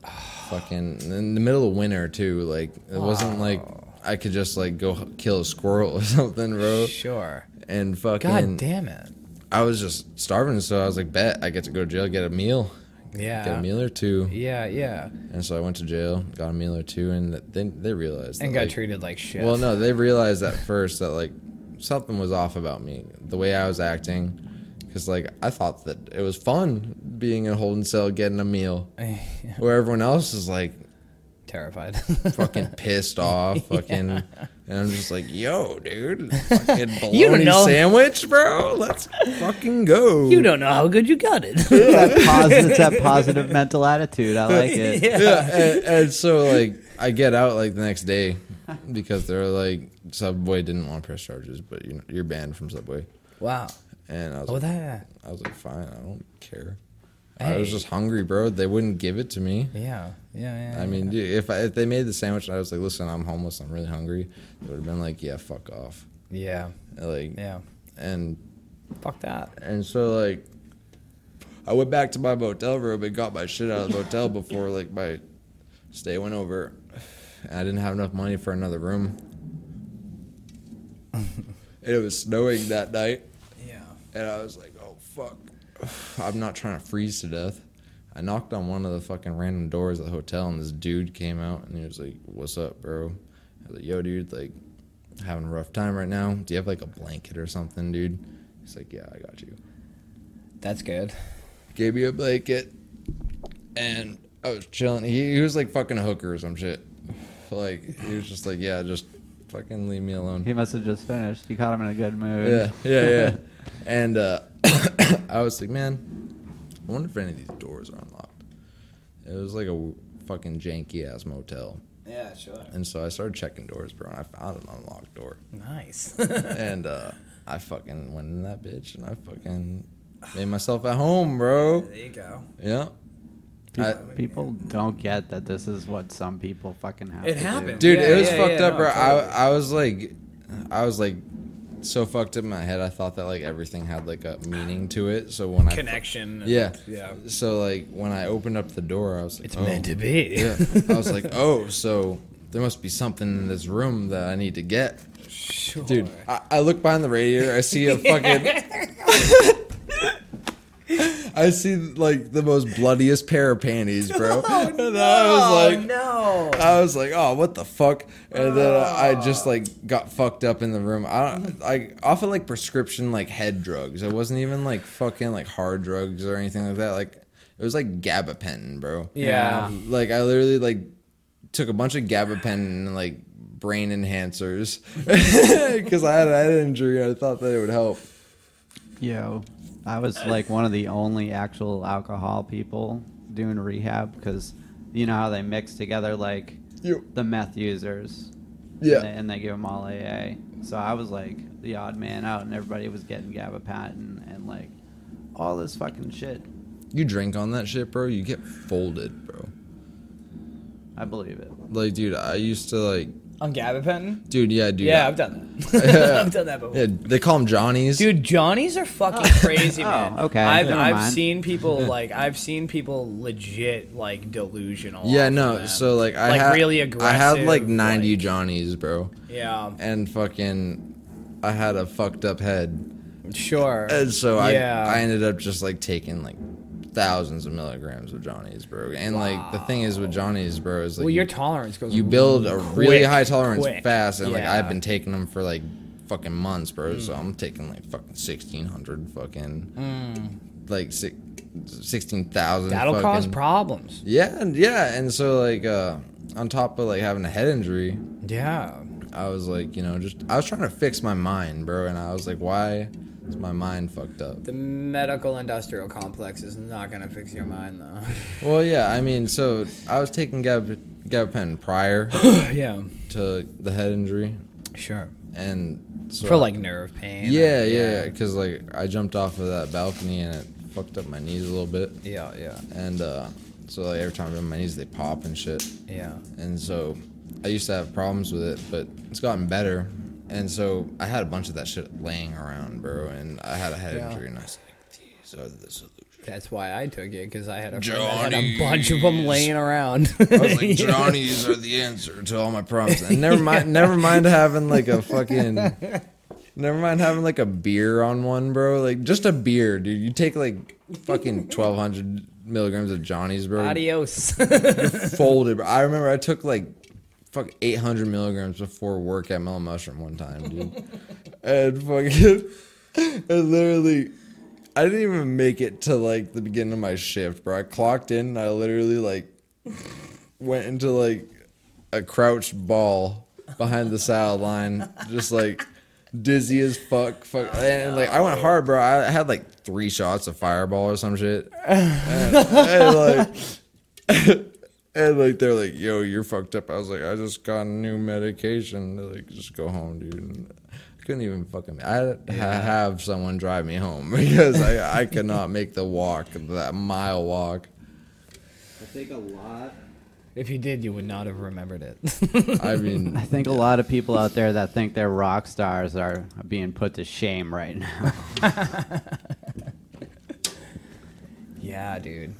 Speaker 2: fucking in the middle of winter too. Like it wasn't like I could just like go h- kill a squirrel or something, bro.
Speaker 1: Sure.
Speaker 2: And fucking,
Speaker 1: God damn it.
Speaker 2: I was just starving, so I was like, bet I get to go to jail, get a meal,
Speaker 1: Yeah.
Speaker 2: get a meal or two.
Speaker 1: Yeah, yeah.
Speaker 2: And so I went to jail, got a meal or two, and th- then they realized
Speaker 1: And
Speaker 2: that,
Speaker 1: got
Speaker 2: like,
Speaker 1: treated like shit.
Speaker 2: Well, no, they realized at first that like something was off about me, the way I was acting, because like I thought that it was fun being in a holding cell, getting a meal, where everyone else is like
Speaker 1: Terrified.
Speaker 2: fucking pissed off, fucking, and I'm just like, yo, dude, fucking bologna
Speaker 1: You don't know.
Speaker 2: sandwich, bro, let's fucking go.
Speaker 1: you don't know how good you got it.
Speaker 3: That positive, it's that positive mental attitude. I like it.
Speaker 2: yeah, and, and so like I get out like the next day because they're like Subway didn't want to press charges, but you know, you're banned from Subway.
Speaker 1: wow.
Speaker 2: And I was
Speaker 1: Oh,
Speaker 2: like,
Speaker 1: that.
Speaker 2: I was like, fine, I don't care. I was
Speaker 1: Hey.
Speaker 2: just hungry, bro. They wouldn't give it to me.
Speaker 1: Yeah. Yeah, yeah.
Speaker 2: I mean, dude, if I, if they made the sandwich and I was like, listen, I'm homeless, I'm really hungry, they would have been like, yeah, fuck off,
Speaker 1: yeah.
Speaker 2: like,
Speaker 1: Yeah.
Speaker 2: and
Speaker 1: Fuck that.
Speaker 2: and so like, I went back to my motel room and got my shit out of the motel before like my stay went over. And I didn't have enough money for another room. and it was snowing that night.
Speaker 1: Yeah.
Speaker 2: And I was like, oh, fuck. I'm not trying to freeze to death. I knocked on one of the fucking random doors of the hotel, and this dude came out and he was like, what's up, bro? I was like, yo, dude, like, having a rough time right now. Do you have like a blanket or something, dude? He's like, yeah, I got you.
Speaker 1: That's good.
Speaker 2: Gave me a blanket, and I was chilling. He, he was like fucking a hooker or some shit. Like, he was just like, yeah, just fucking leave me alone.
Speaker 3: He must have just finished. You caught him in a good mood.
Speaker 2: Yeah, yeah, yeah. and uh, I was like, man, I wonder if any of these doors are unlocked. It was like a w- fucking janky ass motel.
Speaker 1: Yeah, sure.
Speaker 2: And so I started checking doors, bro, and I found an unlocked door.
Speaker 1: Nice.
Speaker 2: and uh, I fucking went in that bitch and I fucking made myself at home, bro.
Speaker 1: There you go.
Speaker 2: Yeah.
Speaker 3: Pe-
Speaker 2: I-
Speaker 3: people don't get that this is what some people fucking have.
Speaker 1: It
Speaker 3: to
Speaker 1: happened.
Speaker 3: do.
Speaker 2: Dude,
Speaker 1: Yeah,
Speaker 2: it was
Speaker 1: yeah,
Speaker 2: fucked
Speaker 1: yeah,
Speaker 2: up,
Speaker 1: no,
Speaker 2: bro.
Speaker 1: totally.
Speaker 2: I I was like I was like so fucked up in my head. I thought that like everything had like a meaning to it. So when I
Speaker 1: Connection. and-
Speaker 2: Yeah.
Speaker 1: Yeah.
Speaker 2: So like when I opened up the door, I was like,
Speaker 1: It's
Speaker 2: oh.
Speaker 1: meant to be.
Speaker 2: Yeah. I was like, oh, so there must be something in this room that I need to get.
Speaker 1: Sure.
Speaker 2: Dude, I, I look behind the radiator. I see a fucking. I see like the most bloodiest pair of panties, bro. and I was like,
Speaker 1: Oh, no.
Speaker 2: I was like, oh, what the fuck? And then I just like got fucked up in the room. I don't like off of like prescription like head drugs. It wasn't even like fucking like hard drugs or anything like that. Like it was like gabapentin, bro.
Speaker 1: Yeah.
Speaker 2: Like I literally like took a bunch of gabapentin and like brain enhancers because I had a head injury. and I thought that it would help.
Speaker 3: Yo, I was like one of the only actual alcohol people doing rehab because you know how they mix together like
Speaker 2: You,
Speaker 3: the meth users.
Speaker 2: Yeah.
Speaker 3: And they, and they give them all AA. So I was like the odd man out, and everybody was getting gabapentin and like all this fucking shit.
Speaker 2: you drink on that shit, bro. You get folded, bro.
Speaker 3: I believe it.
Speaker 2: Like, dude, I used to like,
Speaker 1: On gabapentin.
Speaker 2: dude, yeah, dude.
Speaker 1: Yeah,
Speaker 2: I-
Speaker 1: I've done that. I've done that before.
Speaker 2: Yeah, they call them Johnnies.
Speaker 1: Dude, Johnnies are fucking crazy,
Speaker 3: Oh,
Speaker 1: man.
Speaker 3: okay.
Speaker 1: I've,
Speaker 3: Never
Speaker 1: I've
Speaker 3: mind.
Speaker 1: seen people like I've seen people legit like delusional.
Speaker 2: Yeah,
Speaker 1: off
Speaker 2: no.
Speaker 1: of them.
Speaker 2: So like I
Speaker 1: Like,
Speaker 2: had,
Speaker 1: really
Speaker 2: I had like
Speaker 1: aggressive,
Speaker 2: ninety
Speaker 1: like-
Speaker 2: Johnnies, bro,
Speaker 1: yeah,
Speaker 2: and fucking, I had a fucked up head,
Speaker 1: sure.
Speaker 2: and so I
Speaker 1: Yeah.
Speaker 2: I ended up just like taking like thousands of milligrams of Johnnies, bro. And like the thing is with Johnnies, bro, is like
Speaker 1: well, your
Speaker 2: you-
Speaker 1: tolerance goes.
Speaker 2: you build a really
Speaker 1: quick,
Speaker 2: high tolerance
Speaker 1: quick.
Speaker 2: fast, and like
Speaker 1: Yeah. Mm.
Speaker 2: I've been taking them for like fucking months, bro. So I'm taking like fucking sixteen hundred fucking like six. 16,000
Speaker 1: Mm. That'll cause
Speaker 2: fucking-
Speaker 1: problems.
Speaker 2: Yeah, and yeah, and so like uh on top of like having a head injury,
Speaker 1: Yeah.
Speaker 2: I was like, you know, just I was trying to fix my mind, bro, and I was like, why is my mind fucked up?
Speaker 1: The medical industrial complex is not gonna fix your mind though.
Speaker 2: Well, yeah, I mean, so I was taking gab gabapentin prior
Speaker 1: yeah.
Speaker 2: to the head injury,
Speaker 1: Sure.
Speaker 2: and so
Speaker 1: For like nerve pain. or-
Speaker 2: yeah, yeah, because like I jumped off of that balcony and it fucked up my knees a little bit,
Speaker 1: Yeah. Yeah.
Speaker 2: and uh so like every time I bend my knees they pop and shit.
Speaker 1: Yeah.
Speaker 2: and so I used to have problems with it, but it's gotten better. And so I had a bunch of that shit laying around, bro, and I had a head
Speaker 1: Yeah.
Speaker 2: injury, and I was like, "These are the solution."
Speaker 1: That's why I took it because I had a, friend that had a bunch of them laying around.
Speaker 2: I was like, "Johnnies are the answer to all my problems." And never mind, never mind having like a fucking, never mind having like a beer on one, bro. Like just a beer, dude. You take like fucking twelve hundred milligrams of Johnnies, bro.
Speaker 1: Adios.
Speaker 2: folded. Bro. I remember I took like fuck 800 milligrams before work at Mellow Mushroom one time, dude. and fucking, and literally, I didn't even make it to like the beginning of my shift, bro. I clocked in and I literally like went into like a crouched ball behind the salad line, just like. Dizzy as fuck, fuck, and like I went hard, bro. I had like three shots of Fireball or some shit, and, and, like and like they're like, "Yo, you're fucked up." I was like, "I just got new medication." They're like, "Just go home, dude." And I couldn't even fucking. I had to ha- have someone drive me home because I I could not make the walk, that mile walk.
Speaker 3: I think a lot.
Speaker 1: If you did, you would not have remembered it.
Speaker 2: I mean,
Speaker 3: I think a lot of people out there that think they're rock stars are being put to shame right now.
Speaker 1: yeah, dude.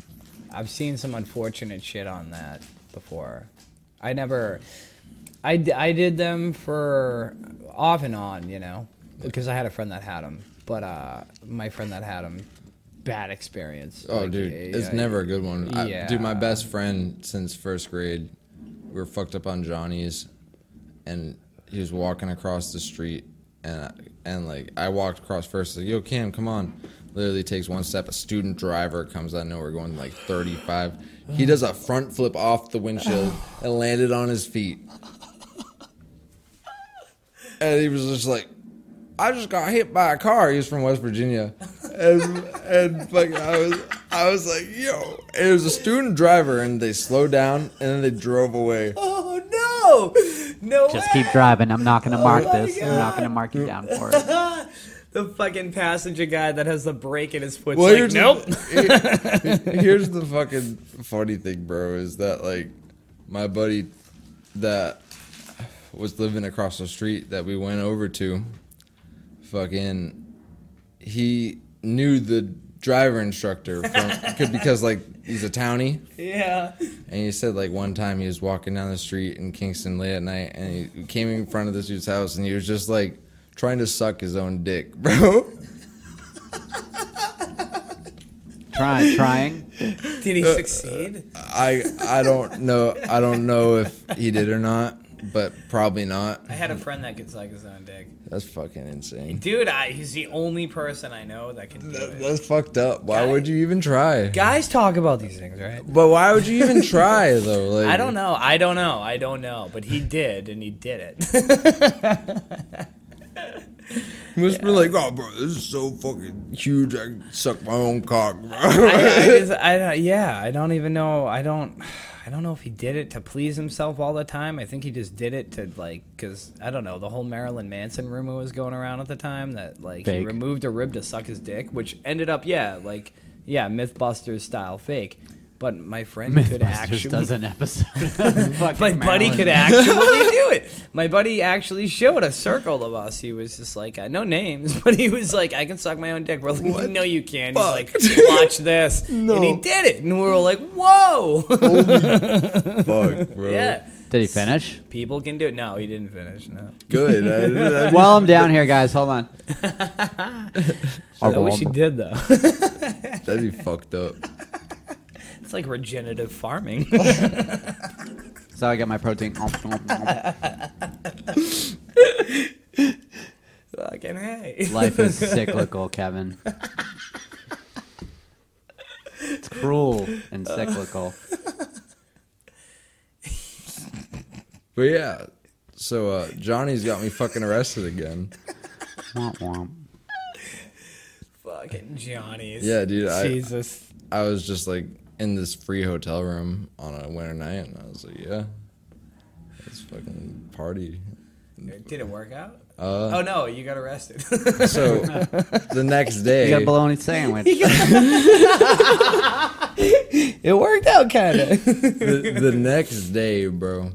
Speaker 1: I've seen some unfortunate shit on that before. I never. I, d- I did them for off and on, you know, because I had a friend that had them. But uh, my friend that had them, bad experience.
Speaker 2: oh,
Speaker 1: Like,
Speaker 2: dude,
Speaker 1: yeah,
Speaker 2: it's
Speaker 1: yeah,
Speaker 2: never a good one. I, dude, my
Speaker 1: Yeah.
Speaker 2: best friend since first grade, we were fucked up on Johnny's, and he was walking across the street, and I, and like I walked across first, like, "Yo, Cam, come on!" Literally takes one step. A student driver comes out of nowhere, going like 35. He does a front flip off the windshield and landed on his feet, and he was just like. I just got hit by a car. He was from West Virginia, and and like I was, I was like, yo, it was a student driver, and they slowed down, and then they drove away.
Speaker 1: Oh no! No
Speaker 3: Just keep driving. I'm not going to mark
Speaker 1: my
Speaker 3: this. I'm not going to mark you down for it.
Speaker 1: the fucking passenger guy that has the break in his foot.
Speaker 2: Well,
Speaker 1: Well, like,
Speaker 2: here's
Speaker 1: nope.
Speaker 2: The, here- here's the fucking funny thing, bro, is that like my buddy that was living across the street that we went over to, fucking, he knew the driver instructor from 'cause- because like he's a townie.
Speaker 1: yeah.
Speaker 2: And he said like one time he was walking down the street in Kingston late at night, and he came in front of this dude's house, and he was just like trying to suck his own dick, bro.
Speaker 3: Trying, trying.
Speaker 1: Did he succeed?
Speaker 2: I I don't know I don't know if he did or not, but probably not.
Speaker 1: I had a friend that could suck his own dick.
Speaker 2: That's fucking insane.
Speaker 1: Dude, I, he's the only person I know that can do
Speaker 2: That-
Speaker 1: it.
Speaker 2: That's fucked up. Why would you even try?
Speaker 1: Guys talk about these things, right?
Speaker 2: But why would you even try though? Like
Speaker 1: I don't know. I don't know. I don't know. But he did, and he did it.
Speaker 2: Most people are like, oh bro, this is so fucking huge. I can suck my own cock, bro.
Speaker 1: I, I just, I don't, yeah, I don't even know. I don't. I don't know if he did it to please himself all the time. I think he just did it to like, cause I don't know. The whole Marilyn Manson rumor was going around at the time that like he
Speaker 3: Fake.
Speaker 1: removed a rib to suck his dick, which ended up yeah, like yeah, MythBusters style fake. But my friend could
Speaker 3: MythBusters
Speaker 1: actually
Speaker 3: does an episode.
Speaker 1: my buddy could actually do it. My buddy actually showed a circle of us. He was just like, uh, no names, but he was like, I can suck my own dick. We're like, no, you can't. He's like, watch this. And he
Speaker 2: No.
Speaker 1: did it. And we were like, whoa.
Speaker 2: Fuck, bro.
Speaker 1: yeah.
Speaker 3: Did he finish?
Speaker 1: People can do it. No, he didn't finish. No.
Speaker 2: Good. I- I-
Speaker 3: While I'm down here, guys, hold on.
Speaker 1: I wish he did, though.
Speaker 2: that'd be fucked up.
Speaker 1: it's like regenerative farming.
Speaker 3: So I got my protein.
Speaker 1: Fucking hey.
Speaker 3: Life is cyclical, Kevin. It's cruel and cyclical.
Speaker 2: But yeah. So uh, Johnny's got me fucking arrested again.
Speaker 3: Womp womp.
Speaker 1: Fucking Johnny's.
Speaker 2: Yeah, dude. I,
Speaker 1: Jesus.
Speaker 2: I was just like in this free hotel room on a winter night, and I was like, yeah, let's fucking party.
Speaker 1: Did it work out?
Speaker 2: Uh,
Speaker 1: oh, no, you got arrested.
Speaker 2: so the next
Speaker 3: You got a
Speaker 2: day,
Speaker 3: bologna sandwich.
Speaker 1: it worked out, kind of.
Speaker 2: the, the next day, bro,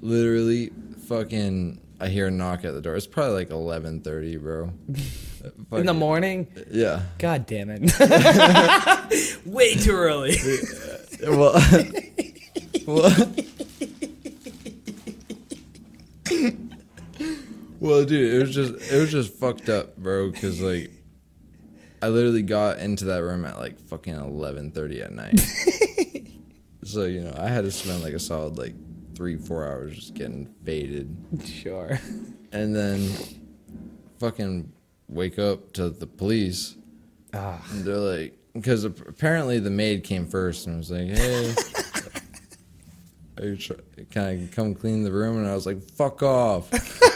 Speaker 2: literally fucking, I hear a knock at the door. It's probably like eleven thirty, bro.
Speaker 1: In the
Speaker 2: Fucking-
Speaker 1: morning?
Speaker 2: Yeah.
Speaker 1: God damn it. Way too early.
Speaker 2: Well. well Well, dude, it was just it was just fucked up, bro. Because like, I literally got into that room at like fucking eleven thirty at night. so you know, I had to spend like a solid like three four hours just getting faded,
Speaker 1: Sure.
Speaker 2: and then fucking wake up to the police. And they're like, because apparently the maid came first and was like, hey. Are you try- can I come clean the room? And I was like, fuck off.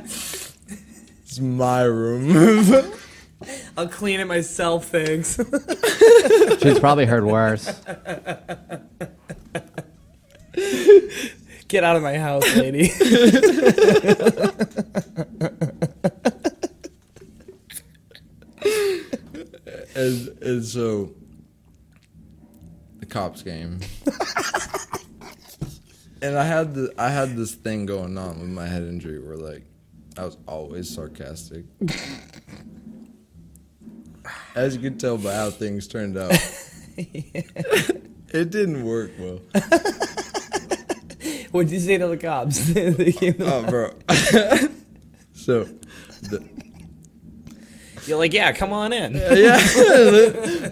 Speaker 2: it's my room.
Speaker 1: I'll clean it myself, thanks.
Speaker 3: She's probably heard worse.
Speaker 1: Get out of my house, lady.
Speaker 2: and, and so the uh, cops came. and I had the I had this thing going on with my head injury where like I was always sarcastic. As you can tell by how things turned out. it didn't work well.
Speaker 1: What'd you say to the cops? They came-
Speaker 2: Oh bro. so the,
Speaker 1: You're like, yeah, come on in.
Speaker 2: yeah.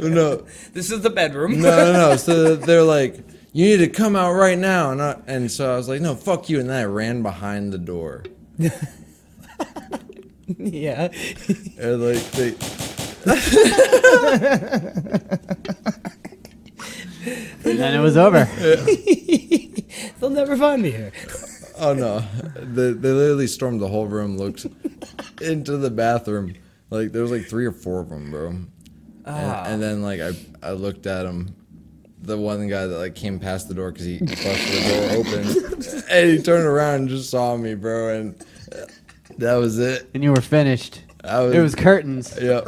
Speaker 2: no.
Speaker 1: This is the bedroom.
Speaker 2: no, no, no. So they're like, you need to come out right now. And, I, and so I was like, no, fuck you. And then I ran behind the door.
Speaker 1: yeah.
Speaker 2: And like, they,
Speaker 3: And then it was over.
Speaker 1: They'll never find me here.
Speaker 2: oh no. They, they literally stormed the whole room, looked into the bathroom. Like, there was like three or four of them, bro. And, and then, like, I, I looked at him. The one guy that like came past the door because he busted the door open, and he turned around and just saw me, bro. And That was it.
Speaker 3: and you were finished.
Speaker 2: I was,
Speaker 3: It was curtains.
Speaker 2: Yep.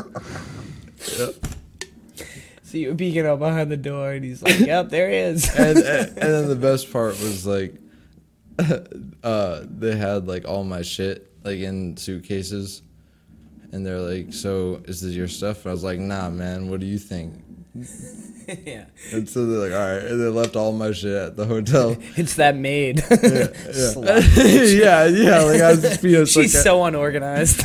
Speaker 1: See you peeking out behind the door, and he's like, "Yep, there he is."
Speaker 2: and, and then the best part was like, uh, they had like all my shit like in suitcases, and they're like, "So is this your stuff?" And I was like, "Nah, man. What do you think?"
Speaker 1: yeah,
Speaker 2: And so they're like, "All right," and they left all my shit at the hotel.
Speaker 1: it's that maid.
Speaker 2: yeah,
Speaker 1: Slut.
Speaker 2: yeah, yeah. Like I was just being a
Speaker 1: She's
Speaker 2: sarca-
Speaker 1: so unorganized.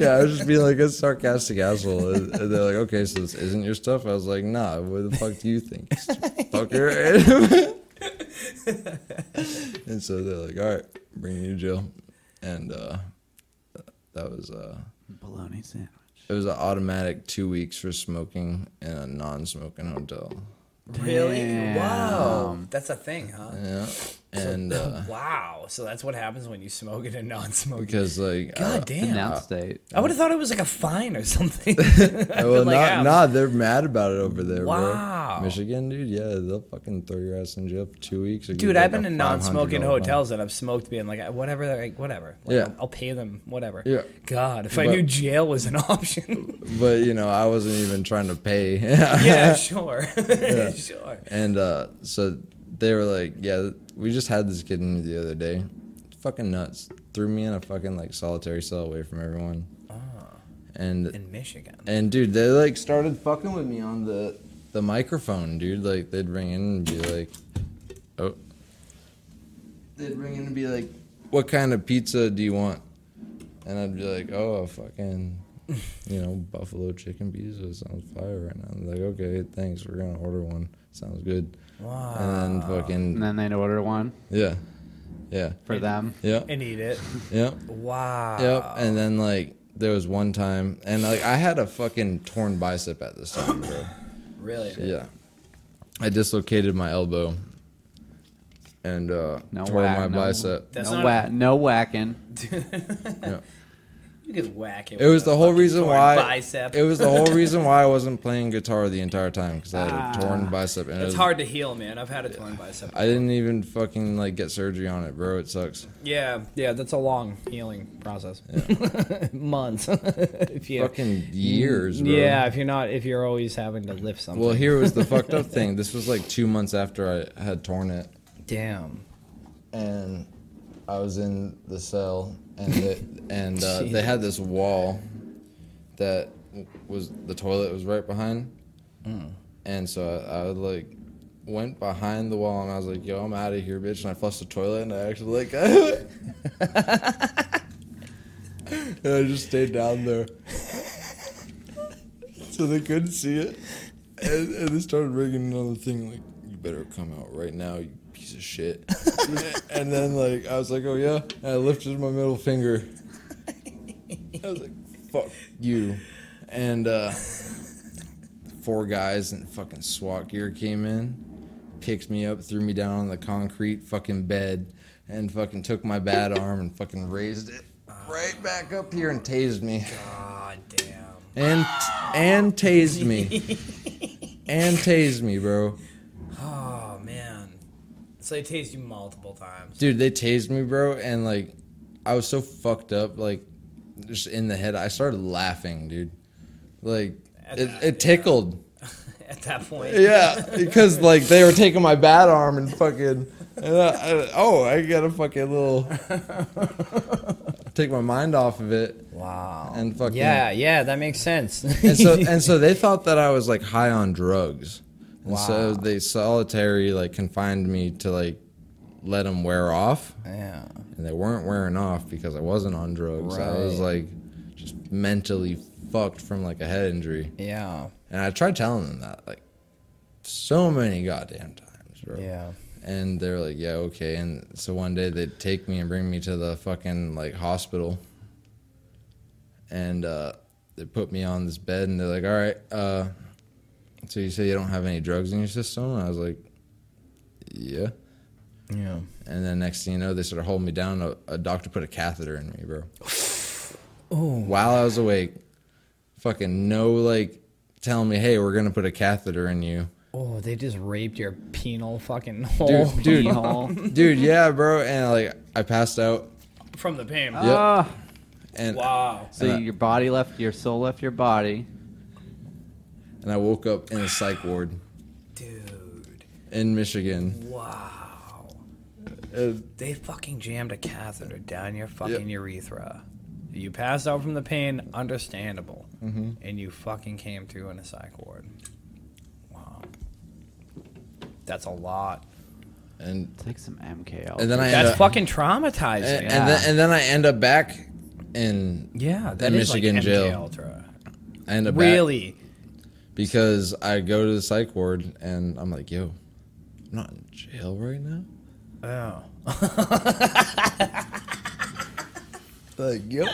Speaker 2: yeah, I was just being like a sarcastic asshole. And, and they're like, "Okay, so this isn't your stuff." I was like, "Nah. What the fuck do you think, fucker?" and so they're like, "All right, bring you to jail," and uh, that was uh,
Speaker 3: Bologna sandwich.
Speaker 2: it was an automatic two weeks for smoking in a non-smoking hotel.
Speaker 1: really? Wow,
Speaker 3: Damn.
Speaker 1: that's a thing, huh?
Speaker 2: Yeah, and uh,
Speaker 1: wow, so that's what happens when you smoke it and non-smoke. it.
Speaker 2: because like
Speaker 1: God
Speaker 2: uh,
Speaker 1: damn.
Speaker 3: In that state.
Speaker 1: I would have thought it was like a fine or something. I've
Speaker 2: well,
Speaker 1: been like,
Speaker 2: not,
Speaker 1: "Ah,
Speaker 2: nah, they're mad about it over there,
Speaker 1: Wow.
Speaker 2: bro. Michigan, dude, yeah, they'll fucking throw your ass in jail for two weeks. or give
Speaker 1: Dude,
Speaker 2: you,
Speaker 1: I've
Speaker 2: like,
Speaker 1: been
Speaker 2: a
Speaker 1: in non-smoking
Speaker 2: $500 fine.
Speaker 1: hotels that I've smoked, being like, whatever, like, whatever. Like,
Speaker 2: Yeah.
Speaker 1: I'll, I'll pay them, whatever.
Speaker 2: Yeah.
Speaker 1: God, if I
Speaker 2: But-
Speaker 1: knew jail was an option.
Speaker 2: But you know, I wasn't even trying to pay.
Speaker 1: yeah, sure, sure.
Speaker 2: And uh, so they were like, "Yeah, we just had this kid in the other day. Fucking nuts. Threw me in a fucking like solitary cell away from everyone."
Speaker 1: Ah.
Speaker 2: And
Speaker 1: In Michigan.
Speaker 2: and dude, they like started fucking with me on the the microphone, dude. Like they'd ring in and be like, "Oh." They'd ring in and be like, "What kind of pizza do you want?" And I'd be like, "Oh, a fucking." You know, buffalo chicken pizza sounds fire right now. And they're like, okay, thanks. We're gonna order one. Sounds good. And then
Speaker 3: And
Speaker 2: fucking
Speaker 3: then they'd order one
Speaker 2: yeah, yeah,
Speaker 3: for them.
Speaker 2: yeah,
Speaker 1: And eat it.
Speaker 2: yeah,
Speaker 1: Wow.
Speaker 2: yeah. And then like there was one time, and like I had a fucking torn bicep at this time, bro.
Speaker 1: Really?
Speaker 2: Yeah. I dislocated my elbow and uh,
Speaker 3: No
Speaker 2: tore
Speaker 3: whack,
Speaker 2: my
Speaker 3: no.
Speaker 2: bicep.
Speaker 1: That's
Speaker 3: no
Speaker 1: not-
Speaker 3: whack. No whacking.
Speaker 2: Yeah.
Speaker 1: You could whack it.
Speaker 2: It was the whole reason why.
Speaker 1: Bicep.
Speaker 2: It was the whole reason why I wasn't playing guitar the entire time because I had a torn bicep and
Speaker 1: Ah.
Speaker 2: it
Speaker 1: It's
Speaker 2: was-
Speaker 1: hard to heal, man. I've had a torn bicep.
Speaker 2: I didn't even fucking like get surgery on it, bro. It sucks.
Speaker 1: Yeah, yeah, that's a long healing process. Months. if you,
Speaker 2: Fucking years, bro.
Speaker 1: yeah, if you're not, if you're always having to lift something.
Speaker 2: Well, here was the fucked up thing. This was like two months after I had torn it,
Speaker 1: Damn.
Speaker 2: and I was in the cell, and it, and uh, they had this wall that was the toilet was right behind, and so I, I would like went behind the wall, and I was like, "Yo, I'm out of here, bitch!" And I flushed the toilet, and I actually like, and I just stayed down there, so they couldn't see it, and, and they started ringing another thing like, "You better come out right now, you piece of shit." and then like I was like, oh yeah, and I lifted my middle finger. I was like, fuck you, and uh, four guys in fucking SWAT gear came in, picked me up, threw me down on the concrete fucking bed, and fucking took my bad arm and fucking raised it right back up here and tased me
Speaker 1: God damn.
Speaker 2: and and tased me and tased me, bro.
Speaker 1: Oh man. So they taste you multiple times.
Speaker 2: dude they tased me bro and like i was so fucked up like just in the head i started laughing dude like it, it tickled
Speaker 1: At that point.
Speaker 2: yeah because like they were taking my bat arm and fucking and I, I- oh i got a fucking little take my mind off of it
Speaker 1: Wow.
Speaker 2: And fucking-
Speaker 1: Yeah, yeah, that makes sense.
Speaker 2: and so and so they thought that i was like high on drugs and so
Speaker 1: Wow.
Speaker 2: they solitary like confined me to like let them wear off
Speaker 1: yeah.
Speaker 2: and they weren't wearing off because I wasn't on drugs. I was like just mentally fucked from like a head injury,
Speaker 1: Yeah.
Speaker 2: and I tried telling them that like so many goddamn times, bro.
Speaker 1: Yeah.
Speaker 2: And they're like, "Yeah, okay." And so one day they'd take me and bring me to the fucking like hospital, and uh, they put me on this bed, and they're like, "All right, uh, so you say you don't have any drugs in your system?" And I was like, "Yeah."
Speaker 1: Yeah.
Speaker 2: And then next thing you know, they started holding me down. A, a doctor put a catheter in me, bro.
Speaker 1: Oh.
Speaker 2: While I was awake, fucking no, like telling me, hey, we're gonna put a catheter in you,
Speaker 1: Oh, they just raped your penal fucking hole
Speaker 2: dude, dude,
Speaker 1: Oh.
Speaker 3: Keyhole.
Speaker 2: dude, yeah, bro. And like I passed out.
Speaker 1: from the pain.
Speaker 2: Yep.
Speaker 3: Ah,
Speaker 2: And
Speaker 1: Wow.
Speaker 3: So
Speaker 2: And I-
Speaker 3: your body left, your soul left your body.
Speaker 2: and I woke up in a psych ward
Speaker 1: Dude.
Speaker 2: in Michigan.
Speaker 1: Wow.
Speaker 2: And
Speaker 1: They fucking jammed a catheter down your fucking urethra. You passed out from the pain, understandable.
Speaker 2: Mm-hmm.
Speaker 1: And you fucking came to in a psych ward. Wow. That's a lot.
Speaker 2: and
Speaker 3: Take some MKL.
Speaker 2: and then I end
Speaker 1: That's
Speaker 2: up,
Speaker 1: fucking traumatizing.
Speaker 2: and,
Speaker 3: yeah.
Speaker 2: and then and then I end up back in
Speaker 1: yeah, that
Speaker 2: In
Speaker 1: is
Speaker 2: Michigan
Speaker 1: like
Speaker 2: jail.
Speaker 1: MK Ultra.
Speaker 2: I end up back
Speaker 1: Really?
Speaker 2: because I go to the psych ward and I'm like, yo, I'm not in jail right now.
Speaker 1: Oh.
Speaker 2: Like yo,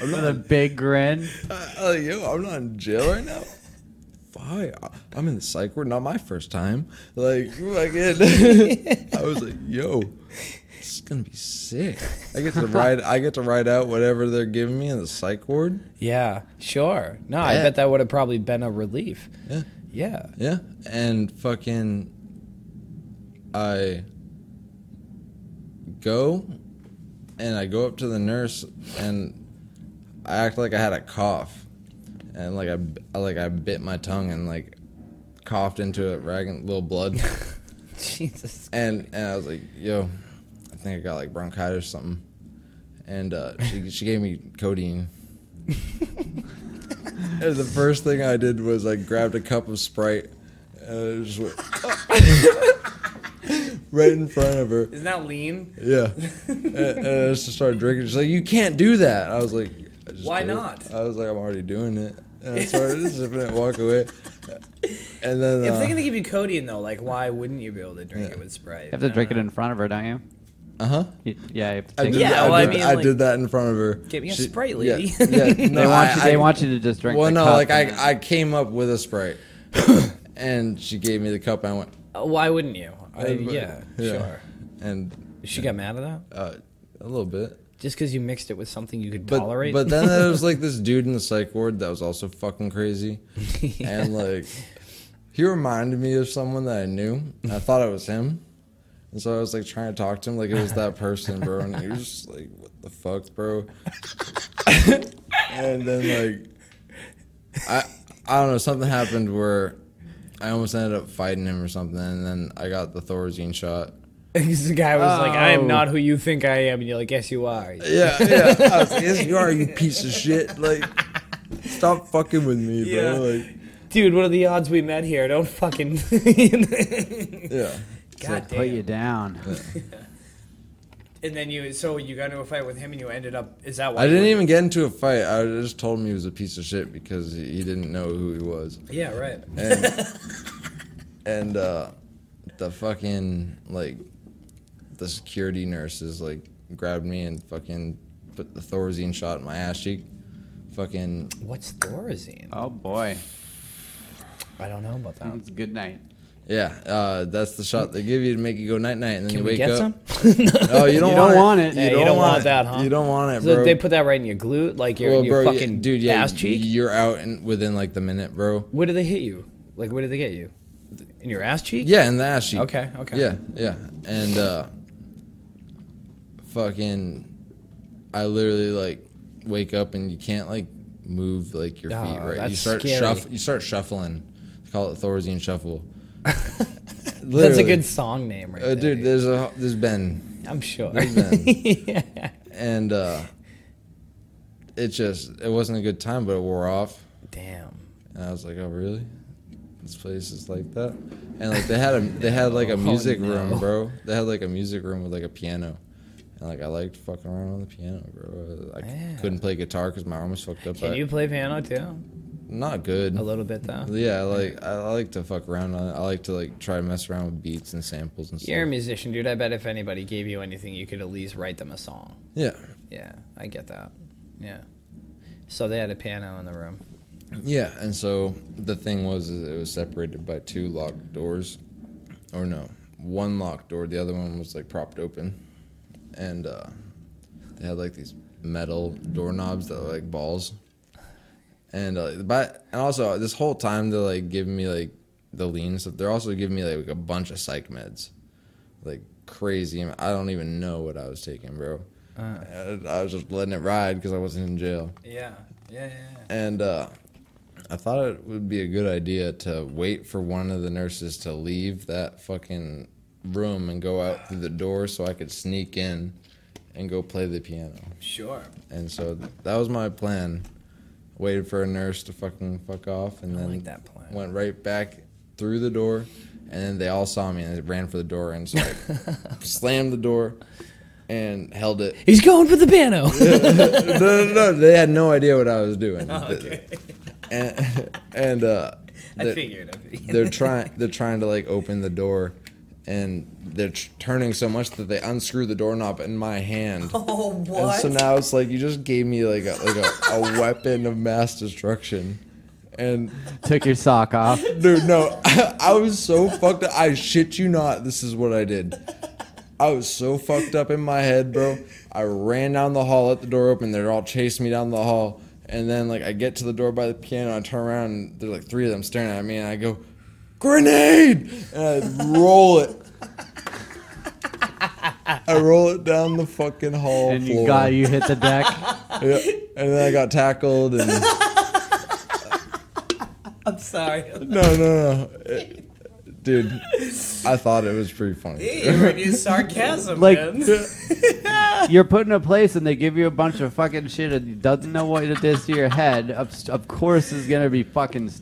Speaker 2: I'm
Speaker 3: with a big grin.
Speaker 2: Uh, yo, I'm not in jail right now. Why? I'm in the psych ward. Not my first time. Like, fucking. I was like, yo, this is gonna be sick. I get to ride. I get to ride out whatever they're giving me in the psych ward.
Speaker 1: Yeah, sure. No, I
Speaker 2: Yeah.
Speaker 1: bet that would have probably been a relief.
Speaker 2: Yeah,
Speaker 1: Yeah.
Speaker 2: yeah. And fucking, I go, and I go up to the nurse, and I act like I had a cough, and like I like I bit my tongue and like coughed into it, ragging little blood.
Speaker 1: Jesus.
Speaker 2: and and I was like, "Yo, I think I got like bronchitis or something." And uh, she she gave me codeine. and the first thing I did was I grabbed a cup of Sprite and I just went right in front of her.
Speaker 1: Isn't that lean?
Speaker 2: Yeah, and, and I just started drinking. She's like, "You can't do that." I was like, I just
Speaker 1: Why
Speaker 2: did it.
Speaker 1: not?
Speaker 2: I was like, "I'm already doing it." And I started zipping it, walk away. And then
Speaker 1: If
Speaker 2: uh,
Speaker 1: they're gonna give you codeine though, like why wouldn't you be able to drink it with Sprite?
Speaker 3: You have to drink it in front of her, don't you?
Speaker 2: uh-huh.
Speaker 3: You- Yeah. You have to
Speaker 2: I
Speaker 3: take
Speaker 2: did,
Speaker 1: Yeah,
Speaker 2: that- I,
Speaker 1: well, I
Speaker 2: did,
Speaker 1: mean,
Speaker 2: I
Speaker 1: like,
Speaker 2: did that in front of her.
Speaker 1: get me a
Speaker 2: She-
Speaker 1: Sprite,
Speaker 2: yeah,
Speaker 1: lady.
Speaker 2: Yeah,
Speaker 3: They
Speaker 2: no,
Speaker 3: want
Speaker 2: I-
Speaker 3: you. They
Speaker 2: I-
Speaker 3: want you to just drink.
Speaker 2: Well,
Speaker 3: the
Speaker 2: no,
Speaker 3: cup
Speaker 2: like
Speaker 3: and-
Speaker 2: I, I came up with a Sprite, and she gave me the cup. And I went,
Speaker 1: Uh, Why wouldn't you? I, yeah,
Speaker 2: yeah.
Speaker 1: sure.
Speaker 2: and
Speaker 1: She got mad at that
Speaker 2: uh, a little bit.
Speaker 1: just because you mixed it with something you could
Speaker 2: But
Speaker 1: tolerate.
Speaker 2: but then there was like this dude in the psych ward that was also fucking crazy, and like he reminded me of someone that I knew. And I thought it was him, and so I was like trying to talk to him like it was that person, bro. And he was just like, "What the fuck, bro?" and then like I I don't know something happened where I almost ended up fighting him or something, and then I got the Thorazine shot.
Speaker 1: the guy was like, "I
Speaker 3: Oh.
Speaker 1: am not who you think I am," and you're like, "Yes, you are."
Speaker 2: Yeah, yeah. I was like, yes, you are, you piece of shit. Like, stop fucking with me,
Speaker 1: Yeah.
Speaker 2: bro. Like,
Speaker 1: Dude, what are the odds we met here? Don't fucking. God
Speaker 2: yeah.
Speaker 1: damn.
Speaker 3: put you down.
Speaker 1: And then you, so you got into a fight with him, and you ended up. Is that why?
Speaker 2: I
Speaker 1: you
Speaker 2: didn't
Speaker 1: were-
Speaker 2: even get into a fight. I just told him he was a piece of shit because he he didn't know who he was.
Speaker 1: Yeah, right.
Speaker 2: And, and uh, the fucking, like, the security nurses, like, grabbed me and fucking put the Thorazine shot in my ass cheek. Fucking,
Speaker 1: What's Thorazine?
Speaker 3: Oh boy,
Speaker 1: I don't know about that.
Speaker 3: it's a good night.
Speaker 2: yeah, uh, that's the shot they give you to make you go night night, and then
Speaker 1: Can
Speaker 2: you
Speaker 1: we
Speaker 2: wake
Speaker 1: get
Speaker 2: up.
Speaker 1: some?
Speaker 2: Oh, you don't, want,
Speaker 3: You don't want
Speaker 2: it.
Speaker 3: it.
Speaker 1: Yeah, you don't want that, huh?
Speaker 2: You don't want it,
Speaker 1: So
Speaker 2: bro.
Speaker 1: they put that right in your glute, like your,
Speaker 2: Well,
Speaker 1: your
Speaker 2: bro, yeah,
Speaker 1: fucking
Speaker 2: dude, yeah,
Speaker 1: ass cheek.
Speaker 2: You're out in, within like the minute, bro.
Speaker 1: Where do they hit you? Like, where do they get you? In your ass cheek?
Speaker 2: Yeah, in the ass cheek.
Speaker 1: Okay, okay.
Speaker 2: Yeah, yeah, and uh, fucking, I literally like wake up and you can't like move like your
Speaker 1: Oh,
Speaker 2: feet right. you
Speaker 1: that's
Speaker 2: start
Speaker 1: scary.
Speaker 2: shuff, you start shuffling. They call it Thorazine shuffle.
Speaker 1: That's a
Speaker 2: Literally.
Speaker 1: good song name, right
Speaker 2: Uh,
Speaker 1: there.
Speaker 2: dude, there's a there's Ben.
Speaker 1: I'm sure.
Speaker 2: been.
Speaker 1: Yeah.
Speaker 2: and uh it just it wasn't a good time but it wore off
Speaker 1: Damn.
Speaker 2: and i was like oh really this place is like that and like they had a they had
Speaker 1: Oh,
Speaker 2: like a music room bro they had like a music room with like a piano and like i liked fucking around on the piano bro i c-
Speaker 1: Yeah.
Speaker 2: couldn't play guitar because my arm was fucked up
Speaker 1: Can
Speaker 2: but
Speaker 1: you play piano too?
Speaker 2: not good
Speaker 1: A little bit though.
Speaker 2: yeah like i I like to fuck around on it. i like to like try to mess around with beats and samples and stuff
Speaker 1: You're a musician, dude. I bet if anybody gave you anything, you could at least write them a song.
Speaker 2: yeah
Speaker 1: Yeah, I get that. Yeah. So they had a piano in the room.
Speaker 2: Yeah, and so the thing was, is it was separated by two locked doors, or no, one locked door. The other one was like propped open, and uh, they had like these metal doorknobs that were like balls. And uh, but and also this whole time they're like giving me like the lean stuff. They're also giving me like a bunch of psych meds, like crazy. I don't even know what I was taking, bro. And I was just letting it ride because I wasn't in jail.
Speaker 1: Yeah. Yeah. Yeah.
Speaker 2: And uh, I thought it would be a good idea to wait for one of the nurses to leave that fucking room and go out through the door so I could sneak in and go play the piano.
Speaker 1: Sure.
Speaker 2: And so th- that was my plan. Waited for a nurse to fucking fuck off and
Speaker 1: I
Speaker 2: then
Speaker 1: like that plan.
Speaker 2: went right back through the door and then they all saw me and they ran for the door and so I slammed the door and held it
Speaker 1: He's going for the piano.
Speaker 2: no, no, no, no. They had no idea what I was doing. And, and uh,
Speaker 1: Oh, I
Speaker 2: they're,
Speaker 1: figured. I figured.
Speaker 2: they're trying. They're trying to like open the door, and they're tr- turning so much that they unscrew the doorknob in my hand.
Speaker 1: Oh,
Speaker 2: And
Speaker 1: what?
Speaker 2: so now it's like you just gave me like a, like a, a weapon of mass destruction. And
Speaker 3: Took your sock off.
Speaker 2: dude, no, I, was so fucked up. I shit you not. This is what I did. I was so fucked up in my head, bro. I ran down the hall, let the door open. They're all chasing me down the hall, and then like I get to the door by the piano. I turn around, and there's like three of them staring at me, and I go, "Grenade!" and I roll it. I roll it down the fucking hall
Speaker 3: And
Speaker 2: floor.
Speaker 3: you got you hit the deck.
Speaker 2: Yeah. And then I got tackled and.
Speaker 1: I'm sorry.
Speaker 2: No, no, no. It- dude, I thought it was pretty funny.
Speaker 1: You're sarcasm,
Speaker 3: Like-
Speaker 1: man.
Speaker 3: You're put in a place and they give you a bunch of fucking shit and you doesn't know what it is to your head. Of, of course, is gonna be fucking,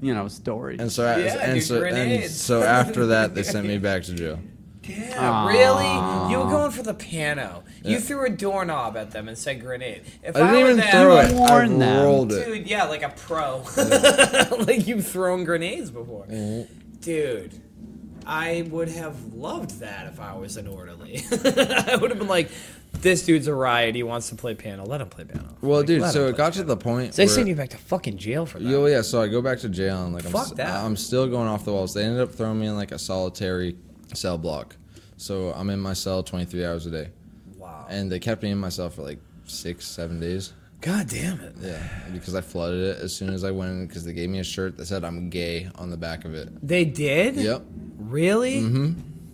Speaker 3: you know, stories.
Speaker 2: And so, I-
Speaker 1: Yeah,
Speaker 2: and,
Speaker 1: dude,
Speaker 2: so and
Speaker 1: grenades.
Speaker 2: so after that, they sent me back to jail.
Speaker 1: Yeah, really? You were going for the piano. You
Speaker 2: Yeah.
Speaker 1: threw a doorknob at them and said grenade. If
Speaker 2: I didn't
Speaker 1: were
Speaker 2: even
Speaker 1: them-
Speaker 2: throw it.
Speaker 3: warn
Speaker 2: I
Speaker 3: them.
Speaker 2: rolled it.
Speaker 1: Dude, yeah, like a pro. like you've thrown grenades before. Dude, I would have loved that if I was an orderly. I would have been like, this dude's a riot. He wants to play piano. Let him play piano.
Speaker 2: Well,
Speaker 1: Like,
Speaker 2: dude,
Speaker 1: let
Speaker 2: so
Speaker 1: him
Speaker 2: it
Speaker 1: play
Speaker 2: got to
Speaker 1: piano.
Speaker 2: the point.
Speaker 1: They
Speaker 2: where-
Speaker 1: send you back to fucking jail for that.
Speaker 2: Yo, yeah. So I go back to jail and like I'm,
Speaker 1: Fuck
Speaker 2: s-
Speaker 1: that.
Speaker 2: I'm still going off the walls. They ended up throwing me in like a solitary cell block. So I'm in my cell 23 hours a day,
Speaker 1: wow.
Speaker 2: and they kept me in my cell for like six, seven days.
Speaker 1: God damn it.
Speaker 2: Yeah, because I flooded it as soon as I went in because they gave me a shirt that said I'm gay on the back of it.
Speaker 1: They did?
Speaker 2: Yep.
Speaker 1: Really? Mm-hmm.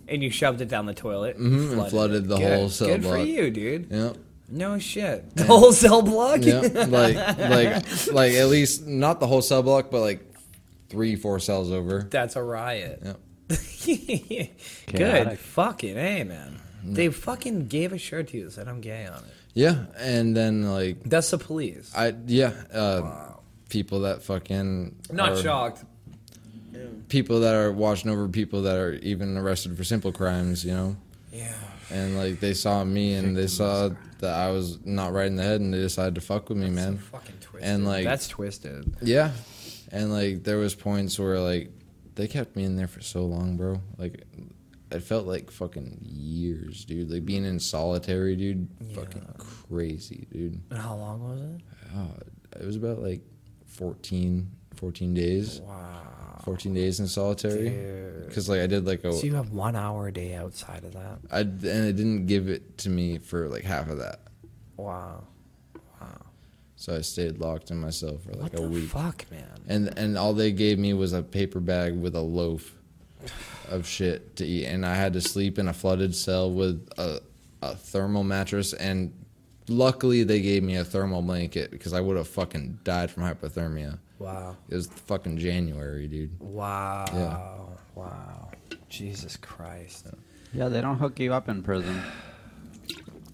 Speaker 1: And you shoved it down the toilet.
Speaker 2: Mhm, and flooded the
Speaker 1: Good-
Speaker 2: whole cell
Speaker 1: Good for
Speaker 2: block.
Speaker 1: you, dude.
Speaker 2: Yep.
Speaker 1: No shit. The whole cell block?
Speaker 2: Yep. like like like at least not the whole cell block, but like three, four cells over.
Speaker 1: That's a riot.
Speaker 2: Yep.
Speaker 1: Good. Fucking A, man.
Speaker 2: Mm.
Speaker 1: They fucking gave a shirt to you that said I'm gay on it.
Speaker 2: Yeah. And then like
Speaker 1: That's the police.
Speaker 2: I yeah, uh people that fucking
Speaker 1: Not
Speaker 2: are-
Speaker 1: shocked.
Speaker 2: people that are watching over people that are even arrested for simple crimes, you know?
Speaker 1: Yeah.
Speaker 2: And like they saw me and they saw that I was not right in the head and they decided to fuck with me, man.
Speaker 1: Fucking twisted.
Speaker 2: And like
Speaker 1: That's twisted.
Speaker 2: Yeah, and like there was points where like they kept me in there for so long, bro. Like it felt like fucking years, dude. Like being in solitary, dude. Fucking crazy, dude.
Speaker 1: And how long was it?
Speaker 2: Oh, it was about like 14, 14 days.
Speaker 1: Wow.
Speaker 2: 14 days in solitary.
Speaker 1: Dude.
Speaker 2: Because like I did like a,
Speaker 1: So you have one hour a day outside of that.
Speaker 2: I and it didn't give it to me for like half of that.
Speaker 1: Wow.
Speaker 2: So I stayed locked in myself for like
Speaker 1: What
Speaker 2: a
Speaker 1: the
Speaker 2: week.
Speaker 1: fuck, man?
Speaker 2: and and all they gave me was a paper bag with a loaf of shit to eat, and I had to sleep in a flooded cell with a a thermal mattress. And luckily, they gave me a thermal blanket because I would have fucking died from hypothermia.
Speaker 1: Wow.
Speaker 2: It was fucking January, dude.
Speaker 1: Wow. Wow. Jesus Christ.
Speaker 3: yeah, they don't hook you up in prison.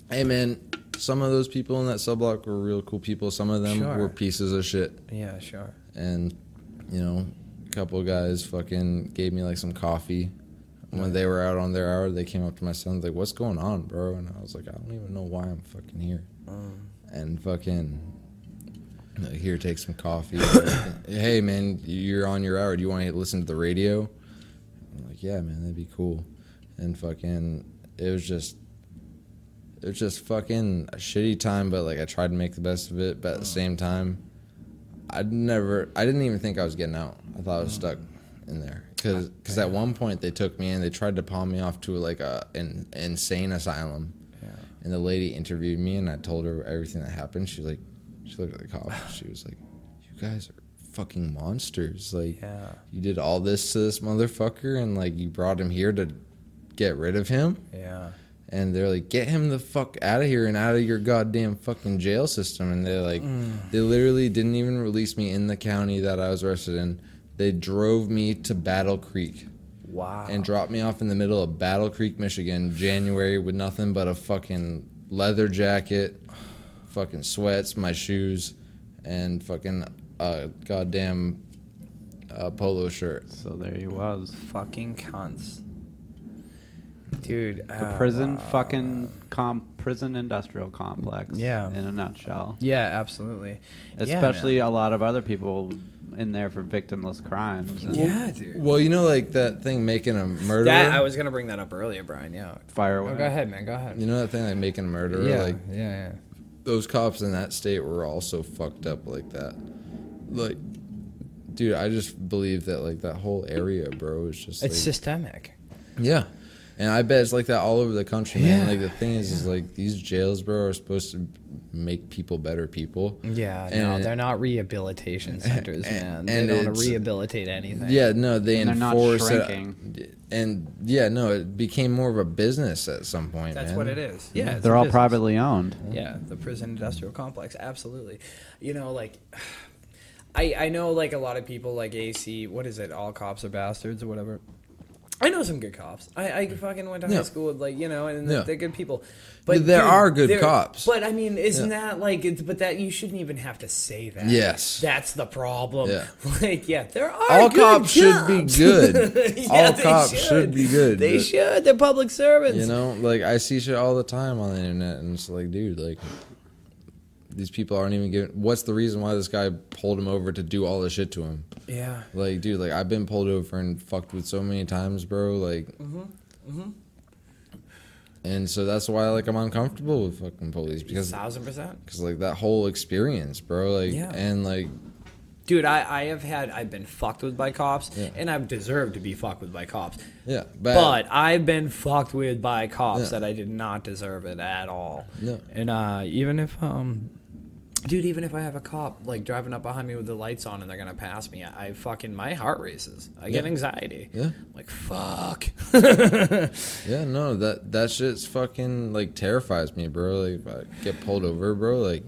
Speaker 2: Hey man, some of those people in that sub block were real cool people. Some of them
Speaker 1: Sure.
Speaker 2: were pieces of shit,
Speaker 1: Yeah, sure.
Speaker 2: and you know, a couple guys fucking gave me like some coffee. And When they were out on their hour, they came up to my son like, "What's going on, bro?" And I was like, "I don't even know why I'm fucking here." And fucking like, here, take some coffee. hey man, you're on your hour. Do you want to listen to the radio? I'm like, yeah, man, that'd be cool. And fucking, it was just, it was just fucking a shitty time. But like, I tried to make the best of it. But at the same time, I'd never, I didn't even think I was getting out. I thought I was stuck in there because at one point they took me and they tried to palm me off to like a an insane asylum.
Speaker 1: Yeah.
Speaker 2: And the lady interviewed me, and I told her everything that happened. She like, she looked at the cop. She was like, "You guys are fucking monsters! Like,
Speaker 1: Yeah.
Speaker 2: you did all this to this motherfucker, and like you brought him here to get rid of him."
Speaker 1: Yeah.
Speaker 2: and they're like, "Get him the fuck out of here and out of your goddamn fucking jail system." And they're like,
Speaker 1: Mm.
Speaker 2: they literally didn't even release me in the county that I was arrested in. They drove me to Battle Creek
Speaker 1: Wow.
Speaker 2: and dropped me off in the middle of Battle Creek, Michigan, January with nothing but a fucking leather jacket, fucking sweats, my shoes, and fucking uh, goddamn uh, polo shirt.
Speaker 3: So there he was.
Speaker 1: fucking cunts. Dude,
Speaker 3: The
Speaker 1: uh,
Speaker 3: prison fucking comp, prison industrial complex.
Speaker 1: Yeah.
Speaker 3: In a nutshell.
Speaker 1: Yeah, absolutely. Yeah, man.
Speaker 3: Especially a lot of other people in there for victimless crimes. and
Speaker 1: Yeah, dude.
Speaker 2: Well, you know, like that thing making a murderer.
Speaker 1: That I was gonna bring that up earlier, Brian. Yeah.
Speaker 3: Fire
Speaker 1: Oh,
Speaker 3: away.
Speaker 1: go ahead, man. Go ahead.
Speaker 2: You know that thing like making a murderer.
Speaker 1: yeah,
Speaker 2: Like
Speaker 1: yeah, yeah.
Speaker 2: those cops in that state were also fucked up like that. Like, dude, I just believe that like that whole area, bro, is just.
Speaker 1: It's
Speaker 2: like,
Speaker 1: systemic.
Speaker 2: Yeah. And I bet it's like that all over the country, man.
Speaker 1: Yeah.
Speaker 2: Like the thing is, is like these jails, bro, are supposed to make people better people.
Speaker 3: Mm.
Speaker 1: Yeah, no,
Speaker 2: And-
Speaker 1: they're not rehabilitation centers, man.
Speaker 2: and-
Speaker 1: They
Speaker 2: and
Speaker 1: don't wanna
Speaker 2: it's-
Speaker 1: rehabilitate anything.
Speaker 2: Yeah, no, they
Speaker 3: And they're not
Speaker 2: enforce it.
Speaker 3: shrinking.
Speaker 2: And yeah, no, it became more of a business at some point.
Speaker 1: that's
Speaker 2: man.
Speaker 1: what it is. Yeah, it's
Speaker 3: They're
Speaker 1: a
Speaker 3: all
Speaker 1: business.
Speaker 3: privately owned.
Speaker 1: Yeah,
Speaker 2: Mm-hmm.
Speaker 1: the prison industrial complex. Absolutely. You know, like I I know like a lot of people like AC. What is it? All cops are bastards or whatever. I know some good cops. I, I fucking went to high
Speaker 2: Mm-hmm. Yeah.
Speaker 1: school with like you know, and
Speaker 2: Yeah.
Speaker 1: they're good people.
Speaker 2: there
Speaker 1: dude,
Speaker 2: are good
Speaker 1: there-
Speaker 2: cops.
Speaker 1: But I mean, isn't
Speaker 2: Yeah.
Speaker 1: that like? It's, but that you shouldn't even have to say that.
Speaker 2: Yes.
Speaker 1: that's the problem.
Speaker 2: Yeah.
Speaker 1: Like, yeah, there are
Speaker 2: All
Speaker 1: good
Speaker 2: cops should be good.
Speaker 1: Yeah,
Speaker 2: All
Speaker 1: they
Speaker 2: cops should be good,
Speaker 1: They
Speaker 2: but-
Speaker 1: should. They're public servants.
Speaker 2: You know, like I see shit all the time on the internet, and it's like, dude, like these people aren't even giving. What's the reason why this guy pulled him over to do all this shit to him?
Speaker 1: Yeah.
Speaker 2: Like, dude, like I've been pulled over and fucked with so many times, bro. Like,
Speaker 1: Mm-hmm,
Speaker 2: and so that's why, like, I'm uncomfortable with fucking police because,
Speaker 1: Thousand percent.
Speaker 2: because, like, that whole experience, bro. Like,
Speaker 1: Yeah.
Speaker 2: and like,
Speaker 1: Dude, I, I have had I've been fucked with by cops,
Speaker 2: Yeah.
Speaker 1: and I've deserved to be fucked with by cops.
Speaker 2: yeah,
Speaker 1: But I've been fucked with by cops
Speaker 2: Yeah.
Speaker 1: that I did not deserve it at all.
Speaker 2: Yeah.
Speaker 1: And uh, even if um, dude, even if I have a cop like driving up behind me with the lights on and they're gonna pass me, I, I fucking my heart races. I get
Speaker 2: Yeah.
Speaker 1: anxiety.
Speaker 2: Yeah.
Speaker 1: I'm like fuck.
Speaker 2: yeah, no, that that shit's fucking like terrifies me, bro. Like, if I get pulled over, bro, like,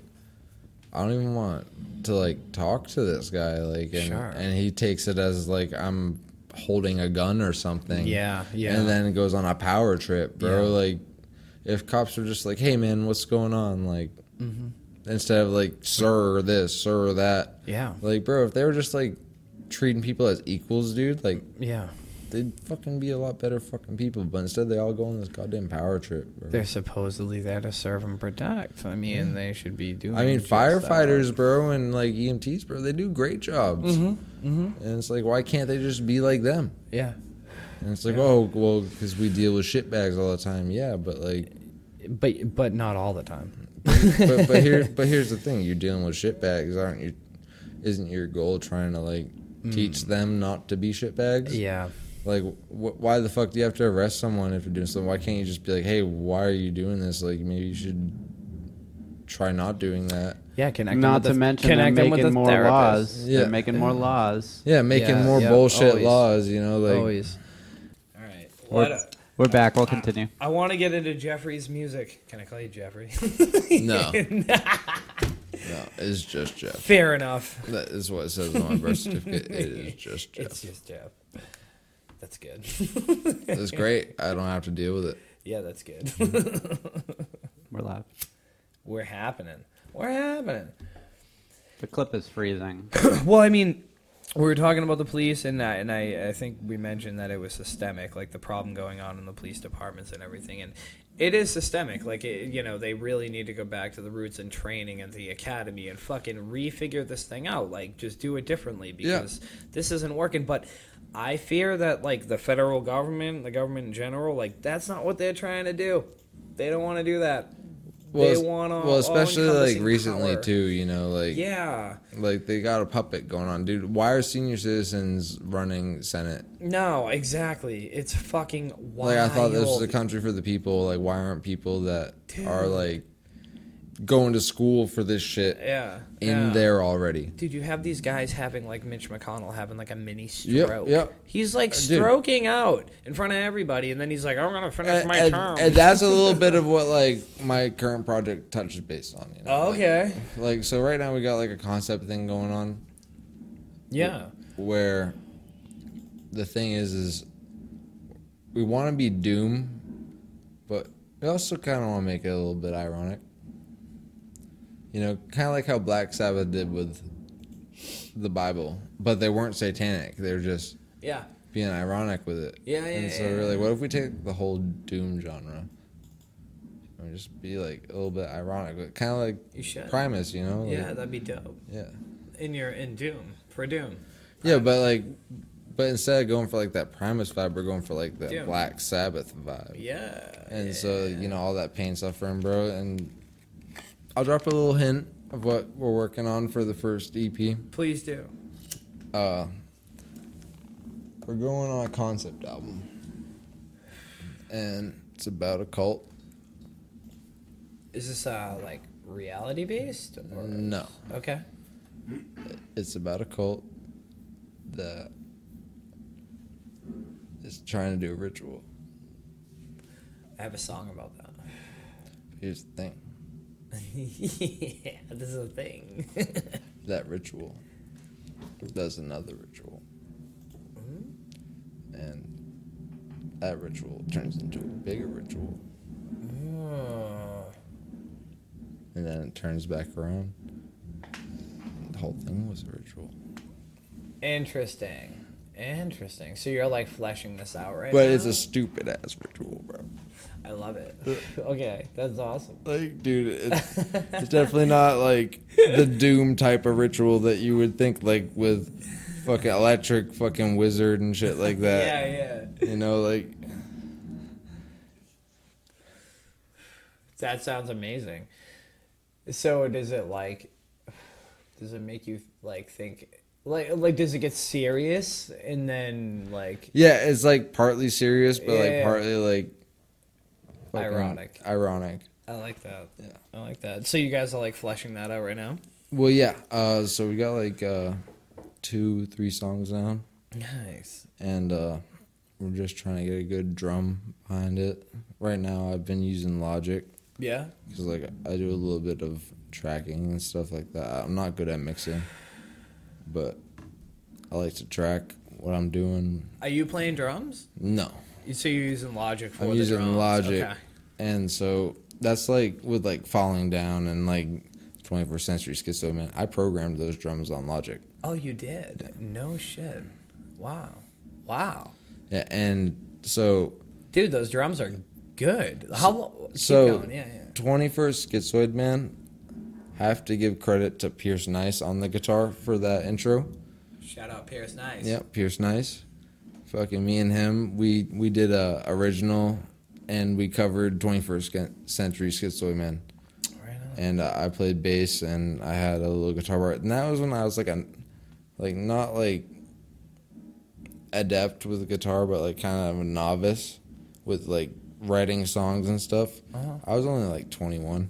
Speaker 2: I don't even want to like talk to this guy, like, and
Speaker 1: Sure.
Speaker 2: and he takes it as like I'm holding a gun or something.
Speaker 1: Yeah, yeah.
Speaker 2: And then it goes on a power trip, bro.
Speaker 1: Yeah.
Speaker 2: Like, if cops are just like, "Hey, man, what's going on?" Like,
Speaker 1: Mm-hmm.
Speaker 2: instead of like, "Sir, this, sir, that."
Speaker 1: yeah.
Speaker 2: Like, bro, if they were just like treating people as equals, dude, like
Speaker 1: Yeah.
Speaker 2: they'd fucking be a lot better fucking people, but instead they all go on this goddamn power trip. Bro.
Speaker 1: They're supposedly there to serve and protect. I mean, they should be doing.
Speaker 2: I mean,
Speaker 1: just that.
Speaker 2: firefighters, bro, and like EMTs, bro, they do great jobs.
Speaker 1: Mm-hmm,
Speaker 2: And it's like, why can't they just be like them?
Speaker 1: Yeah.
Speaker 2: And it's like, oh, well, because we deal with shitbags all the time. Yeah, but like,
Speaker 1: But but not all the time.
Speaker 2: but, but here, but here's the thing: you're dealing with shitbags, aren't you? Isn't your goal trying to like teach them not to be shitbags?
Speaker 1: Mm. Yeah.
Speaker 2: Like, wh- why the fuck do you have to arrest someone if you're doing something? Why can't you just be like, hey, why are you doing this? Like, maybe you should try not doing that.
Speaker 1: Yeah, connect.
Speaker 3: Not
Speaker 1: them
Speaker 3: to
Speaker 1: with the-
Speaker 3: mention they're
Speaker 1: connect them with
Speaker 3: making
Speaker 1: the
Speaker 3: more
Speaker 1: therapist.
Speaker 3: laws.
Speaker 2: Yeah.
Speaker 3: They're making more laws.
Speaker 2: Yeah, making
Speaker 1: Yeah,
Speaker 2: more
Speaker 1: yeah,
Speaker 2: bullshit
Speaker 1: always.
Speaker 2: laws, you know, like
Speaker 1: Always. All right.
Speaker 3: We're,
Speaker 1: What a-
Speaker 3: we're back. We'll continue.
Speaker 1: I want to get into Jeffrey's music. Can I call you Jeffrey?
Speaker 2: no. no, it's just Jeff.
Speaker 1: Fair enough.
Speaker 2: That is what it says on my birth certificate. It is just Jeff.
Speaker 1: It's just Jeff. That's good.
Speaker 2: It's great. I don't have to deal with it.
Speaker 1: yeah, that's good.
Speaker 3: We're live.
Speaker 1: We're happening. We're happening.
Speaker 3: The clip is freezing.
Speaker 1: Well, I mean, we were talking about the police, and I, and I, I think we mentioned that it was systemic, like the problem going on in the police departments and everything. And it is systemic. Like, it, you know, they really need to go back to the roots and training and the academy and fucking refigure this thing out. Like, just do it differently because this isn't working. But I fear that, like, the federal government, the government in general, like, that's not what they're trying to do. They don't want to do that. They
Speaker 2: es-
Speaker 1: want all-
Speaker 2: well, especially like
Speaker 1: all-encompassing
Speaker 2: recently
Speaker 1: power.
Speaker 2: too. You know, like
Speaker 1: Yeah.
Speaker 2: like they got a puppet going on, dude. Why are senior citizens running Senate?
Speaker 1: No, exactly. It's fucking wild.
Speaker 2: Like I thought this was a country for the people. Like why aren't people that are like going to school for this shit
Speaker 1: Yeah.
Speaker 2: in
Speaker 1: yeah.
Speaker 2: there already.
Speaker 1: Dude, you have these guys having like Mitch McConnell having like a mini
Speaker 2: Yep,
Speaker 1: stroke.
Speaker 2: yep.
Speaker 1: He's like
Speaker 2: dude.
Speaker 1: stroking out in front of everybody, and then he's like, "I'm gonna finish
Speaker 2: And,
Speaker 1: my
Speaker 2: and-
Speaker 1: term."
Speaker 2: and that's a little bit of what like my current project touches based on. You know?
Speaker 1: Oh,
Speaker 2: Like-
Speaker 1: okay.
Speaker 2: Like, so, right now we got like a concept thing going on
Speaker 1: yeah.
Speaker 2: where the thing is is we want to be doom, but we also kind of want to make it a little bit ironic. You know, kind of like how Black Sabbath did with the Bible, but they weren't satanic. They were just
Speaker 1: Yeah.
Speaker 2: being ironic with it.
Speaker 1: Yeah, yeah,
Speaker 2: And so
Speaker 1: yeah,
Speaker 2: we're
Speaker 1: yeah.
Speaker 2: like, what if we take the whole doom genre and just be like a little bit ironic, but kind of like
Speaker 1: You should.
Speaker 2: Primus, you know? Like,
Speaker 1: Yeah, that'd be dope.
Speaker 2: yeah.
Speaker 1: In your in Doom for Doom.
Speaker 2: Yeah, but like, but instead of going for like that Primus vibe, we're going for like that
Speaker 1: Doom.
Speaker 2: Black Sabbath vibe.
Speaker 1: Yeah.
Speaker 2: And so you know all that pain suffering, bro. And I'll drop a little hint of what we're working on for the first E EP.
Speaker 1: Please do.
Speaker 2: uh we're going on a concept album and it's about a cult
Speaker 1: Is this uh like reality based? Or...
Speaker 2: no
Speaker 1: Okay.
Speaker 2: it's about a cult that is trying to do a ritual
Speaker 1: I have a song about that.
Speaker 2: here's the thing
Speaker 1: yeah, this is a thing.
Speaker 2: that ritual does another ritual and that ritual turns into a bigger ritual
Speaker 1: Oh.
Speaker 2: and then it turns back around the whole thing was a ritual
Speaker 1: Interesting. Interesting. So you're like fleshing this out right
Speaker 2: But
Speaker 1: now?
Speaker 2: it's a stupid ass ritual, bro.
Speaker 1: I love it. okay, that's awesome.
Speaker 2: Like, dude, it's, it's definitely not like the doom type of ritual that you would think, like with fucking electric fucking wizard and shit like that.
Speaker 1: yeah, yeah.
Speaker 2: You know, like
Speaker 1: That sounds amazing. So does it like does it make you like think like like does it get serious and then like
Speaker 2: yeah, it's like partly serious, but like
Speaker 1: Yeah.
Speaker 2: partly like fucking
Speaker 1: Ironic.
Speaker 2: Ironic.
Speaker 1: I like that.
Speaker 2: Yeah.
Speaker 1: I like that. So you guys are like fleshing that out right now?
Speaker 2: Well, yeah. Uh, so we got like uh, two, three songs down,
Speaker 1: Nice.
Speaker 2: and uh, we're just trying to get a good drum behind it. Right now, I've been using Logic.
Speaker 1: Yeah.
Speaker 2: because like I do a little bit of tracking and stuff like that. I'm not good at mixing, but I like to track what I'm doing.
Speaker 1: Are you playing drums?
Speaker 2: No,
Speaker 1: So you're using Logic for
Speaker 2: I'm
Speaker 1: the
Speaker 2: using
Speaker 1: drums.
Speaker 2: Logic,
Speaker 1: Okay.
Speaker 2: and so that's like with like falling down and like 21st century schizo man. I programmed those drums on Logic.
Speaker 1: Oh, you did. No shit. Wow. Wow.
Speaker 2: Yeah, and so
Speaker 1: Dude, those drums are good. How long?
Speaker 2: so
Speaker 1: going. Yeah, yeah.
Speaker 2: 21st schizoid man. Have to give credit to Pierce Nice on the guitar for that intro.
Speaker 1: Shout out Pierce Nice.
Speaker 2: Yep, Pierce Nice. Fucking me and him, we we did a original, and we covered 21st gen- century schizoid man.
Speaker 1: Right on.
Speaker 2: And uh, I played bass, and I had a little guitar part, and that was when I was like a, like not like adept with the guitar, but like kind of a novice with like writing songs and stuff.
Speaker 1: Uh-huh.
Speaker 2: I was only like 21.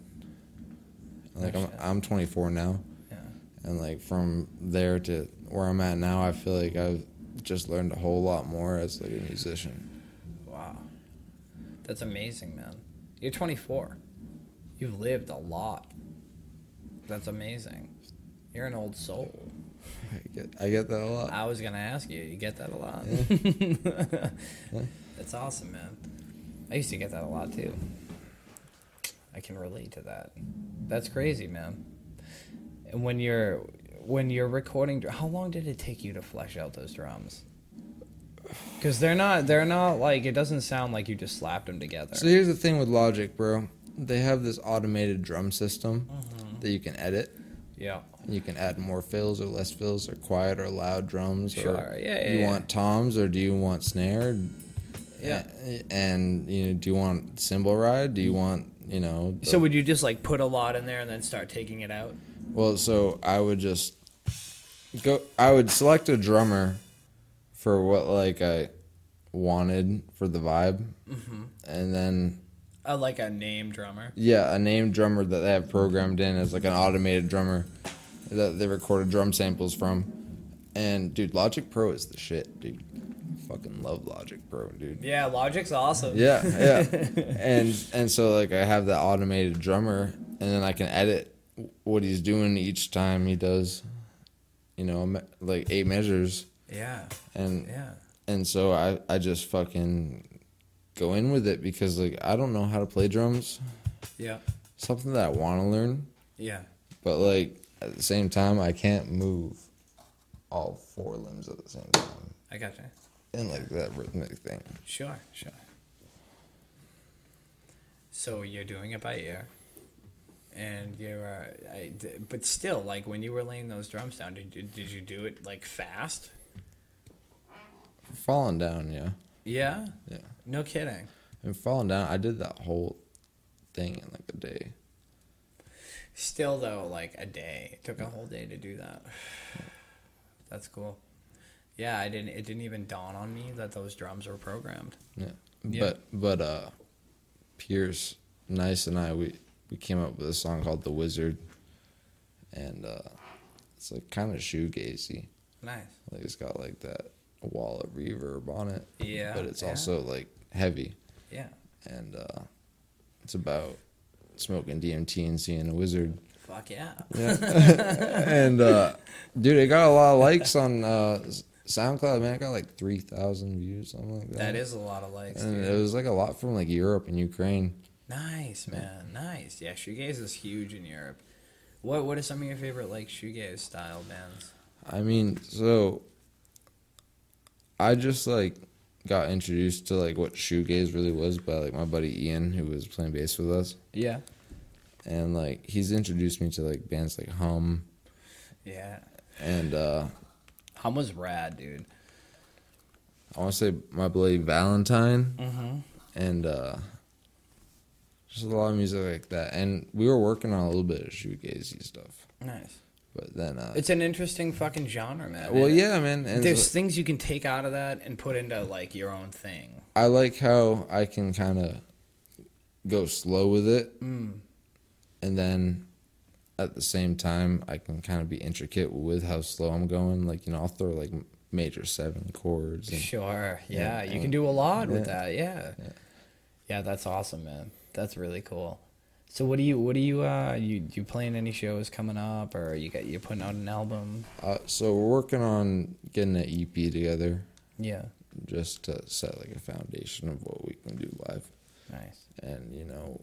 Speaker 2: Like I'm, I'm 24 now
Speaker 1: Yeah.
Speaker 2: and like from there to where I'm at now, I feel like I've just learned a whole lot more as like a musician.
Speaker 1: Wow. That's amazing, man. You're 24. You've lived a lot. That's amazing. You're an old soul.
Speaker 2: I get I get that a lot.
Speaker 1: I was gonna ask you. You get that a lot. That's awesome, man. I used to get that a lot too. I can relate to that. That's crazy, man. And when you're when you're recording, dr- how long did it take you to flesh out those drums? Because they're not they're not like it doesn't sound like you just slapped them together.
Speaker 2: So here's the thing with Logic, bro. They have this automated drum system
Speaker 1: Mm-hmm.
Speaker 2: that you can edit.
Speaker 1: yeah.
Speaker 2: You can add more fills or less fills or quiet or loud drums.
Speaker 1: Sure,
Speaker 2: Or
Speaker 1: yeah, yeah,
Speaker 2: you
Speaker 1: yeah.
Speaker 2: want toms or do you want snare?
Speaker 1: Yeah. Mm-hmm.
Speaker 2: A- And, you know, do you want cymbal ride? Do you want you know? the-
Speaker 1: So would you just like put a lot in there and then start taking it out?
Speaker 2: Well, so I would just go. I would select a drummer
Speaker 1: Mm-hmm.
Speaker 2: for what like I wanted for the vibe, and then
Speaker 1: Uh, like a name drummer.
Speaker 2: Yeah, a named drummer that they have programmed in as like an automated drummer that they recorded drum samples from. And dude, Logic Pro is the shit, dude. Fucking love Logic Pro, dude.
Speaker 1: Yeah, Logic's awesome.
Speaker 2: Yeah, yeah. and and so like I have that automated drummer, and then I can edit what he's doing each time he does, you know, me- like eight measures,
Speaker 1: yeah,
Speaker 2: and
Speaker 1: yeah.
Speaker 2: and so I I just fucking go in with it because like I don't know how to play drums,
Speaker 1: Yeah.
Speaker 2: something that I want to learn,
Speaker 1: Yeah.
Speaker 2: but like at the same time I can't move all four limbs at the same time
Speaker 1: I gotcha.
Speaker 2: and like that rhythmic thing.
Speaker 1: Sure, sure. So you're doing it by ear, and you're, uh, I d but still, like when you were laying those drums down, did you, did you do it like fast?
Speaker 2: Falling down, yeah,
Speaker 1: Yeah.
Speaker 2: yeah.
Speaker 1: No kidding.
Speaker 2: And falling down, I did that whole thing in like a day.
Speaker 1: Still though, like a day. It took a whole day to do that. That's cool. Yeah, I didn't. It didn't even dawn on me that those drums were programmed.
Speaker 2: Yeah.
Speaker 1: Yeah.
Speaker 2: But but uh Pierce, Nice and I we we came up with a song called The Wizard and uh it's like kind of shoegazy.
Speaker 1: Nice.
Speaker 2: Like it's got like that wall of reverb on it.
Speaker 1: Yeah,
Speaker 2: But it's
Speaker 1: yeah.
Speaker 2: also like heavy
Speaker 1: Yeah.
Speaker 2: and uh it's about smoking DMT and seeing a wizard.
Speaker 1: Fuck yeah.
Speaker 2: and uh dude, it got a lot of likes on uh SoundCloud, man. It got like 3,000 views, something like that.
Speaker 1: That is a lot of likes.
Speaker 2: and
Speaker 1: dude.
Speaker 2: it was like a lot from like Europe and Ukraine.
Speaker 1: Nice, man. Nice. Yeah, shoegaze is huge in Europe. What What are some of your favorite like shoegaze style bands?
Speaker 2: I mean, so I just like got introduced to like what shoegaze really was by like my buddy Ian who was playing bass with us,
Speaker 1: Yeah.
Speaker 2: and like he's introduced me to like bands like Hum
Speaker 1: Yeah.
Speaker 2: and uh
Speaker 1: Hum was rad, dude.
Speaker 2: I want to say my bloody Valentine
Speaker 1: Mm-hmm.
Speaker 2: and uh just a lot of music like that. And we were working on a little bit of shoegazy stuff,
Speaker 1: Nice.
Speaker 2: but then uh
Speaker 1: It's an interesting fucking genre, man.
Speaker 2: well,
Speaker 1: And
Speaker 2: yeah, man. And
Speaker 1: There's
Speaker 2: so-
Speaker 1: things you can take out of that and put into like your own thing.
Speaker 2: I like how I can kind of go slow with it,
Speaker 1: Mm.
Speaker 2: and then at the same time I can kind of be intricate with how slow I'm going. Like you know, I'll throw like major seven chords. And,
Speaker 1: Sure. Yeah,
Speaker 2: Yeah,
Speaker 1: you can
Speaker 2: and-
Speaker 1: do a lot with
Speaker 2: yeah.
Speaker 1: that. Yeah. yeah. that's awesome, man. That's really cool. So what do you what do you uh you you playing any shows coming up or you got you putting out an album?
Speaker 2: uh, so we're working on getting an EP together,
Speaker 1: Yeah.
Speaker 2: just to set like a foundation of what we can do live.
Speaker 1: Nice.
Speaker 2: And you know,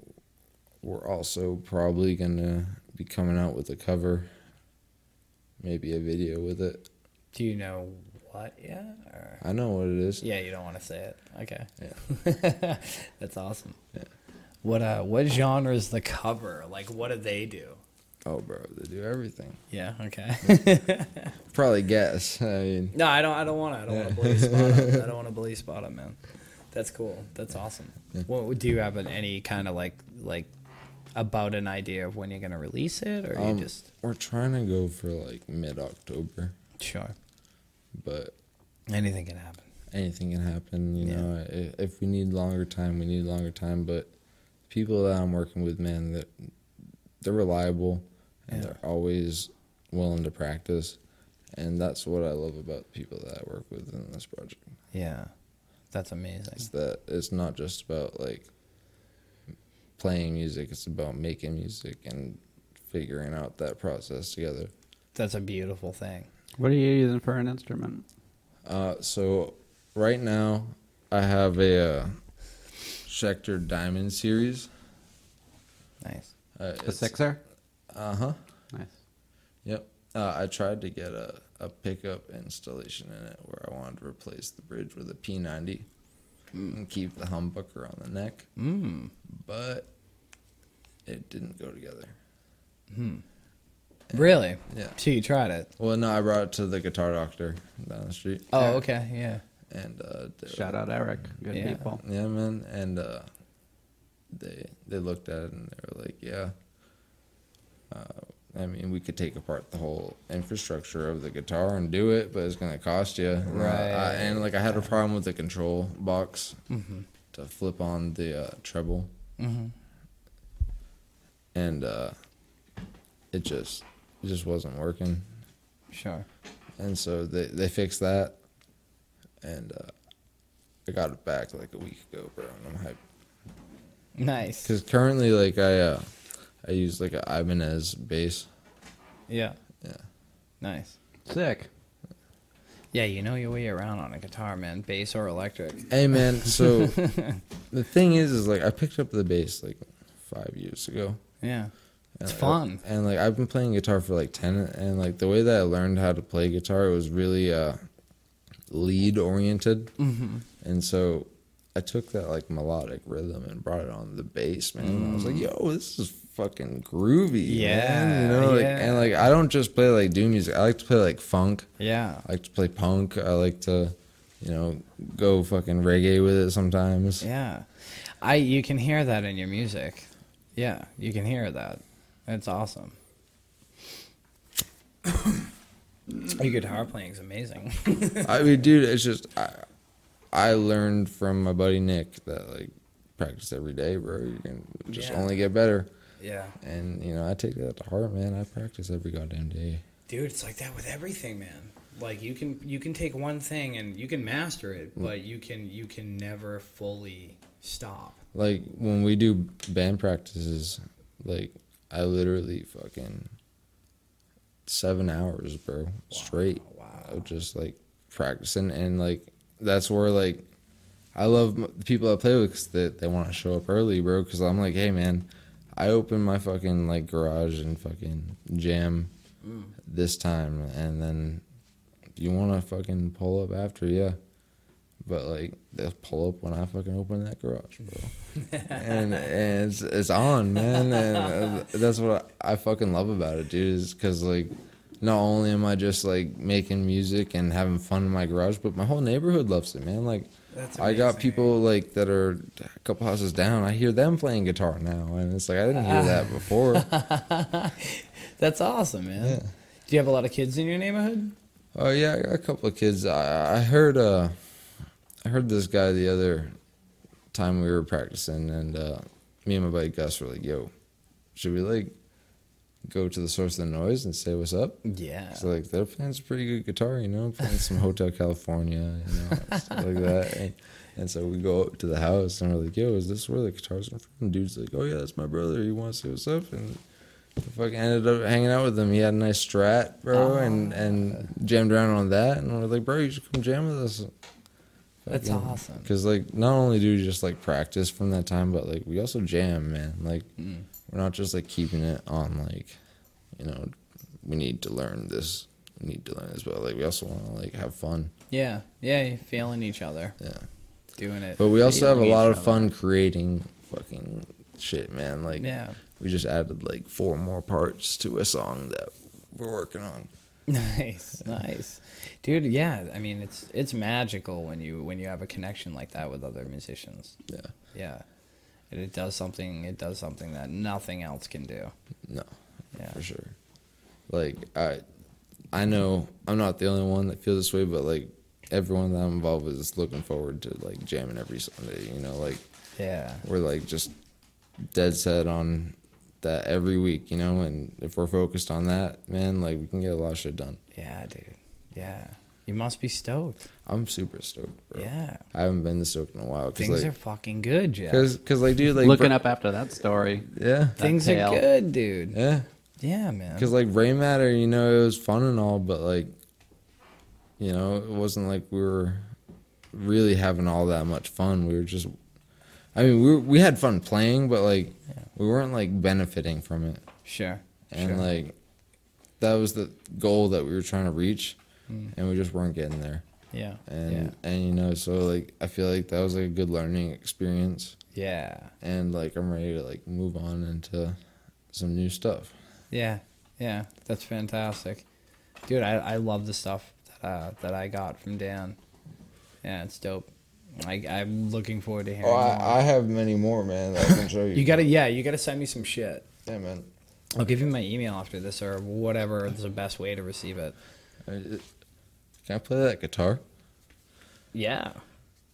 Speaker 2: we're also probably gonna be coming out with a cover, maybe a video with it.
Speaker 1: Do you know what yet? Or
Speaker 2: I know what it is.
Speaker 1: yeah, you don't want to say it. Okay.
Speaker 2: Yeah.
Speaker 1: that's awesome. What uh what genre is the cover? Like what do they do?
Speaker 2: Oh, bro, they do everything.
Speaker 1: Yeah, okay.
Speaker 2: Probably guess. I mean,
Speaker 1: No, I don't. I don't want to. I don't want to bully spot him. I don't want to bully spot him, man. That's cool. That's awesome. Well, do you have an, any kind of like like about an idea of when you're gonna release it, or
Speaker 2: um,
Speaker 1: you just
Speaker 2: we're trying to go for like mid October,
Speaker 1: sure
Speaker 2: but
Speaker 1: anything can happen?
Speaker 2: anything can happen. You
Speaker 1: Yeah.
Speaker 2: know, if, if we need longer time, we need longer time. But people that I'm working with, man, that they're reliable and
Speaker 1: Yeah.
Speaker 2: they're always willing to practice, and that's what I love about the people that I work with in this project.
Speaker 1: Yeah, that's amazing.
Speaker 2: It's that it's not just about like playing music; it's about making music and figuring out that process together.
Speaker 1: That's a beautiful thing.
Speaker 3: What are you using for an instrument?
Speaker 2: Uh, so right now I have a uh, Schecter Diamond series.
Speaker 1: Nice.
Speaker 2: Uh,
Speaker 3: A sixer?
Speaker 2: Uh
Speaker 1: Uh-huh.
Speaker 2: huh.
Speaker 3: Nice.
Speaker 2: Yep. Uh, I tried to get a, a pickup installation in it where I wanted to replace the bridge with a P90 and keep the humbucker on the neck,
Speaker 1: Mm.
Speaker 2: but it didn't go together.
Speaker 1: Really?
Speaker 2: Yeah.
Speaker 1: So you tried it?
Speaker 2: Well, no, I brought it to the guitar doctor down the street.
Speaker 1: Oh, okay. Yeah.
Speaker 2: And uh, they were
Speaker 3: Shout out Eric. Good
Speaker 1: Yeah.
Speaker 3: people.
Speaker 2: Yeah, man. And uh, they they looked at it and they were like, yeah. Uh, I mean, we could take apart the whole infrastructure of the guitar and do it, but it's gonna cost you. And I- I-
Speaker 1: Right. Mm.
Speaker 2: and like, I had a problem with the control box to flip on the uh, treble. and uh, it just it just wasn't working.
Speaker 4: Sure.
Speaker 2: And so they, they fixed that, and uh, I got it back like a week ago, bro. And I'm hyped
Speaker 4: Nice.
Speaker 2: because currently like I uh, I use like a Ibanez bass.
Speaker 4: Yeah.
Speaker 2: Yeah.
Speaker 4: Nice.
Speaker 3: Sick.
Speaker 4: Yeah, you know your way around on a guitar, man. Bass or electric.
Speaker 2: Hey man, so the thing is, is like I picked up the bass like five years ago.
Speaker 4: Yeah.
Speaker 2: And,
Speaker 4: It's
Speaker 2: like, I-
Speaker 4: fun.
Speaker 2: and like I've been playing guitar for like ten, and like the way that I learned how to play guitar it was really uh, lead oriented, mm-hmm. and so I took that like melodic rhythm and brought it on the bass, man. And I was like, yo, this is fucking groovy,
Speaker 4: Mm.
Speaker 2: man.
Speaker 4: Yeah,
Speaker 2: You know, like,
Speaker 4: yeah.
Speaker 2: and like I don't just play like doom music. I like to play like funk.
Speaker 4: Yeah.
Speaker 2: I like to play punk. I like to, you know, go fucking reggae with it sometimes.
Speaker 4: Yeah. I you can hear that in your music. Yeah, you can hear that. It's awesome.
Speaker 1: Your guitar playing is amazing.
Speaker 2: I mean, dude, it's just I, I learned from my buddy Nick that like practice every day, bro. You can just
Speaker 1: Yeah.
Speaker 2: only get better.
Speaker 1: yeah.
Speaker 2: And you know, I take that to heart, man. I practice every goddamn day.
Speaker 1: Dude, it's like that with everything, man. Like you can you can take one thing and you can master it,
Speaker 2: Mm.
Speaker 1: but you can you can never fully stop.
Speaker 2: Like when we do band practices, like I literally fucking seven hours, bro, straight.
Speaker 1: wow.
Speaker 2: of Just like practicing, and like that's where like I love m- the people I play with 'cause they they want to show up early, bro. Because I'm like, hey, man, I open my fucking like garage and fucking jam this time, and then if you want to fucking pull up after, yeah. But like they'll pull up when I fucking open that garage, bro. and and it's, it's on, man. And uh, that's what I, I fucking love about it, dude. Is because like not only am I just like making music and having fun in my garage, but my whole neighborhood loves it, man. Like
Speaker 1: That's
Speaker 2: I got
Speaker 1: amazing.
Speaker 2: people like that are a couple houses down. I hear them playing guitar now, and it's like I didn't hear that before.
Speaker 4: That's awesome, man. Do you have a lot of kids in your neighborhood?
Speaker 2: Oh yeah, I got a couple of kids. I, I heard uh, I heard this guy the other time we were practicing, and uh, me and my buddy Gus were like, "Yo, should we like go to the source of the noise and say what's up?"
Speaker 4: Yeah.
Speaker 2: So like they're playing some pretty good guitar, you know, playing some Hotel California, you know, stuff like that. And, and so we go up to the house and we're like, "Yo, is this where the guitars are from?" And dude's like, "Oh yeah, that's my brother. You want to see what's up?" And I fucking ended up hanging out with him. He had a nice Strat, bro,
Speaker 4: Ah.
Speaker 2: and and jammed around on that. And we're like, "Bro, you should come jam with us."
Speaker 4: That's awesome.
Speaker 2: Because like, not only do we just like practice from that time, but like we also jam, man. Like, we're not just like keeping it on like, you know, we need to learn this, we need to learn this, but like we also want to like have fun.
Speaker 4: Yeah. Yeah, you're feeling each other.
Speaker 2: Yeah.
Speaker 4: Doing it.
Speaker 2: But we also have a
Speaker 4: Feeling
Speaker 2: lot
Speaker 4: each
Speaker 2: of fun creating fucking shit, man. Like,
Speaker 4: Yeah.
Speaker 2: we just added like four more parts to a song that we're working on.
Speaker 4: Nice, nice, dude. Yeah, I mean it's it's magical when you when you have a connection like that with other musicians.
Speaker 2: Yeah.
Speaker 4: Yeah, it, it does something. It does something that nothing else can do.
Speaker 2: No.
Speaker 4: Yeah.
Speaker 2: For sure. Like I I know I'm not the only one that feels this way, but like everyone that I'm involved with is looking forward to like jamming every Sunday, you know, like
Speaker 4: Yeah,
Speaker 2: we're like just dead set on that every week, you know, and if we're focused on that, man, like we can get a lot of shit done.
Speaker 4: yeah, dude. Yeah, you must be stoked.
Speaker 2: I'm super stoked, bro.
Speaker 4: Yeah,
Speaker 2: I haven't been this stoked in a while. Cause,
Speaker 4: things
Speaker 2: like,
Speaker 4: are fucking good, Jeff.
Speaker 2: cause, 'cause, like, dude, like
Speaker 3: Looking
Speaker 2: bro-
Speaker 3: up after that story.
Speaker 2: yeah,
Speaker 4: things
Speaker 3: tail.
Speaker 4: are good, dude.
Speaker 2: yeah.
Speaker 4: Yeah, man.
Speaker 2: Because like Ray Matter, you know, it was fun and all, but like, you know, it wasn't like we were really having all that much fun. We were just, I mean, we were, we had fun playing, but like, we weren't like benefiting from it,
Speaker 4: Sure.
Speaker 2: and
Speaker 4: sure.
Speaker 2: like, that was the goal that we were trying to reach, and we just weren't getting there.
Speaker 4: yeah,
Speaker 2: And and you know, so like, I feel like that was like a good learning experience,
Speaker 4: yeah,
Speaker 2: and like, I'm ready to like move on into some new stuff.
Speaker 4: yeah, yeah, yeah. That's fantastic, dude. I I love the stuff that uh, that I got from Dan. Yeah, it's dope. I I'm looking forward to hearing.
Speaker 2: Oh,
Speaker 4: more.
Speaker 2: I, I have many more, man. That I can show you.
Speaker 1: You gotta yeah, you gotta send me some shit.
Speaker 2: Yeah, man.
Speaker 4: I'll give you my email after this or whatever is the best way to
Speaker 2: uh,
Speaker 4: receive it.
Speaker 2: I- Can I play that guitar?
Speaker 4: Yeah.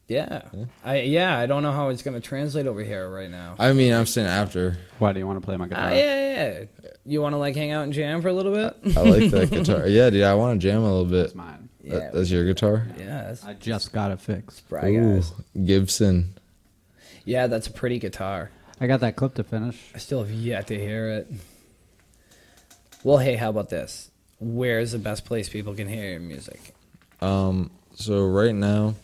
Speaker 4: Yeah.
Speaker 1: I yeah, I don't know how it's gonna translate over here right now.
Speaker 2: I mean, I'm saying after.
Speaker 3: Why do you want to play my guitar?
Speaker 1: Ah, yeah, yeah, yeah. You want to like hang out and jam for a little bit?
Speaker 2: I like that guitar. Yeah, dude, I want to jam a little bit.
Speaker 3: It's mine.
Speaker 2: That-
Speaker 1: Yeah.
Speaker 2: that's your guitar.
Speaker 1: yeah, that's
Speaker 3: I just got it fixed.
Speaker 1: fry guys.
Speaker 2: Ooh, Gibson.
Speaker 1: Yeah, that's a pretty guitar.
Speaker 3: I got that clip to finish.
Speaker 1: I still have yet to hear it. Well, hey, how about this? Where's the best place people can hear your music?
Speaker 2: Um, so right now,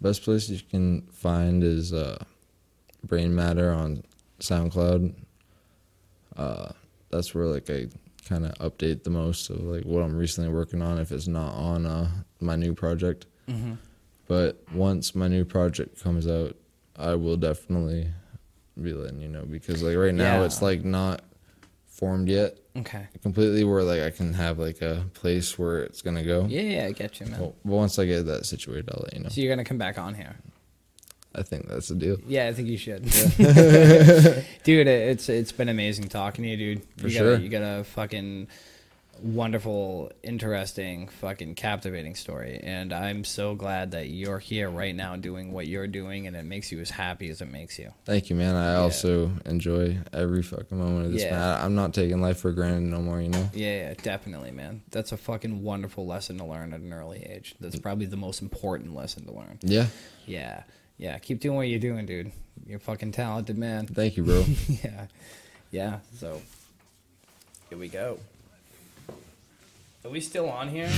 Speaker 2: best place you can find is uh, Brain Matter on SoundCloud. Uh, that's where like I kind of update the most of like what I'm recently working on if it's not on uh, my new project. But once my new project comes out, I will definitely be letting you know because like right now
Speaker 1: Yeah.
Speaker 2: it's like not formed yet
Speaker 4: Okay.
Speaker 2: completely where like I can have like a place where it's gonna go.
Speaker 4: Yeah, yeah, I get you, man.
Speaker 2: Well, well, once I get that situated, I'll let you know.
Speaker 1: So you're gonna come back on here?
Speaker 2: I think that's the deal.
Speaker 1: Yeah, I think you should. dude, it- it's it's been amazing talking to you, dude.
Speaker 2: For
Speaker 1: you
Speaker 2: sure.
Speaker 1: got a, you got a fucking wonderful, interesting, fucking captivating story, and I'm so glad that you're here right now doing what you're doing, and it makes you as happy as it makes you.
Speaker 2: Thank you, man. I also enjoy every fucking moment of this.
Speaker 1: Yeah.
Speaker 2: Man. I, I'm not taking life for granted no more. You know.
Speaker 1: Yeah, yeah, definitely, man. That's a fucking wonderful lesson to learn at an early age. That's probably the most important lesson to learn.
Speaker 2: Yeah.
Speaker 1: Yeah, yeah. Keep doing what you're doing, dude. You're a fucking talented, man.
Speaker 2: Thank you, bro.
Speaker 1: yeah, yeah. So here we go. Are we still on here?